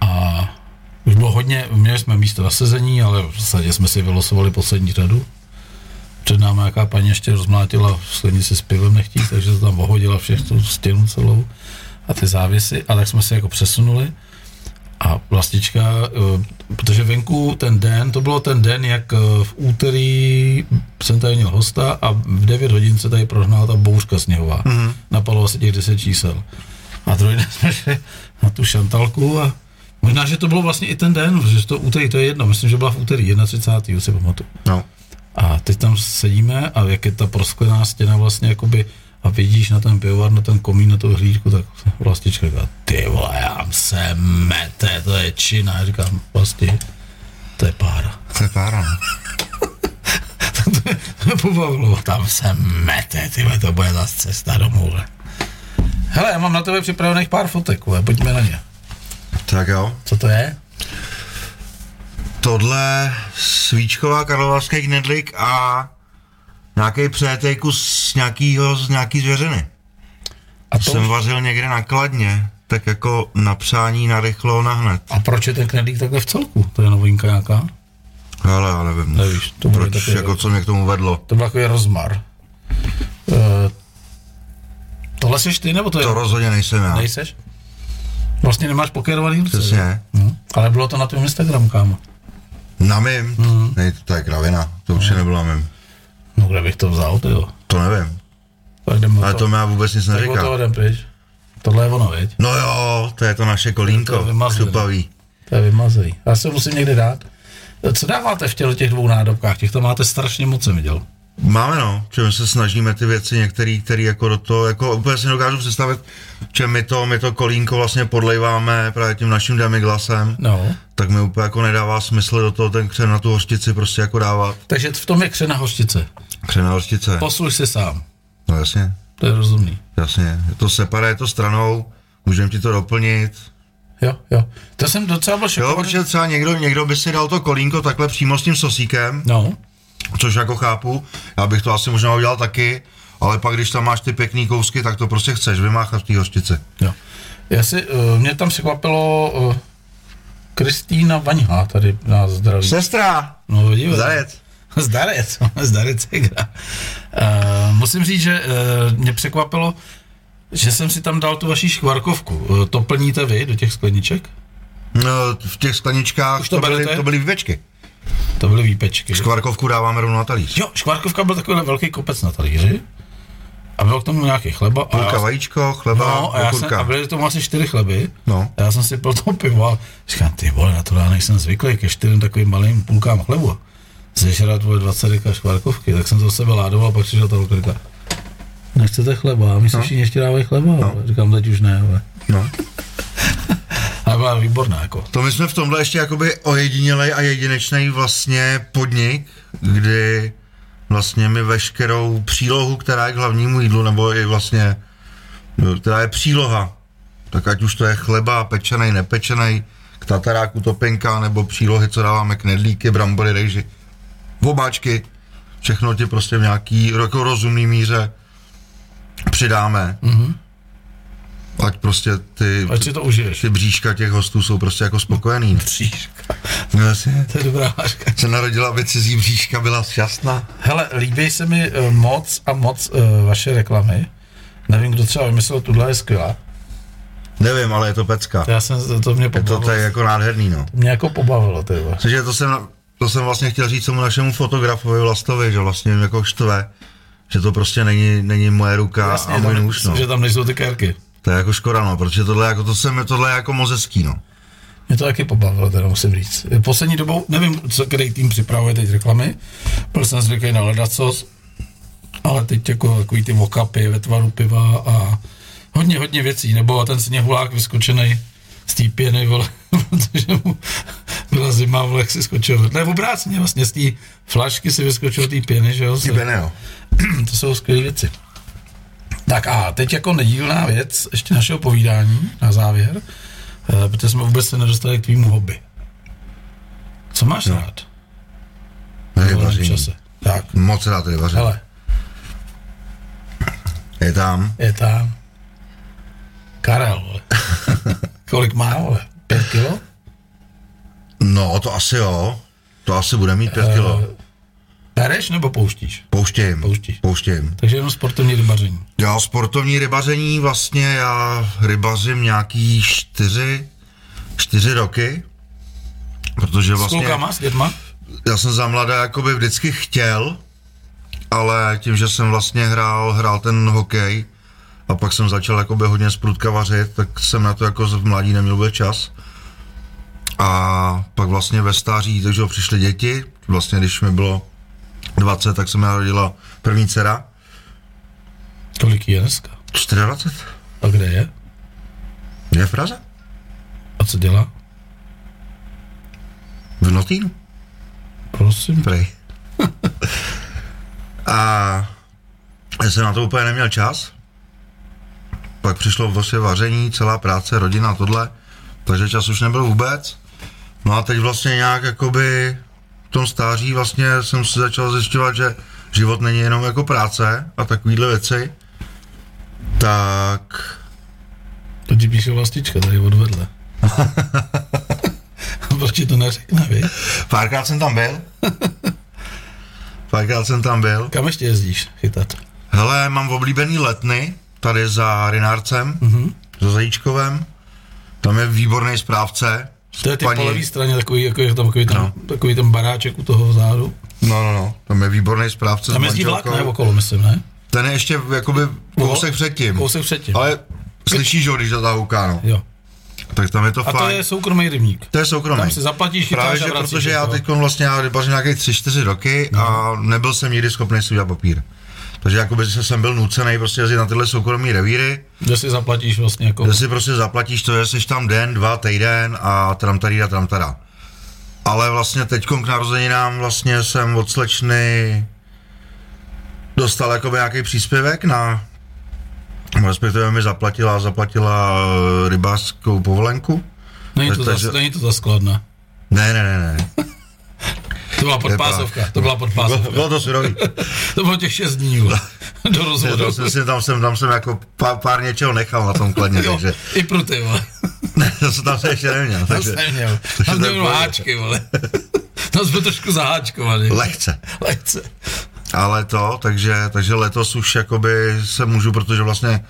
A už bylo hodně, měli jsme místo na sezení, ale v zásadě jsme si vylosovali poslední řadu. Před námi nějaká paní ještě rozmlátila sklenici s pivem nechtí, takže to tam ohodila všech tu stěnu celou a ty závěsy, a tak jsme se jako přesunuli. A vlastička, eh, protože venku ten den, to bylo ten den, jak eh, v úterý jsem tady měl hosta a v 9 hodin se tady prohnala ta bouřka sněhová. Mm-hmm. Napalo asi těch 10 čísel. A druhý den jsme šli na tu šantalku a možná, že to bylo vlastně i ten den, že to úterý, to je jedno, myslím, že byla v úterý 31. už si pamatuju.
No.
A teď tam sedíme a jak je ta prosklená stěna vlastně jakoby a vidíš na ten pivovar, na ten komín, na tu hlídku, tak vlastička říká, ty vole, já se mete, to je čina. Já říkám, vlasti, to je pára.
To je pára, no.
Pobavilo, tam se mete, ty vole, to bude zase cesta domů. vole. Hele, já mám na tebe připravených pár fotek, vole, pojďme na ně.
Tak jo.
Co to je?
Tohle svíčková karlovarský knedlík a nějaký přetéku z nějakýho, z nějaký zvěřiny.
A, to,
Jsem vařil někde nakladně, tak jako na přání, na rychlo, na hned.
a proč je ten knedlík takhle v celku? To je novinka nějaká?
Ale já nevím.
Nevíš, to bude
proč,
taky-
jako co mě k tomu vedlo.
To byl takový rozmar. Uh, tohle jsi ty, nebo to je?
To rozhodně nejsem já.
Nejseš? Vlastně nemáš pokerovaný ruce. že?
Přesně.
Hm. Ale bylo to na tom Instagramu, kámo.
Na mým.
Mhm.
Mm. Nej, to, to je kravina. To určitě nebylo na mým.
No kde bych to vzal, ty jo.
To nevím.
Tak jdeme
Ale
o
to mi já vůbec nic
No tak o to
neříkal.
jdem pryč. Tohle je ono, viď?
No jo, to je to naše
To no. je
kolínko.
vymazlené.
Šupavý.
To je vymazej. Já se musím někde dát. Co dáváte v těle těch dvou nádobkách? Těch to máte strašně moc, jsem viděl.
Máme no, že my se snažíme ty věci některý, který jako do toho, jako úplně si dokážu představit, že my to, my to kolínko vlastně podlejváme právě tím naším demiglasem,
No.
tak mi úplně jako nedává smysl do toho ten křen na tu hořtici prostě jako dávat.
Takže v tom je křena hořtice.
Křen na hořtice,
Posluž si sám.
no jasně,
To je rozumný.
jasně, je to separé, je to stranou, můžeme ti to doplnit.
Jo, jo. To jsem docela byl
Jo,
šokovaný.
protože třeba někdo, někdo by si dal to kolínko takhle přímo s tím sosíkem,
No.
což jako chápu, já bych to asi možná udělal taky, ale pak když tam máš ty pěkný kousky, tak to prostě chceš vymáchat v té hořtice.
Jo. Já si, uh, mě tam překvapilo uh, Kristýna Vaňha tady nás zdraví.
Sestra,
No, vidíme.
Zajet.
Zdarec, zdarec hra. Uh, musím říct, že uh, mě překvapilo, že jsem si tam dal tu vaši škvarkovku. Uh, to plníte vy do těch skleniček?
No, v těch skleničkách
Už
to,
to
to, byly,
berete?
to byly vývečky.
To byly výpečky.
Škvarkovku dáváme rovnou na talíř.
jo, škvarkovka byl takovýhle velký kopec na talíři. A bylo k tomu nějaký chleba. A
Půlka
já,
vajíčko, chleba,
no, a, já jsem, a
okurka.
byly k tomu asi čtyři chleby.
No.
A já jsem si pil to pivo a říkám, ty vole, na to já nejsem zvyklý, ke čtyřem takovým malým půlkám chlebu. Zežrat vole 20 deka škvarkovky, tak jsem to do sebe ládoval a pak přišel ta okrika. No. Nechcete chleba? A my si všichni ještě dávají chleba. No. Říkám, teď už ne. Ale.
No.
A byla výborná, jako.
To my jsme v tomhle ještě jakoby ojedinělej a jedinečný vlastně podnik, kdy vlastně my veškerou přílohu, která je k hlavnímu jídlu, nebo i vlastně, no, která je příloha, tak ať už to je chleba, pečený, nepečený, k tataráku topinka, nebo přílohy, co dáváme knedlíky, brambory, rejži, obáčky, všechno ti prostě v nějaký jako rozumný míře přidáme. Mm-hmm. Ať prostě ty,
Ať si to užiješ.
ty bříška těch hostů jsou prostě jako spokojený. no.
Příška.
No jasně.
To je dobrá hláška.
Se narodila, aby cizí bříška byla šťastná.
Hele, líbí se mi eh, moc a moc eh, vaše reklamy. Nevím, kdo třeba vymyslel, tuhle je skvělá.
Nevím, ale je to pecka.
To Já vlastně- jsem, to mě
Je to,
pobavilo.
to je jako nádherný, no.
Mě jako pobavilo, ty vole.
Takže to jsem, to jsem vlastně chtěl říct tomu našemu fotografovi Vlastovi, že vlastně jim jako štve, že to prostě není, není moje ruka Jasně, a můj
tam,
nůž, no.
Vlastně že tam nejsou ty kérky.
To je jako škoda, no, protože tohle, jako, to jsem, tohle je jako moc hezký, no.
Mě to taky pobavilo, teda musím říct. Poslední dobou, nevím, co, který tým připravuje teď reklamy, byl jsem zvyklý na ledacos, ale teď jako takový ty vokapy ve tvaru piva a hodně, hodně věcí, nebo ten sněhulák vyskočený z té pěny, vole, protože mu byla zima, vole, jak si skočil. Ne, obráceně vlastně, z té flašky si vyskočil té pěny, že jo? se-
Beneo.
to jsou skvělé věci. Tak a teď jako nedílná věc ještě našeho povídání na závěr, eh, protože jsme vůbec se nedostali k tvýmu hobby. Co máš no. rád?
Ne,
v volném
vaření.
čase? Tak,
Moc rád tady vaření.
hele,
Je tam.
je tam Karel, vole. Kolik má, vole? Pět kilo?
No, to asi jo. To asi bude mít
Eh,
pět kilo.
Pereš nebo pouštíš?
Pouštějím.
pouštíš.
Pouštějím.
Takže jenom sportovní rybaření.
Já sportovní rybaření vlastně, já rybařím nějaký čtyři, čtyři roky, protože
S
vlastně
klukama, s dětma?
já jsem za mladá jakoby vždycky chtěl, ale tím, že jsem vlastně hrál, hrál ten hokej a pak jsem začal jakoby hodně sprutka vařit, tak jsem na to jako v mladí neměl vůbec čas. A pak vlastně ve stáří, takže přišly děti, vlastně když mi bylo 20, tak se mi narodila první dcera,
Kolik je dneska?
24,
A kde je?
je v Praze.
A co dělá?
V Notínu,
Prosím.
prej. a já jsem na to úplně neměl čas. Pak přišlo vlastně vaření, celá práce, rodina, tohle. Takže čas už nebyl vůbec. No a teď vlastně nějak jakoby v tom stáří vlastně jsem si začal zjišťovat, že život není jenom jako práce a takovýhle věci. Tak
To ti píše vlastička tady odvedle. Proč ti to neřekne, vy?
párkrát jsem tam byl. párkrát jsem tam byl.
Kam ještě jezdíš chytat?
Hele, mám oblíbený letny, tady za Rinárcem,
Mhm.
mm-hmm. za Zajíčkovem. Tam je výborný správce.
To je ty
Paní-
po levé straně, takový, jako je tam, takový, ten,
No.
takový ten baráček u toho zádu.
No, no, no. Tam je výborný správce
Tam
s
jezdí vlak,
manželkou.
ne, okolo, myslím, ne?
Ten je ještě jakoby kousek
No,
předtím.
Kousek předtím.
Ale slyšíš ho, když zatahouká, no.
Jo.
Tak tam je to
A to
fajn.
je soukromý rybník.
to je soukromý.
Tam si zaplatíš, chytáš
Právě,
a
že
vracíš,
protože já
jo. Mhm.
teď vlastně já rybařím nějaké 3-4 roky a nebyl jsem nikdy schopný si udělat papír. Takže jakoby jsem byl nucený prostě jezdit na tyhle soukromé revíry.
Kde si zaplatíš vlastně jako...
Že si prostě zaplatíš to, že jsi tam den, dva, týden a tramtarida, tramtada. Ale vlastně teď k narozeninám vlastně jsem od slečny dostal jakoby nějaký příspěvek na respektive mi zaplatila, zaplatila eh, rybářskou povolenku.
Není to,
takže-
za, není to za skladna.
Ne, ne, ne, ne.
To byla podpásovka, to byla podpásovka.
Bylo to surový.
To bylo těch šest dní, vole, do
Ne,
rozvodu.
tam jsem, si- tam jsem, tam jsem jako pár, pár něčeho nechal na tom kladně,
Jo,
takže
i pro ty, vole.
to jsem tam se ještě neměl.
Tam
Takže
jsem měl.
to je
Tam měl
pohodě.
háčky, vole. Tam jsme trošku zaháčkovaný.
lehce.
Lehce.
Ale to, takže, takže letos už jakoby se můžu, protože vlastně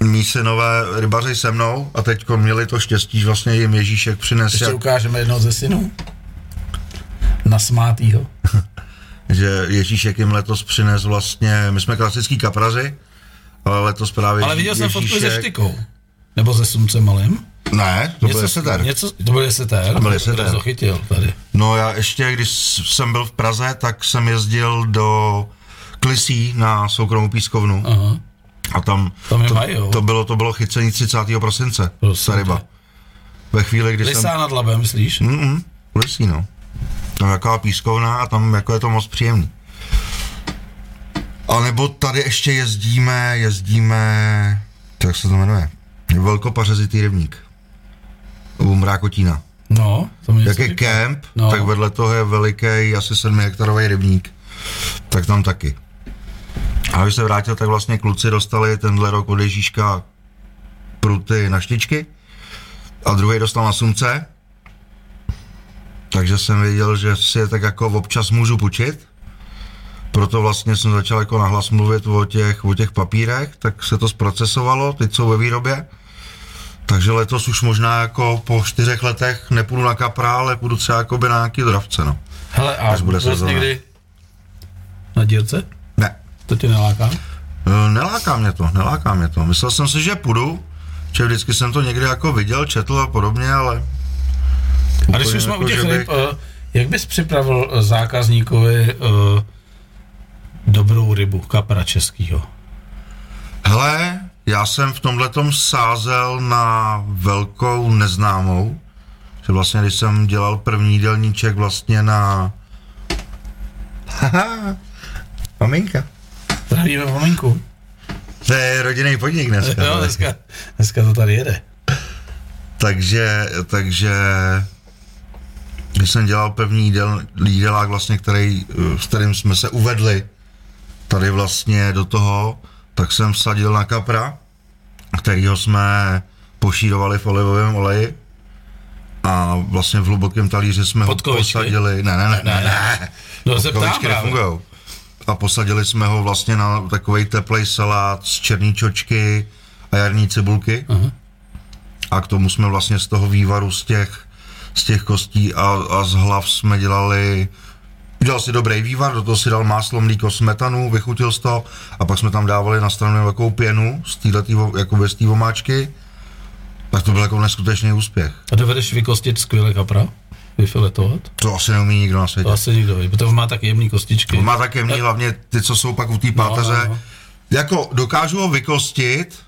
mý synové rybaři se mnou a teď měli to štěstí, že vlastně jim Ježíšek přines,
Ještě
jak,
ukážeme jednoho ze synů. Nasmátýho.
že Ježíšek jim letos přines vlastně, my jsme klasický kapraři, ale letos právě
Ale viděl jsem fotku se
Ježíšek-
štykou. Nebo se sumcem malým.
Ne, to byl seter.
Něco, to byl jeseter.
byl
To
jeseter.
zachytil tady.
No já ještě, když jsem byl v Praze, tak jsem jezdil do Klisí na soukromou pískovnu
Aha.
a tam
Tam je mají, jo.
to bylo, to bylo chycení 30. prosince,
Prosím
ta ryba.
tě.
Ve chvíli, kdy jsem... Hm?
Lisá nad labem, myslíš?
Mm-mm, v lesí, no. Tam taková pískovna a tam jako je to moc příjemný. A nebo tady ještě jezdíme, jezdíme, to jak se to jmenuje, velkopařezitý rybník. U Mrákotína.
No, to mě
Jak
něco
je
říká.
kemp,
No.
no. tak vedle toho je veliký, asi 7 hektarový rybník. Tak tam taky. A když se vrátil, tak vlastně kluci dostali tenhle rok od Ježíška pruty na štičky a druhý dostal na sumce. Takže jsem věděl, že si je tak jako občas můžu půjčit. Proto vlastně jsem začal jako nahlas mluvit o těch, o těch papírech, tak se to zprocesovalo, teď jsou ve výrobě. Takže letos už možná jako po čtyřech letech nepůjdu na kapra, ale půjdu třeba jako by na nějaký dravce, no.
Hele, a
Až bude
bude
sezóna.
někdy na dírce?
Ne,
To tě neláká?
E, Neláká mě to, neláká mě to. Myslel jsem si, že půjdu, že vždycky jsem to někdy jako viděl, četl a podobně, ale...
A když
Úplně
už jsme
jako,
u těch
že
ryb,
bych-
eh, jak bys připravil eh, zákazníkovi eh, dobrou rybu, kapra českýho?
Hele, já jsem v tomhle tom sázel na velkou neznámou, že vlastně když jsem dělal první jídelníček vlastně na... Haha, maminka.
Zdravíme maminku.
To je rodinný podnik dneska.
Jo, dneska, dneska to tady jede.
Takže, takže když jsem dělal pevný jídel, jídelák vlastně, který, eh, s kterým jsme se uvedli tady vlastně do toho, tak jsem vsadil na kapra, kterýho jsme pošírovali v olivovém oleji a vlastně v hlubokém talíři jsme ho
Podkovičky?
posadili, ne, ne, ne,
Ne,
ne,
ne.
ne.
No, se ptám
Podkovičky
právě.
nefungujou. A posadili jsme ho vlastně na takový teplej salát z černý čočky a jarní cibulky.
Aha.
A k tomu jsme vlastně z toho vývaru z těch, z těch kostí a, a z hlav jsme dělali Udělal si dobrý vývar, do toho si dal máslo, mlíko, smetanu, vychutil z toho a pak jsme tam dávali na stranu velkou pěnu z této jakoby z té omáčky. Tak to byl jako neskutečný úspěch.
A dovedeš vykostit skvěle kapra? Vyfiletovat?
To asi neumí nikdo na světě.
To asi nikdo ví, protože má tak jemný kostičky.
On má také mě hlavně ty, co jsou pak u té páteře.
no,
No,
no.
Jako dokážu ho vykostit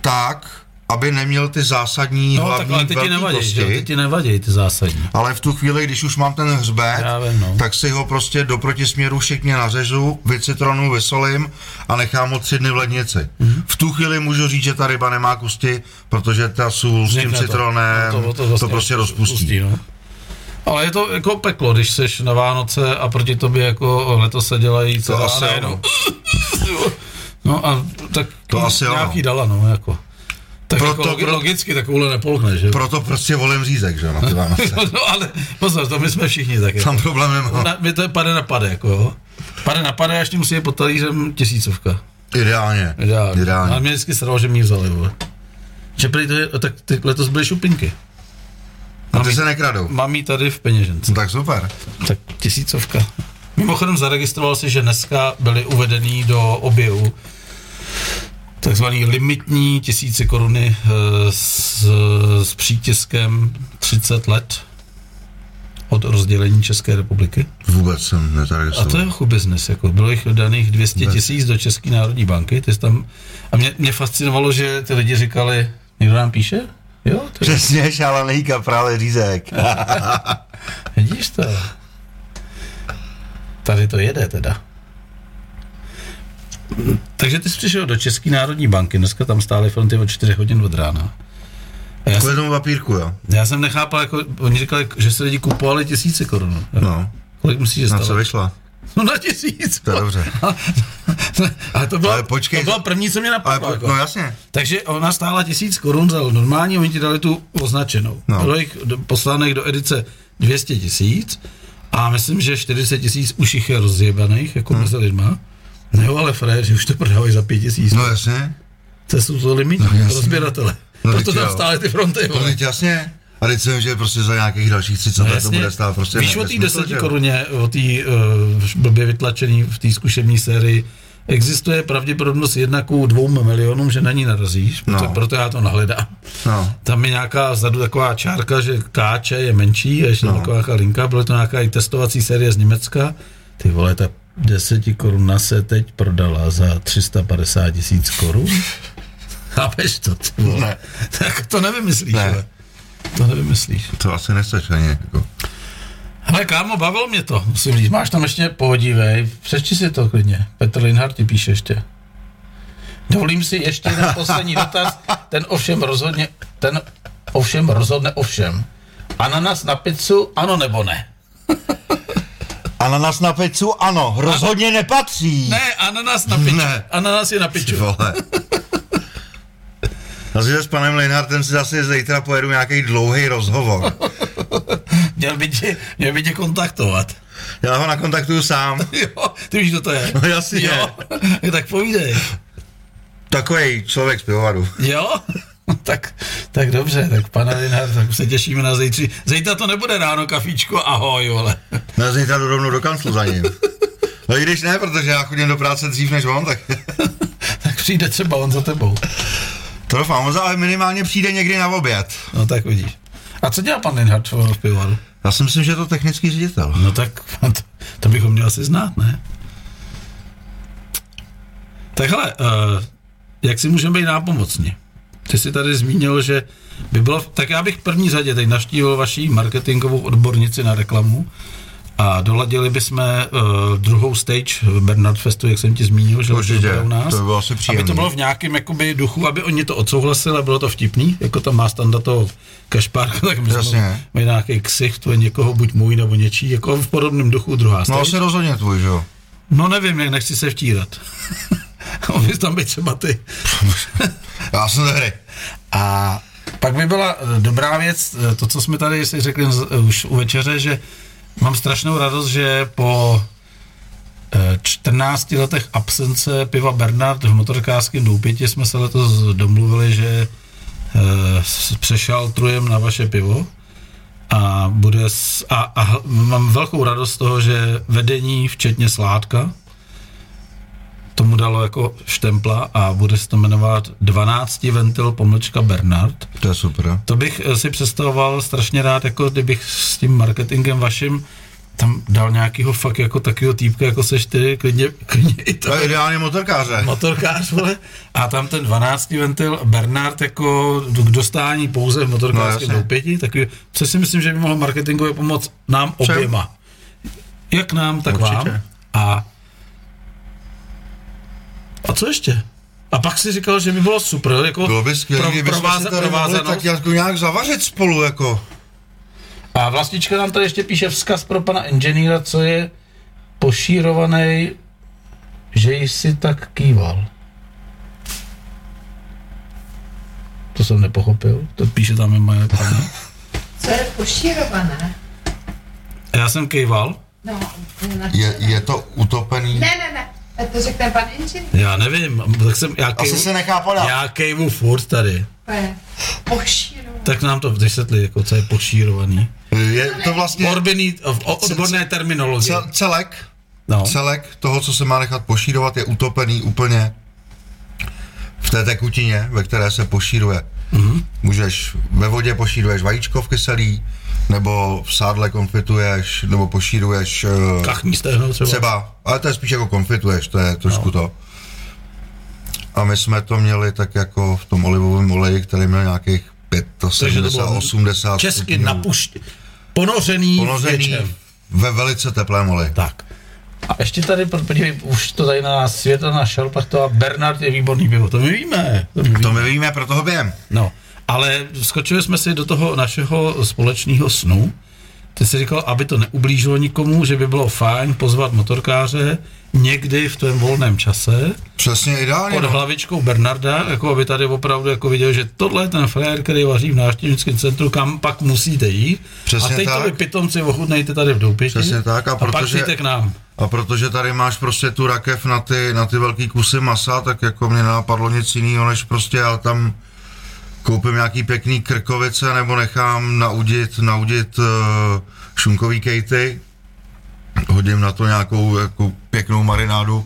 tak, aby neměl ty zásadní
No, tak
hlavní
ale ty ti
velký
nevadí, že? jo?
kosti.
Ty ti nevadí, ty zásadní.
Ale v tu chvíli, když už mám ten hřbet,
Já vím, no.
tak si ho prostě do protisměru šikně nařežu, vycitronu, vysolím a nechám ho tři dny v lednici.
Mhm.
Mm-hmm. V tu chvíli můžu říct, že ta ryba nemá kusti, protože ta sůl s tím
Vznikne to.
citronem
No,
to, to, to,
vlastně
to prostě rozpustí.
no. Ale je to jako peklo, když jsi na Vánoce a proti tobě jako letos se dělají
To
celá
asi
najednou.
ano.
No a tak
To asi ano.
nějaký dala, no, jako. Tak
Proto-
jako logi-
pro-
logicky takovouhle nepolkne, že?
Proto prostě volím řízek, že jo, na ty Vánoce.
No ale pozor, to my jsme všichni taky. No,
Tam problém nemám.
Na, my to je pade na pade, jako jo. Pade na pade, až tím musí je pod talířem tisícovka.
Ideálně.
Ideálně.
Ideálně.
A mě vždycky sralo, že mě vzali, vole. Že prý to je, tak ty letos byly šupinky.
A
Mami-
ty se nekradou.
Mám jí tady v peněžence.
No tak super.
Tak tisícovka. Mimochodem zaregistroval si, že dneska byly uvedený do oběhu takzvaný limitní tisíci koruny eh, s, s přítiskem 30 let od rozdělení České republiky.
Vůbec jsem
A to
nezaregistroval.
je jako biznis, jako bylo jich daných 200
Bez.
tisíc do České národní banky, ty jsi tam, a mě, mě fascinovalo, že ty lidi říkali, někdo nám píše? Jo, to je,
Přesně, šálený kaprále řízek.
vidíš to. Tady to jede teda. Takže ty jsi přišel do České národní banky, dneska tam stály fronty od 4 hodin od rána. A já, jsem,
Kvůli tomu papírku, jo.
já jsem nechápal, jako, oni říkali, že se lidi kupovali tisíce korun.
No,
Kolik musíš
na co
dostat?
vyšla?
No na tisíc.
To je dobře.
Ale to bylo,
Ale počkej,
to bylo první, co mě napadlo.
Ale po,
jako.
no jasně.
Takže ona stála tisíc korun za normální, oni ti dali tu označenou. No.
No.
Bylo jich do- poslanek do edice 200 tisíc a myslím, že 40 tisíc už jich je rozjebaných, jako
Hmm.
mezi lidma. No jo, ale fréři už to prodávají za 5 tisíc.
No jasně.
To jsou to limitní no, rozběratele. No,
No,
Proto
teď
tam
jo.
stály ty fronty.
No
vole.
teď jasně. A teď jsem, že prostě za nějakých dalších 30 let to
Jasně.
bude stát prostě.
Víš
ne-
o té
nesmysl,
10
že jo?
koruně, o té uh, blbě vytlačený v té zkušební sérii, existuje pravděpodobnost jedna ku dvou milionům, že na ní narazíš, no.
No.
proto, proto já to nahledám.
No.
Tam je nějaká vzadu taková čárka, že KČ je menší a ještě no. taková nějaká linka, byla to nějaká i testovací série z Německa. Ty vole, ta 10 koruna se teď prodala za 350 tisíc korun. Chápeš to, ty vole?
Ne.
Tak to nevymyslíš,
Ne.
ne. To nevymyslíš.
To asi nechceš ani. Jako.
Hele, kámo, bavilo mě to, musím říct. Máš tam ještě, podívej, přečti si to klidně. Petr Linhart ti píše ještě. Dovolím si ještě jeden poslední dotaz, ten ovšem rozhodně, ten ovšem rozhodne ovšem. Ananas na pizzu, ano nebo ne?
Ananas na pecu, ano, rozhodně nepatří.
Ne, ananas na piču.
Ne.
Ananas je na
Ty
piču.
vole. Takže s panem Linhartem si zase zítra pojedu nějaký dlouhý rozhovor.
Měl by, tě, měl by tě kontaktovat.
Já ho nakontaktuju sám.
Jo, ty víš, kdo to je.
No jasně.
Jo, tak povídej.
Takový člověk z pivovaru.
Jo? No tak, tak dobře, tak pane Linhart, tak se těšíme na zítří. Zítra to nebude ráno kafíčko, ahoj, vole.
No já zítra jdu rovnou do kanclu za ním. No i když ne, protože já chodím do práce dřív než on, tak
tak přijde třeba on za tebou.
to doufám. On za- ale minimálně přijde někdy na oběd.
No tak vidíš. A co dělá pan Linhart v pivovaru?
Já si myslím, že je to technický ředitel.
No tak to, to bychom měli asi znát, ne? Tak hele, uh, jak si můžeme být nápomocni? Ty jsi tady zmínil, že by bylo... Tak já bych v první řadě teď naštívil vaší marketingovou odbornici na reklamu a doladili bychom uh, druhou stage v Bernard Festu, jak jsem ti zmínil, že
Určitě,
bude u nás.
to by bylo asi
Aby to
příjemný.
bylo v nějakém jakoby, duchu, aby oni to odsouhlasili, bylo to vtipný, jako tam má standa toho kašpárka, tak my jsme
Jasně.
mají nějaký ksicht, to je někoho buď můj nebo něčí, jako v podobném duchu druhá
No
stage.
asi rozhodně tvůj, že jo?
No nevím, jak nechci se vtírat. On bys tam být třeba ty.
Já jsem ze hry.
A pak by byla eh, dobrá věc, eh, to, co jsme tady si řekli z- eh, už u večeře, že mám strašnou radost, že po eh, 14 letech absence piva Bernard v motorkářském doupěti jsme se letos domluvili, že eh, s- přešaltrujem na vaše pivo a bude s, a, a hl- mám velkou radost z toho, že vedení, včetně Sládka, tomu dalo jako štempla a bude se to jmenovat 12 ventil pomlčka Bernard.
To je super.
To bych eh, si představoval strašně rád, jako kdybych s tím marketingem vaším tam dal nějakýho fakt jako takového týpka, jako seš ty, klidně, klidně i
To
to
je ideálně motorkáře.
motorkář, vole. A tam ten 12 ventil Bernard jako k dostání pouze v motorkářském
No,
no,
jasně.
doupěti, tak co si myslím, že by mohlo marketingově pomoct nám
Všem.
oběma. Jak nám, tak
Určitě.
vám. A a co ještě? A pak si říkal, že by bylo super, jako
Bylo by skvělé, kdybychom si
prováza-
tady mohli
provázanost.
tak jako nějak zavařit spolu, jako.
A vlastnička nám tady ještě píše vzkaz pro pana inženýra, co je pošírovaný, že jsi tak kýval. To jsem nepochopil, to píše tam i moje paní.
Co je pošírované?
Já jsem kýval?
No, na...
Je, je to utopený.
Ne, ne, ne. A to řekne pan inženýr.
Já nevím, tak jsem, já
Asi se
kejvu,
nechá podat.
já kejvu furt tady.
To je pošírované.
Tak nám to vysvětli, jako co je pošírovaný.
Je to vlastně
Orbiný, v o- odborné terminologie.
cel, celek,
No.
celek toho, co se má nechat pošírovat, je utopený úplně v té tekutině, ve které se pošíruje.
Mhm.
Mm-hmm. Můžeš ve vodě pošíruješ vajíčko v kyselí, nebo v sádle konfituješ, nebo pošíruješ eh,
Kachní stehno třeba.
třeba, ale to je spíš jako konfituješ, to je trošku
No.
to. A my jsme to měli tak jako v tom olivovém oleji, který měl nějakých
Takže to
75,
bylo
80
Česky
stupňů.
napušť, ponořený, ponořený.
ponořený
Věčem.
ve velice teplém oleji.
Tak. A ještě tady, pro- podívej, už to tady na nás světla našel, pak to a Bernard je výborný pivo, to my víme. To my víme.
To my víme, proto ho během.
No, ale skočili jsme si do toho našeho společného snu. Ty jsi říkal, aby to neublížilo nikomu, že by bylo fajn pozvat motorkáře někdy v tom volném čase
Přesně ideálně.
pod
no.
hlavičkou Bernarda, jako aby tady opravdu jako viděl, že tohle je ten frajer, který vaří v návštěvnickém centru, kam pak musíte jít.
Přesně
a teď
tak.
to vy pitomci ochutnejte tady v Doupěti.
Přesně tak, a
a pak
protože-
přijďte k nám.
A protože tady máš prostě tu rakev na ty, na ty velký kusy masa, tak jako mě napadlo nic jiného, než prostě já tam koupím nějaký pěkný krkovice nebo nechám naudit, naudit uh, šunkový kejty, hodím na to nějakou jako pěknou marinádu.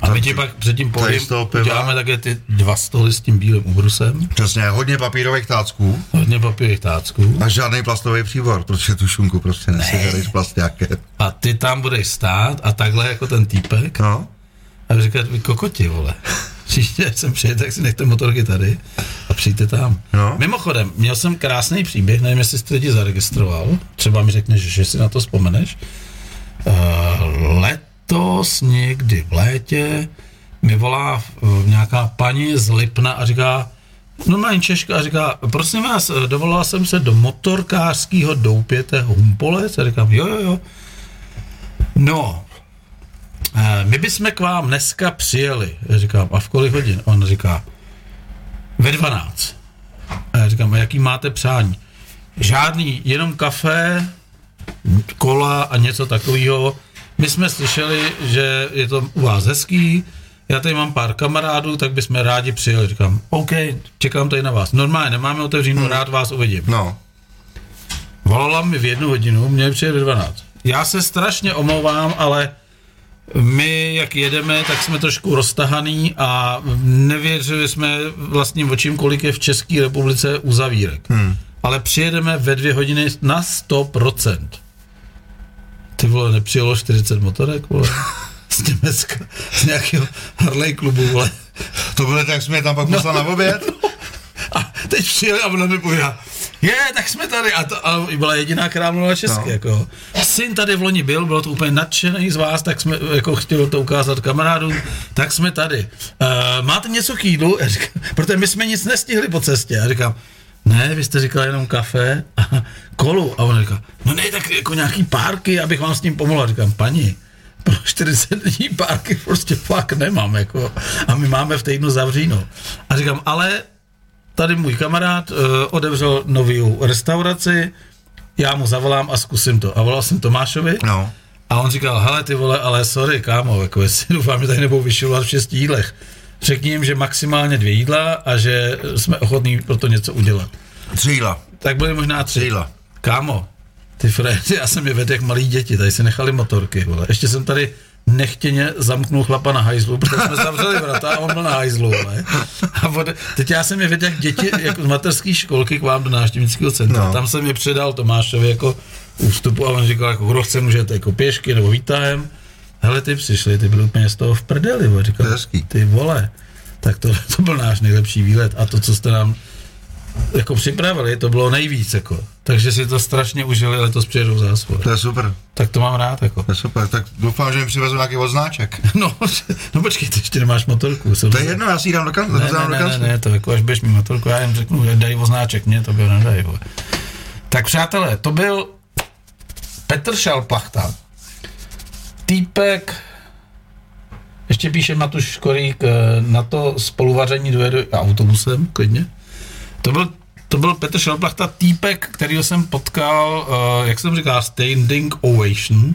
A my ti pak před tím
tady
pódium
z toho piva.
uděláme také ty dva stoly s tím bílým ubrusem,
Přesně, hodně papírových tácků
hodně papírových tácků
a žádný plastový příbor, protože tu šunku prostě nesežereš plastiákem.
a ty tam budeš stát a takhle jako ten týpek
No,
a říkat, vy kokoti, vole. Příště, až sem přijete, tak si nechte motorky tady a přijďte tam.
No.
Mimochodem, měl jsem krásný příběh, nevím, jestli jsi to lidi zaregistroval, třeba mi řekneš, že si na to vzpomeneš. Uh, letos někdy v létě mi volá uh, nějaká paní z Lipna a říká, normálně Češka a říká, prosím vás, eh, dovolala jsem se do motorkářského doupěte Humpolec a říkám, jo, jo, jo. No, eh, my bychom k vám dneska přijeli. Já říkám, a v kolik hodin? On říká, ve 12. A já říkám, a jaký máte přání? Žádný, jenom kafe, kola a něco takového. My jsme slyšeli, že je to u vás hezký, já tady mám pár kamarádů, tak bychom rádi přijeli. Říkám, OK, čekám tady na vás. Normálně, nemáme otevřeno, rád vás uvidím.
No,
Volala mi v jednu hodinu, mě přijde ve 12. Já se strašně omlouvám, ale my, jak jedeme, tak jsme trošku roztahaný a nevěřili jsme vlastním očím, kolik je v České republice uzavírek. Hmm. Ale přijedeme ve dvě hodiny na 100%. Ty vole, nepřijelo 40 motorek, vole? Z Německa, z nějakého Harley klubu, vole.
to bylo tak, jak jsme je tam pak poslal na oběd.
A teď přijeli a ona mi povídá, je, tak jsme tady. A, to, a byla jediná, která mluvila česky. No.
No.
Jako. Syn tady v loni byl, bylo to úplně nadšený z vás, tak jsme jako chtěli to ukázat kamarádům, tak jsme tady. Uh, máte něco k jídlu? Já říkám, protože my jsme nic nestihli po cestě. A říkám, ne, vy jste říkal jenom kafe a kolu. A on říká, no ne, tak jako nějaký párky, abych vám s tím pomohl. A říkám, paní, pro 40 dní párky prostě fakt nemám, jako. A my máme v týdnu zavříno. A říkám, ale tady můj kamarád uh, odevřel novou restauraci, já mu zavolám a zkusím to. A volal jsem Tomášovi
No,
a on říkal, hele ty vole, ale sorry kámo, jako jestli doufám, že tady nebudou vyšilovat v šesti jídlech. Řekni jim, že maximálně dvě jídla a že jsme ochotní pro to něco udělat.
tři jídla.
Tak byly možná tři.
Jídla.
Kámo, ty frajeři, já jsem je vedl jak malí děti, tady si nechali motorky, vole. Ještě jsem tady nechtěně zamknul chlapa na hajzlu, protože jsme zavřeli vrata a on byl na hajzlu, vole. A od, teď já jsem je vedl jak děti, jako z materské školky k vám do návštěvnického centra. No.
No.
Tam jsem je předal Tomášovi jako ústupu a on říkal, jako kdo chce, můžete jako pěšky nebo výtahem. Hele, ty přišli, ty byli úplně z toho v prdeli, vole. Říkal,
To je hezký.
ty vole. Tak to, to byl náš nejlepší výlet a to, co jste nám jako připravili, to bylo nejvíc, jako. Takže si to strašně užili, letos přijedou zás, vole.
To je super,
Tak to mám rád, jako.
to je super. Tak doufám, že mi přivezu nějaký odznáček.
No, no počkej, ty ještě nemáš motorku. Jsem
To je jedno, já si ji dám do kanclu.
Ne, ne, ne, ne, ne, to jako až budeš mít motorku, já jim řeknu, že dej oznáček, mě to byl nedej, vole. Tak přátelé, to byl Petr Šalplachta, týpek, ještě píše Matuš Škorík, eh, na to spoluvaření dojedu autobusem, klidně. To byl, to byl Petr Šelplachta, týpek, kterýho jsem potkal, uh, jak jsem říkal, standing ovation,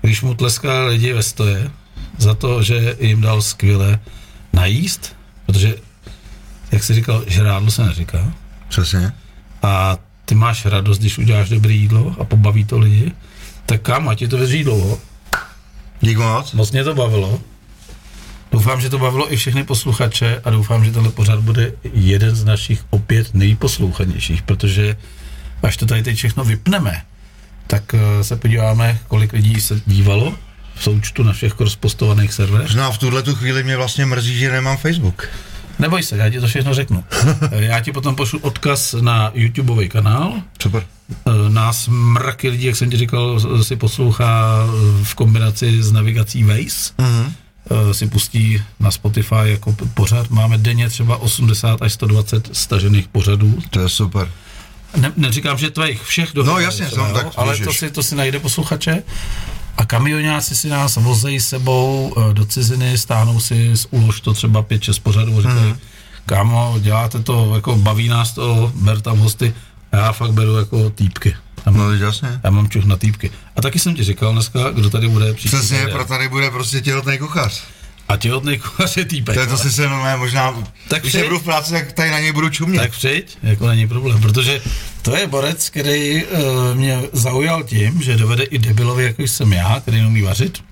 když mu tleskali lidi ve stoje za to, že jim dal skvěle najíst, protože, jak jsi říkal, žrádlo se neříká.
Přesně.
A ty máš radost, když uděláš dobré jídlo a pobaví to lidi. Tak kam, ať ti to vydrží dlouho.
Dík moc.
Moc mě to bavilo. Doufám, že to bavilo i všechny posluchače a doufám, že tenhle pořad bude jeden z našich opět nejposlouchanějších, protože až to tady teď všechno vypneme, tak eh, se podíváme, kolik lidí se dívalo v součtu na všech rozpostovaných serverech.
Zná, v tuhle tu chvíli mě vlastně mrzí, že nemám Facebook.
Neboj se, já ti to všechno řeknu. Eh, Já ti potom pošlu odkaz na YouTubeový kanál,
Super.
Eh, nás mraky lidí, jak jsem ti říkal, s- si poslouchá eh, v kombinaci s navigací Waze. Mm-hmm. Si pustí na Spotify jako p- pořad. Máme denně třeba 80 až 120 stažených pořadů.
To je super.
Ne, neříkám, že tvých všech dohromady,
No jasně,
třeba,
no,
jo,
tak
ale
ježiš.
to si, to si najde posluchače. A kamionáci si nás vozejí sebou eh, do ciziny, stáhnou si z ulož to třeba 5-6 pořadů a říkají,
Hmm.
mm. kámo, děláte to, jako baví nás to, ber tam hosty. A já fakt beru jako týpky. Tam
No, teď jasně.
já mám čuch na týpky. A taky jsem ti říkal dneska, kdo tady bude příští.
Přesně,
týden.
pro tady bude prostě těhotný kuchař.
A těhotný kuchař je týpek.
To je to si se no, možná,
Tak
tak když
přijď.
budu v práci, tak tady na něj budu čumět.
Tak přijď, jako není problém, protože to je borec, který uh, mě zaujal tím, že dovede i debilovi, jako jsem já, který neumí vařit,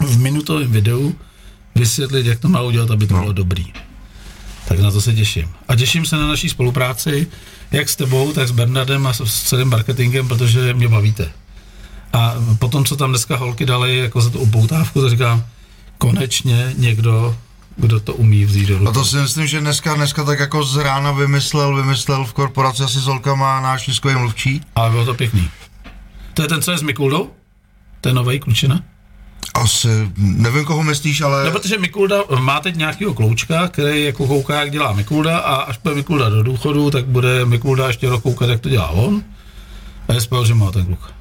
v minutovém videu vysvětlit, jak to má udělat, aby to bylo dobrý. Tak na to se těším. A těším se na naší spolupráci, jak s tebou, tak s Bernardem a s- s celým marketingem, protože mě bavíte. A potom, co tam dneska holky dali jako za tu upoutávku, to říkám, konečně někdo kdo to umí vzít do
A
ruky.
to si myslím, že dneska, dneska tak jako z rána vymyslel, vymyslel v korporaci asi s holkama náš tiskový mluvčí.
Ale bylo to pěkný. To je ten, co je s Mikuldou? Ten nový klučina?
Asi, nevím, koho myslíš, ale...
No, protože Mikulda má teď nějakého kloučka, který jako kouká, jak dělá Mikulda a až bude Mikulda do důchodu, tak bude Mikulda ještě rok koukat, jak to dělá on. A je spěl, že má ten kluk.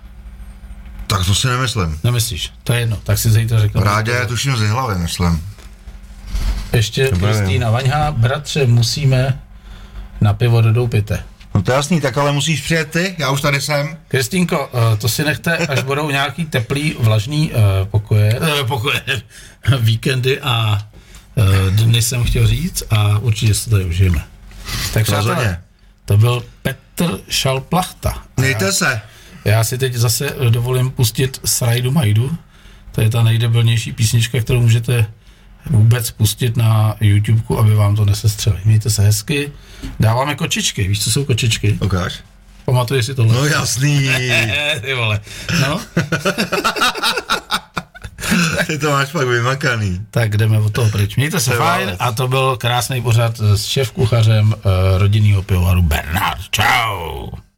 Tak to si nemyslím.
Nemyslíš? To je jedno, tak si zítra řekneme.
Rádě je tuším z hlavy, myslím.
Ještě Kristýna Vaňha, bratře, musíme na pivo do doupite.
No to je jasný, tak ale musíš přijet ty, já už tady jsem.
Kristýnko, eh, to si nechte, až budou nějaký teplý, vlažný eh, pokoje, eh, pokoje, víkendy a eh, dny jsem chtěl říct a určitě se tady užijeme. Tak přátelé,
Rozhodně.
to byl Petr Šalplachta.
Mějte se.
Já si teď zase eh, dovolím pustit Srajdu Majdu, to je ta nejdebilnější písnička, kterou můžete vůbec pustit na YouTube, aby vám to nesestřeli. Mějte se hezky. Dáváme kočičky. Víš, co jsou kočičky?
Ukáž.
Pamatuješ si tohle?
No jasný,
Eh, ty vole. No,
ty to máš pak vymakaný.
tak jdeme od toho pryč. Mějte se
To je
fajn
válec.
a to byl krásný pořad s šéf-kuchařem eh, rodinného pivovaru Bernard. Čau!